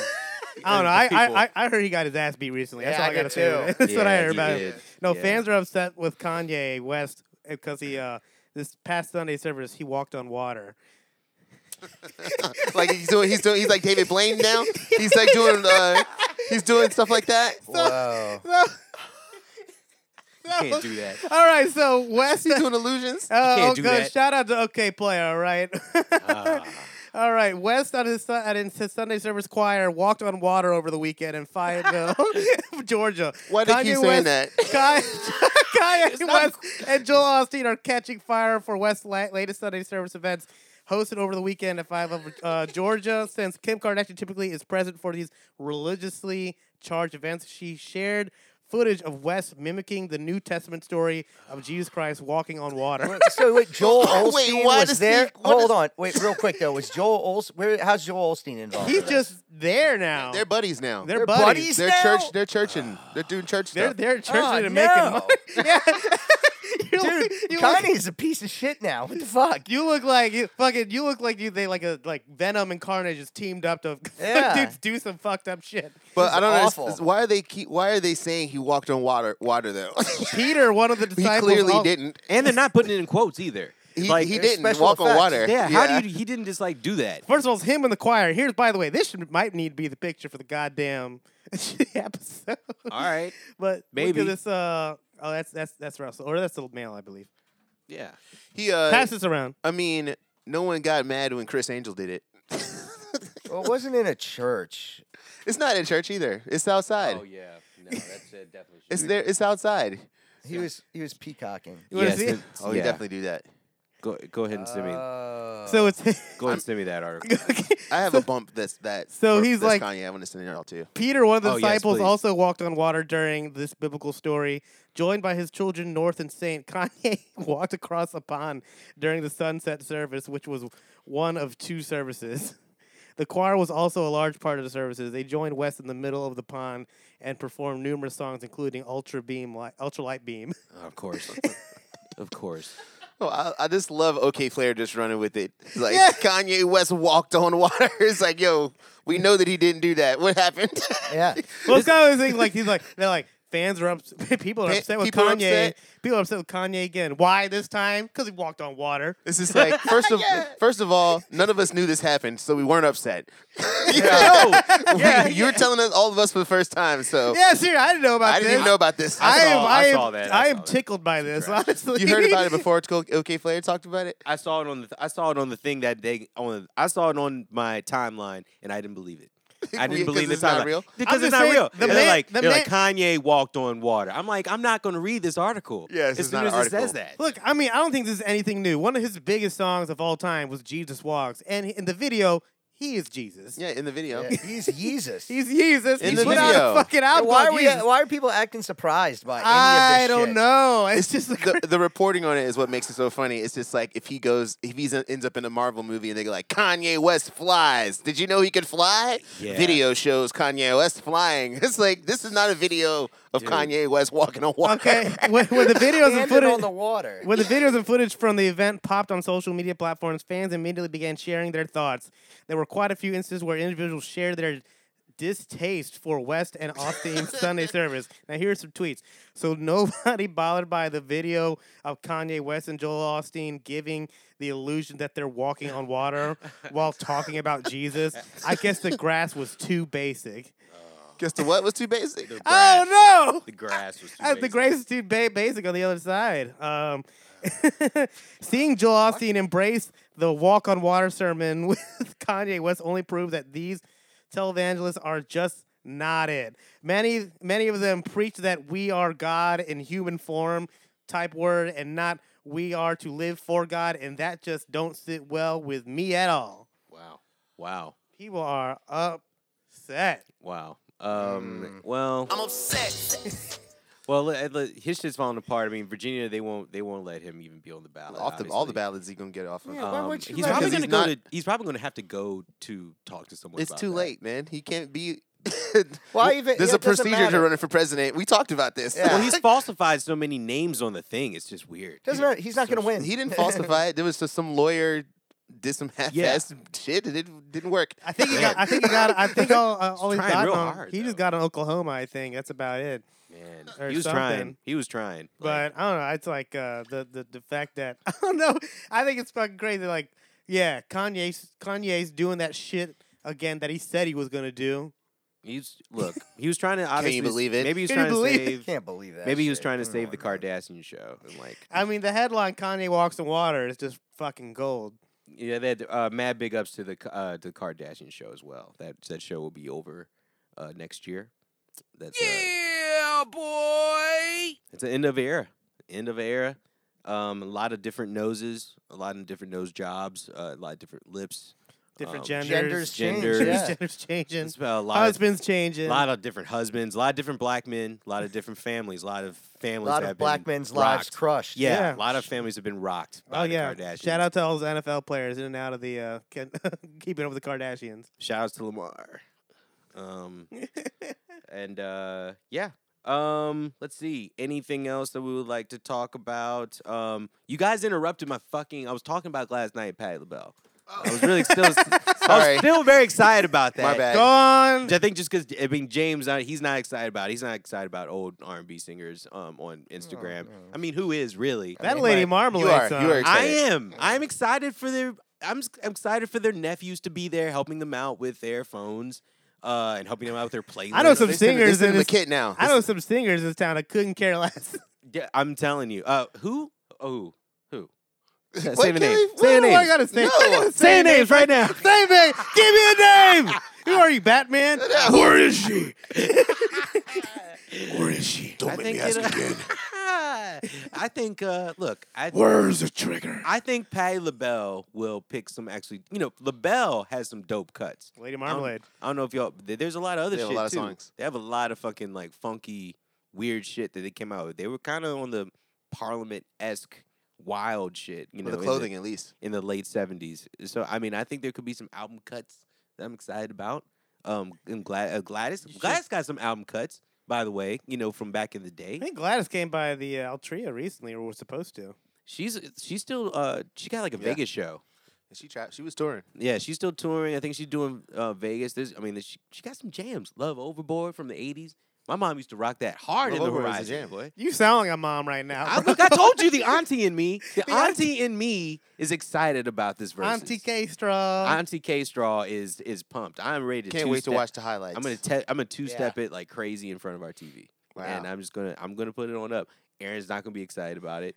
Speaker 4: I don't know. I, I, I I heard he got his ass beat recently. That's
Speaker 3: Yeah,
Speaker 4: all
Speaker 3: I
Speaker 4: I
Speaker 3: did
Speaker 4: gotta say.
Speaker 3: too.
Speaker 4: That's what I
Speaker 1: Yeah,
Speaker 4: heard
Speaker 1: he
Speaker 4: about it.
Speaker 1: did.
Speaker 4: No,
Speaker 1: Yeah.
Speaker 4: fans are upset with Kanye West because he uh this past Sunday service he walked on water.
Speaker 2: like he's doing, he's doing, he's like David Blaine now. He's like doing, uh, he's doing stuff like that.
Speaker 3: Whoa.
Speaker 1: You can't do that.
Speaker 4: All right, so West.
Speaker 2: He's doing illusions.
Speaker 4: Oh,
Speaker 1: can't do
Speaker 4: okay,
Speaker 1: that.
Speaker 4: shout out to OK Player. All right.
Speaker 1: Ah.
Speaker 4: All right, West on his, at his Sunday service choir walked on water over the weekend in Fayetteville, Georgia.
Speaker 2: Why do they keep
Speaker 4: Kanye
Speaker 2: saying
Speaker 4: West-
Speaker 2: that?
Speaker 4: Kanye, Kanye West and Joel Osteen are catching fire for West's la- latest Sunday service events hosted over the weekend at five of uh, Georgia. Since Kim Kardashian typically is present for these religiously charged events, she shared footage of West mimicking the New Testament story of Jesus Christ walking on water.
Speaker 3: so wait, Joel Olstein
Speaker 2: Wait, why
Speaker 3: was
Speaker 2: does he-
Speaker 3: there.
Speaker 2: what
Speaker 3: Hold
Speaker 2: is-
Speaker 3: on, wait, real quick though. Was Joel Olstein? Where? How's Joel Olstein involved?
Speaker 4: He's
Speaker 3: in this?
Speaker 4: just there now.
Speaker 2: They're buddies now.
Speaker 4: They're
Speaker 2: They're,
Speaker 3: They're buddies?
Speaker 4: buddies.
Speaker 3: now?
Speaker 2: church. They're churching. They're doing church
Speaker 4: They're
Speaker 2: stuff.
Speaker 4: they're churching
Speaker 3: Oh,
Speaker 4: and
Speaker 3: no.
Speaker 4: making money. Yeah. You
Speaker 3: dude.
Speaker 4: look- you look-
Speaker 3: Kanye's a piece of shit now. What the fuck?
Speaker 4: You look like you fucking. You look like you. They like a like Venom and Carnage is teamed up to
Speaker 3: Yeah.
Speaker 4: dudes do some fucked up shit.
Speaker 2: but I don't
Speaker 3: awful.
Speaker 2: know why are they keep. Why are they saying he walked on water? Water though.
Speaker 4: Peter, one of the
Speaker 2: he
Speaker 4: disciples,
Speaker 2: clearly
Speaker 4: al-
Speaker 2: didn't.
Speaker 1: and they're not putting it in quotes either.
Speaker 2: He,
Speaker 1: like
Speaker 2: he
Speaker 3: there's
Speaker 2: didn't
Speaker 3: special
Speaker 2: walk on
Speaker 3: effects.
Speaker 2: water.
Speaker 1: Yeah, how do you? He didn't just like do that.
Speaker 4: First of all, it's him in the choir. Here's by the way, this should, might need to be the picture for the goddamn episode.
Speaker 1: All right.
Speaker 4: But
Speaker 1: Maybe.
Speaker 4: look at this. Uh, oh, that's that's that's Russell, or that's the male, I believe.
Speaker 1: Yeah.
Speaker 2: He. Uh,
Speaker 4: Pass this around.
Speaker 2: I mean, no one got mad when Chris Angel did it.
Speaker 3: Well, it wasn't in a church.
Speaker 2: It's not in church either. It's outside.
Speaker 1: yeah. No, that's uh, definitely.
Speaker 2: It's there. It's outside.
Speaker 3: He was he was peacocking.
Speaker 4: You wanna
Speaker 1: Yes,
Speaker 4: see
Speaker 1: it-
Speaker 4: it?
Speaker 2: Oh,
Speaker 1: yeah.
Speaker 2: you definitely do that.
Speaker 1: Go, go ahead and send me.
Speaker 2: Uh,
Speaker 3: Oh.
Speaker 4: So it's
Speaker 1: Go ahead and send me that article.
Speaker 2: I have a bump that's that.
Speaker 4: So
Speaker 2: or
Speaker 4: he's
Speaker 2: that's
Speaker 4: like-
Speaker 2: Kanye. I want to send it all to you.
Speaker 4: Peter, one of the
Speaker 1: Oh, yes,
Speaker 4: disciples,
Speaker 1: please.
Speaker 4: also walked on water during this biblical story. Joined by his children, North and Saint, Kanye walked across a pond during the sunset service, which was one of two services. The choir was also a large part of the services. They joined West in the middle of the pond and performed numerous songs, including "Ultra Beam," Light, "Ultra Light Beam."
Speaker 1: of course. of course.
Speaker 2: Oh, I, I just love OK Flair just running with it. It's like Kanye West walked on water. It's like, yo, we know that he didn't do that. What happened?
Speaker 3: Yeah.
Speaker 4: Well, it's kind of thing like he's like they're like fans are upset. People are
Speaker 2: Pe-
Speaker 4: upset with
Speaker 2: people are
Speaker 4: Kanye.
Speaker 2: upset.
Speaker 4: People are upset with Kanye again. Why this time? Because he walked on water.
Speaker 2: This is like first of first of all, none of us knew this happened, so we weren't upset.
Speaker 1: No.
Speaker 2: you were telling us all of us for the first time, so
Speaker 4: Yeah, seriously, I didn't know about
Speaker 2: Oh. I didn't
Speaker 4: this.
Speaker 2: even know about this.
Speaker 4: I, am,
Speaker 1: saw- I
Speaker 4: I, am,
Speaker 1: saw that, I
Speaker 4: I,
Speaker 1: saw
Speaker 4: am
Speaker 1: that.
Speaker 4: tickled by this, honestly.
Speaker 2: you heard about it before. it's cool. OK Flair talked about it.
Speaker 1: I saw it on the. I saw it on the thing that they on. I saw it on my timeline, and I didn't believe it. I didn't
Speaker 2: Because
Speaker 1: believe the
Speaker 2: it's not
Speaker 1: timeline.
Speaker 2: real?
Speaker 1: because it's
Speaker 4: I'm just
Speaker 1: not
Speaker 4: saying,
Speaker 1: real.
Speaker 4: the
Speaker 1: they're
Speaker 4: man-
Speaker 1: like,
Speaker 4: the
Speaker 1: they're like Kanye walked on water. I'm like, I'm not going to read this article.
Speaker 2: Yeah,
Speaker 1: as
Speaker 2: this is
Speaker 1: soon
Speaker 2: not
Speaker 1: as
Speaker 2: an
Speaker 1: it says
Speaker 2: article.
Speaker 1: that.
Speaker 4: Look, I mean, I don't think this is anything new. One of his biggest songs of all time was Jesus Walks. And in the video, he is Jesus.
Speaker 2: Yeah, in the video.
Speaker 3: Yeah, He's Jesus.
Speaker 4: He's Jesus.
Speaker 2: In
Speaker 4: he
Speaker 2: the
Speaker 4: put out
Speaker 2: video.
Speaker 4: a fucking
Speaker 3: Yeah,
Speaker 4: album.
Speaker 3: why are
Speaker 4: called
Speaker 3: we?
Speaker 4: Jesus.
Speaker 3: Why are people acting surprised by any
Speaker 4: I
Speaker 3: of this
Speaker 4: don't
Speaker 3: shit?
Speaker 4: know. It's
Speaker 2: It's
Speaker 4: just
Speaker 2: just
Speaker 4: like,
Speaker 2: the, the reporting on it is what makes it so funny. It's just like if he goes, if he ends up in a Marvel movie and they go like, Kanye West flies. Did you know he could fly?
Speaker 1: Yeah.
Speaker 2: Video shows Kanye West flying. It's like this is not a video of
Speaker 1: Dude.
Speaker 2: Kanye West walking on water.
Speaker 4: okay, when, when the videos
Speaker 3: Standing
Speaker 4: and footage.
Speaker 3: on the water.
Speaker 4: When the videos and footage from the event popped on social media platforms, fans immediately began sharing their thoughts. There were quite a few instances where individuals shared their distaste for West and Austin's Sunday service. Now, here are some tweets. So, nobody bothered by the video of Kanye West and Joel Austin giving the illusion that they're walking on water while talking about Jesus. I guess the grass was too basic.
Speaker 2: Guess the what was too basic?
Speaker 1: The grass-
Speaker 4: Oh, no!
Speaker 1: The grass was too
Speaker 4: Uh, the
Speaker 1: basic.
Speaker 4: grace is too ba- basic on the other side. Um, seeing Joel Osteen embrace the walk on water sermon with Kanye West only proved that these televangelists are just not it. Many many of them preach that we are God in human form type word and not we are to live for God and that just don't sit well with me at all.
Speaker 1: Wow. Wow.
Speaker 4: People are upset.
Speaker 1: Wow.
Speaker 2: Hmm.
Speaker 1: Um. Well. I'm upset. well, let- let- his shit's falling apart. I mean, Virginia, they won't, they won't let him even be on the ballot.
Speaker 2: off the all the
Speaker 1: obviously.
Speaker 2: ballads he gonna get off of.
Speaker 3: Yeah, why
Speaker 1: Um,
Speaker 3: would you
Speaker 1: he's
Speaker 3: let
Speaker 1: probably
Speaker 2: him-
Speaker 1: gonna
Speaker 2: Because
Speaker 1: go
Speaker 2: he's
Speaker 1: to. He's probably gonna have to go to talk to someone.
Speaker 2: it's
Speaker 1: about
Speaker 2: too
Speaker 1: that.
Speaker 2: late, man. He can't be.
Speaker 3: Why even?
Speaker 2: There's
Speaker 3: yeah,
Speaker 2: a
Speaker 3: it doesn't
Speaker 2: procedure to
Speaker 3: matter.
Speaker 2: running for president. We talked about this.
Speaker 3: Yeah.
Speaker 1: Well, he's falsified so many names on the thing. It's just weird.
Speaker 3: Doesn't matter. He's not going to win.
Speaker 2: he didn't falsify it. There was just some lawyer did some half-assed shit, and it didn't work.
Speaker 4: I think he got. I think he got. I think all, uh, all he
Speaker 1: trying
Speaker 4: got.
Speaker 1: real
Speaker 4: on-
Speaker 1: hard,
Speaker 4: he just
Speaker 1: though.
Speaker 4: got on Oklahoma. I think that's about it.
Speaker 1: Man,
Speaker 4: Or
Speaker 1: he was
Speaker 4: something.
Speaker 1: trying. He was trying. Like,
Speaker 4: But I don't know. It's like uh, the the the fact that I don't know. I think it's fucking crazy. Like, yeah, Kanye's Kanye's doing that shit again that he said he was gonna do.
Speaker 1: he's look. He was trying to. Obviously,
Speaker 2: believe it?
Speaker 1: Maybe he was
Speaker 4: Can you
Speaker 1: trying to
Speaker 4: believe it?
Speaker 1: save.
Speaker 3: Can't believe that.
Speaker 1: Maybe he was
Speaker 3: shit.
Speaker 1: trying to
Speaker 3: Come
Speaker 1: save the
Speaker 3: on, man.
Speaker 1: Kardashian show and like
Speaker 4: I mean, the headline "Kanye walks in water" is just fucking gold.
Speaker 1: yeah, they had uh, mad big ups to the K- uh, to the Kardashian show as well. That that show will be over uh, next year. That's uh,
Speaker 5: Yeah, boy.
Speaker 1: it's the end of an era. End of an era. Um, a lot of different noses, a lot of different nose jobs, uh, a lot of different lips,
Speaker 4: Different
Speaker 1: um,
Speaker 3: Genders,
Speaker 4: genders,
Speaker 3: change,
Speaker 1: genders.
Speaker 3: yeah.
Speaker 4: genders changing,
Speaker 1: It's about a lot of
Speaker 4: husbands changing.
Speaker 1: A lot of different husbands, a lot of different black men, a lot of different families, a lot of
Speaker 3: A
Speaker 1: families.
Speaker 3: lot
Speaker 1: that
Speaker 3: of
Speaker 1: have
Speaker 3: black
Speaker 1: been
Speaker 3: men's lives
Speaker 1: rocked.
Speaker 3: crushed.
Speaker 1: Yeah,
Speaker 4: Yeah.
Speaker 1: a lot of families have been rocked. By
Speaker 4: Oh
Speaker 1: the
Speaker 4: yeah!
Speaker 1: Kardashians.
Speaker 4: Shout out to all those NFL players in and out of the uh, Ken- keeping up with the Kardashians.
Speaker 1: Shout outs to Lamar. Um, and uh, yeah. Um, let's see. Anything else that we would like to talk about? Um, you guys interrupted my fucking. I was talking about last night, Patty LaBelle. I was really still. I
Speaker 2: Oh. Sorry.
Speaker 1: was still very excited about that.
Speaker 2: My bad.
Speaker 4: Gone.
Speaker 1: I think just because I mean James, uh, he's not excited about. it. He's not excited about old R and B singers um, on
Speaker 2: Mm,
Speaker 1: Instagram. I mean, who is really?
Speaker 4: That
Speaker 1: But
Speaker 4: lady
Speaker 2: you are-
Speaker 4: marmalade. son.
Speaker 2: you are-
Speaker 1: uh, I
Speaker 2: excited.
Speaker 1: am. I'm excited for their. I'm, s- I'm excited for their nephews to be there, helping them out with their phones, uh, and helping them out with their playlists.
Speaker 4: I know some
Speaker 2: They send- they
Speaker 4: singers
Speaker 2: send him
Speaker 4: in
Speaker 2: a
Speaker 4: this.
Speaker 2: kit now.
Speaker 4: I know some singers in this town. I couldn't care less.
Speaker 1: Yeah, I'm telling you. Uh, who? Oh, who? Say
Speaker 2: Wait,
Speaker 1: the
Speaker 2: can
Speaker 1: name.
Speaker 2: we-
Speaker 1: Say the
Speaker 4: Why do I
Speaker 1: name.
Speaker 4: gotta say?
Speaker 2: No.
Speaker 4: I gotta
Speaker 1: Say
Speaker 4: say
Speaker 1: the names right now.
Speaker 4: Say a name. Give me a name. Who are you, Batman?
Speaker 2: Where is she?
Speaker 1: Where is she? Don't
Speaker 2: make me ask again.
Speaker 1: I think. Uh, look, I
Speaker 2: Where's the trigger?
Speaker 1: I think Patty LaBelle will pick some actually. You know, LaBelle has some dope cuts.
Speaker 4: Lady
Speaker 1: I don't-
Speaker 4: Marmalade.
Speaker 1: I don't, know if y'all. there- There's a lot of other
Speaker 2: They have a
Speaker 1: shit
Speaker 2: lot of
Speaker 1: too.
Speaker 2: songs.
Speaker 1: They have a lot of fucking like funky, weird shit that they came out with. They were kind of on the Parliament esque wild shit. You know,
Speaker 2: Well,
Speaker 1: in
Speaker 2: the clothing, at least.
Speaker 1: in the late seventies. So I mean, I think there could be some album cuts that I'm excited about. Um, and Glad- uh, Gladys, Gladys got some album cuts, by the way. You know, from back in the
Speaker 4: I
Speaker 1: day.
Speaker 4: think Gladys came by the uh, Altria recently, or was supposed to.
Speaker 1: She's she's still uh she got like a
Speaker 2: Yeah.
Speaker 1: Vegas show.
Speaker 2: She trapped. She was touring.
Speaker 1: Yeah, she's still touring. I think she's doing uh, Vegas. There's, I mean, she, she got some jams. Love Overboard from the '80s. My mom used to rock that hard
Speaker 2: Love
Speaker 1: in the
Speaker 2: Overboard was a
Speaker 1: horizon.
Speaker 2: jam.
Speaker 1: boy.
Speaker 4: You sound like a mom right now.
Speaker 1: I,
Speaker 4: bro.
Speaker 1: look, I told you the auntie in me. The, auntie in me is excited about this versus.
Speaker 4: Auntie K Straw.
Speaker 1: Auntie K Straw is is pumped. I'm ready. To
Speaker 2: uh, Can't wait to
Speaker 1: two-step-
Speaker 2: watch the highlights.
Speaker 1: I'm gonna te- I'm gonna two step it like crazy in front of our TV.
Speaker 2: Wow.
Speaker 1: And uh, I'm just gonna I'm gonna put it on up. Aaron's not gonna be excited about it.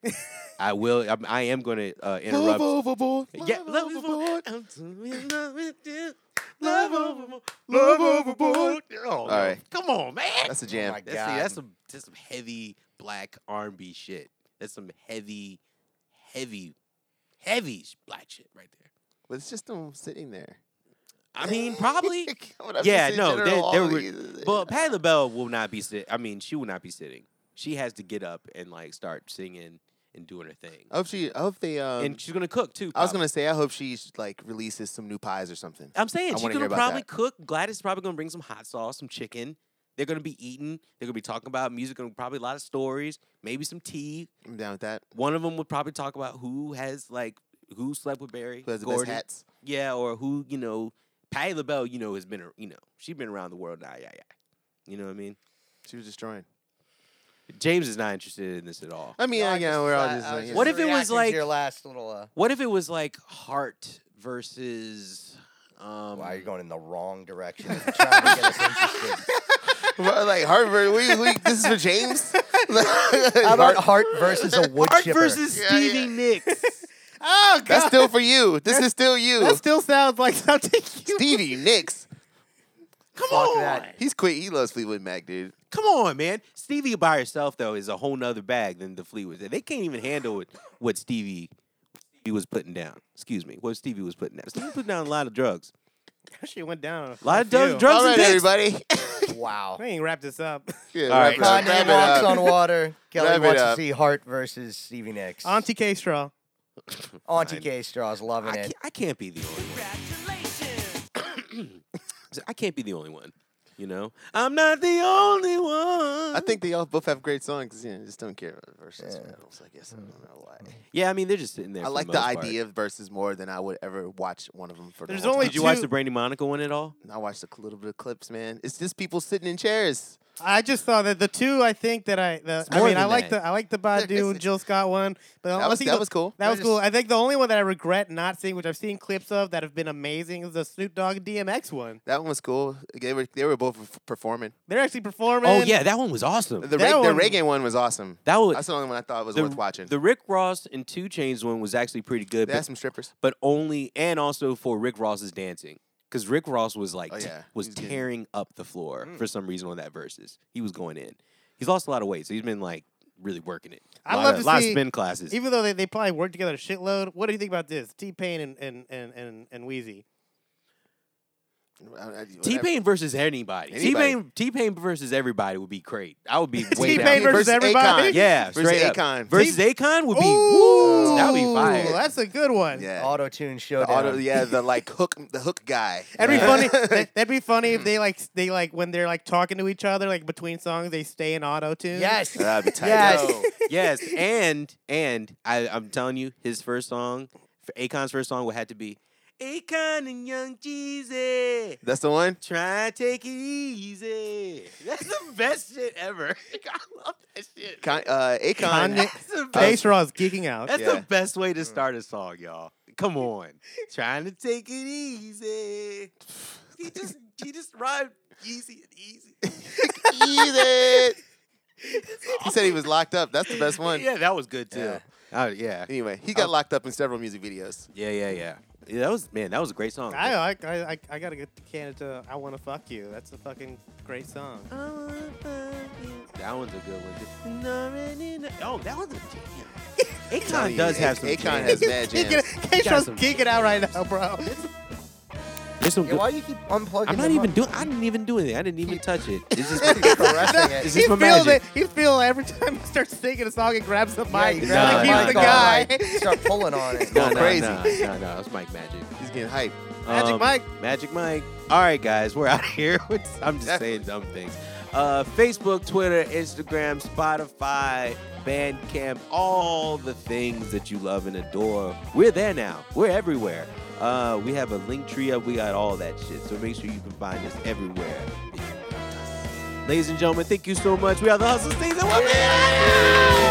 Speaker 1: I will. I'm, I am gonna uh, interrupt.
Speaker 2: Love overboard. Love
Speaker 1: Yeah, love
Speaker 2: overboard.
Speaker 1: overboard. I'm too in love with you. Love overboard.
Speaker 2: Love
Speaker 1: Love overboard. Oh, All
Speaker 2: right.
Speaker 1: Come on, man.
Speaker 2: That's a jam.
Speaker 3: my
Speaker 1: That's, see, that's some that's some heavy black R&B shit. That's some heavy, heavy, heavy sh- black shit right there.
Speaker 2: but it's just them sitting there.
Speaker 1: I mean, probably.
Speaker 2: What I'm
Speaker 1: yeah,
Speaker 2: just in
Speaker 1: no,
Speaker 2: general,
Speaker 1: there,
Speaker 2: all
Speaker 1: there
Speaker 2: of
Speaker 1: were,
Speaker 2: these-
Speaker 1: but Patty LaBelle will not be sit. I mean, she will not be sitting. She has to get up and like start singing and doing her thing.
Speaker 2: I hope she. I hope they. Um,
Speaker 1: and she's gonna cook too.
Speaker 2: I was
Speaker 1: probably.
Speaker 2: gonna say. I hope she like releases some new pies or something.
Speaker 1: I'm saying
Speaker 2: I
Speaker 1: she's
Speaker 2: wanna hear
Speaker 1: gonna
Speaker 2: about
Speaker 1: probably
Speaker 2: that.
Speaker 1: cook. Gladys is probably gonna bring some hot sauce, some chicken. They're gonna be eating. They're gonna be talking about music. Gonna probably a lot of stories. Maybe some tea.
Speaker 2: I'm down with that.
Speaker 1: One of them would probably talk about who has like who slept with Barry.
Speaker 2: Who has the
Speaker 1: Gordy.
Speaker 2: best hats?
Speaker 1: Yeah, or who you know. Patty LaBelle, you know, has been a- you know she's been around the world now. Yeah, yeah. You know what I mean?
Speaker 2: She was destroying.
Speaker 1: James is not interested in this at all.
Speaker 2: I mean,
Speaker 3: No,
Speaker 2: yeah,
Speaker 3: I
Speaker 2: yeah,
Speaker 3: just-
Speaker 2: we're all
Speaker 3: I-
Speaker 2: just.
Speaker 3: I
Speaker 2: like,
Speaker 3: was
Speaker 2: yeah.
Speaker 3: just
Speaker 1: What if it was
Speaker 3: reacting to
Speaker 1: like-
Speaker 3: your last little? Uh,
Speaker 1: What if it was like heart versus? Um,
Speaker 3: wow, you're going in the wrong direction. You're trying to get us interested.
Speaker 2: Well, like Harvard? We, we, this is for James.
Speaker 3: How about
Speaker 2: Hart-
Speaker 3: Hart versus a wood
Speaker 1: Heart
Speaker 3: chipper?
Speaker 1: versus
Speaker 2: Yeah,
Speaker 1: Stevie
Speaker 2: yeah.
Speaker 1: Nicks.
Speaker 4: Oh
Speaker 2: That's
Speaker 4: God.
Speaker 2: still for you. This is still you.
Speaker 4: That still sounds like something. You
Speaker 2: Stevie Nicks.
Speaker 1: Come
Speaker 3: Fuck
Speaker 1: on.
Speaker 3: that.
Speaker 2: He's quit. He loves Fleetwood Mac, dude.
Speaker 1: Come on, man. Stevie by herself though is a whole nother bag than the Fleetwood. They can't even handle what, what Stevie Stevie was putting down. Excuse me, what Stevie was putting down. Stevie put down a lot of drugs.
Speaker 4: she went down.
Speaker 1: A lot of drugs,
Speaker 4: few.
Speaker 1: drugs
Speaker 2: All
Speaker 1: and
Speaker 2: right,
Speaker 1: dicks.
Speaker 2: everybody.
Speaker 3: wow.
Speaker 4: We ain't wrap this up.
Speaker 2: yeah,
Speaker 1: All right,
Speaker 2: wrap it up, wrap
Speaker 3: Kanye
Speaker 2: it
Speaker 3: walks
Speaker 2: up.
Speaker 3: on water. Kelly
Speaker 2: Wrap it
Speaker 3: wants to
Speaker 2: up.
Speaker 3: see Hart versus Stevie Nicks.
Speaker 4: Auntie K Straw.
Speaker 3: Auntie K. Straw's
Speaker 1: I
Speaker 3: loving it.
Speaker 1: can't, I can't be the only one. I can't be the only one. You know, I'm not the only one.
Speaker 2: I think they all both have great songs. You know, just don't care about verses.
Speaker 3: Yeah. Mm.
Speaker 2: man. I was like, yes, I don't know why.
Speaker 1: Yeah, I mean they're just sitting there.
Speaker 2: I
Speaker 1: for
Speaker 2: like the,
Speaker 1: most part.
Speaker 2: idea of verses more than I would ever watch one of them for.
Speaker 4: There's
Speaker 2: the whole
Speaker 4: only
Speaker 2: time.
Speaker 1: Did you watch
Speaker 4: two-
Speaker 1: the Brandy Monica one at all?
Speaker 2: And I watched a cl- little bit of clips, man. It's just people sitting in chairs.
Speaker 4: I just saw that the two I think that I the, I
Speaker 1: more
Speaker 4: mean I
Speaker 1: than
Speaker 4: like
Speaker 1: that.
Speaker 4: the I like the Badu and Jill Scott one, but I
Speaker 2: That was
Speaker 4: think
Speaker 2: that
Speaker 4: the-
Speaker 2: was cool.
Speaker 4: that was
Speaker 3: I
Speaker 4: cool.
Speaker 3: just-
Speaker 4: I think the only one that I regret not seeing, which I've seen clips of that have been amazing, is the Snoop Dogg and DMX one.
Speaker 2: That one was cool. They were they were both f- performing.
Speaker 4: They're actually performing.
Speaker 1: Oh yeah, that one was awesome.
Speaker 2: The,
Speaker 4: That
Speaker 2: reg- the
Speaker 4: one-
Speaker 2: reggae one was awesome.
Speaker 1: that was
Speaker 2: That's the only one I thought was
Speaker 1: the,
Speaker 2: worth watching.
Speaker 1: The Rick Ross and Two Chains one was actually pretty good,
Speaker 2: they had
Speaker 1: but,
Speaker 2: some strippers.
Speaker 1: but only and also for Rick Ross's dancing because Rick Ross was like
Speaker 2: Oh,
Speaker 1: t-
Speaker 2: yeah.
Speaker 1: was
Speaker 2: He's getting- Mm.
Speaker 1: tearing up the floor for some reason on that verses. He was going in. He's lost a lot of weight, so he's been like really working it.
Speaker 4: I'd
Speaker 1: Lot
Speaker 4: love
Speaker 1: of-
Speaker 4: to
Speaker 1: lot of
Speaker 4: see-
Speaker 1: spin classes.
Speaker 4: Even though they, they probably worked together a shitload. What do you think about this? T Pain and and and and, and Wheezy.
Speaker 2: I- I- whatever.
Speaker 1: T Pain versus anybody. T Pain
Speaker 2: Anybody.
Speaker 1: T Pain versus everybody would be great. I would be way
Speaker 4: T
Speaker 1: down
Speaker 4: Pain
Speaker 1: there.
Speaker 4: versus
Speaker 2: Versus
Speaker 4: everybody.
Speaker 2: Akon.
Speaker 1: yeah,
Speaker 2: versus
Speaker 1: straight up.
Speaker 2: Akon.
Speaker 1: versus Akon would be
Speaker 4: Ooh,
Speaker 1: woo, that would be fire.
Speaker 4: That's a good one.
Speaker 2: yeah.
Speaker 3: Auto tune
Speaker 2: The
Speaker 3: showdown.
Speaker 2: auto, yeah, the like hook, the hook guy.
Speaker 4: That'd be
Speaker 1: Yeah.
Speaker 4: funny. that- That'd be funny if they like s- they like when they're like talking to each other like between songs they stay in auto tune.
Speaker 3: Yes.
Speaker 2: That'd be tight.
Speaker 3: Yes.
Speaker 2: Yo.
Speaker 1: yes, and and I, I'm telling you, his first song, for Akon's first song, would have to be Akon and Young Jeezy.
Speaker 2: That's the one.
Speaker 1: Try and take it easy. That's the best shit ever. I love that shit.
Speaker 2: Con- uh, Akon.
Speaker 4: Kanye-
Speaker 1: That's the
Speaker 4: K
Speaker 1: best.
Speaker 4: Straw's geeking out.
Speaker 1: That's
Speaker 2: Yeah.
Speaker 1: the best way to start a song, y'all. Come on, Mm. trying to take it easy. He just he just rhymed easy and easy.
Speaker 2: Eat it. He said he was locked up. That's the best one.
Speaker 1: Yeah, Oh. that was good too.
Speaker 3: Yeah.
Speaker 1: Oh yeah.
Speaker 2: Anyway, he got locked up in several music videos.
Speaker 1: Yeah, yeah, yeah. Yeah, that was man, that was a great song.
Speaker 4: I, I, I, I gotta get to Canada. I wanna fuck you. That's a fucking great song.
Speaker 1: that one's a good one. too. Oh, that one's a jam.
Speaker 2: Telling
Speaker 1: Akon
Speaker 2: you,
Speaker 1: does have
Speaker 2: A-
Speaker 1: some.
Speaker 2: Akon
Speaker 1: jams.
Speaker 2: has mad jams.
Speaker 4: K-Shaw's
Speaker 1: some-
Speaker 4: geeking out right now, bro.
Speaker 1: There's some
Speaker 3: Yeah,
Speaker 1: good.
Speaker 3: why you keep unplugging
Speaker 1: I'm not
Speaker 3: them
Speaker 1: even
Speaker 3: up?
Speaker 1: doing. I didn't even do anything. I didn't even touch it. It's just.
Speaker 3: Keep caressing it.
Speaker 1: It's
Speaker 4: He
Speaker 1: just my
Speaker 4: feels
Speaker 1: magic.
Speaker 4: it. He feels every time he starts singing a song, he grabs the
Speaker 3: Yeah,
Speaker 4: mic.
Speaker 3: you
Speaker 1: Nah,
Speaker 3: grab
Speaker 1: nah,
Speaker 4: like
Speaker 3: the
Speaker 1: nah.
Speaker 3: mic all
Speaker 4: he's the guy.
Speaker 3: right, Start pulling on it.
Speaker 1: No,
Speaker 2: going
Speaker 1: no,
Speaker 2: crazy.
Speaker 1: No, no, no, it's Mike Magic.
Speaker 2: He's getting hyped.
Speaker 4: Magic Mike.
Speaker 1: Um, Magic Mike. All right, guys, we're out of here. It's- I'm just
Speaker 2: Definitely.
Speaker 1: saying dumb things. Uh, Facebook, Twitter, Instagram, Spotify, Bandcamp, all the things that you love and adore. We're there now. We're everywhere. Uh, we have a link tree up. We got all that shit. So make sure you can find us everywhere. that you found us. Ladies and gentlemen, thank you so much. We are the Hustle Things and we'll be out.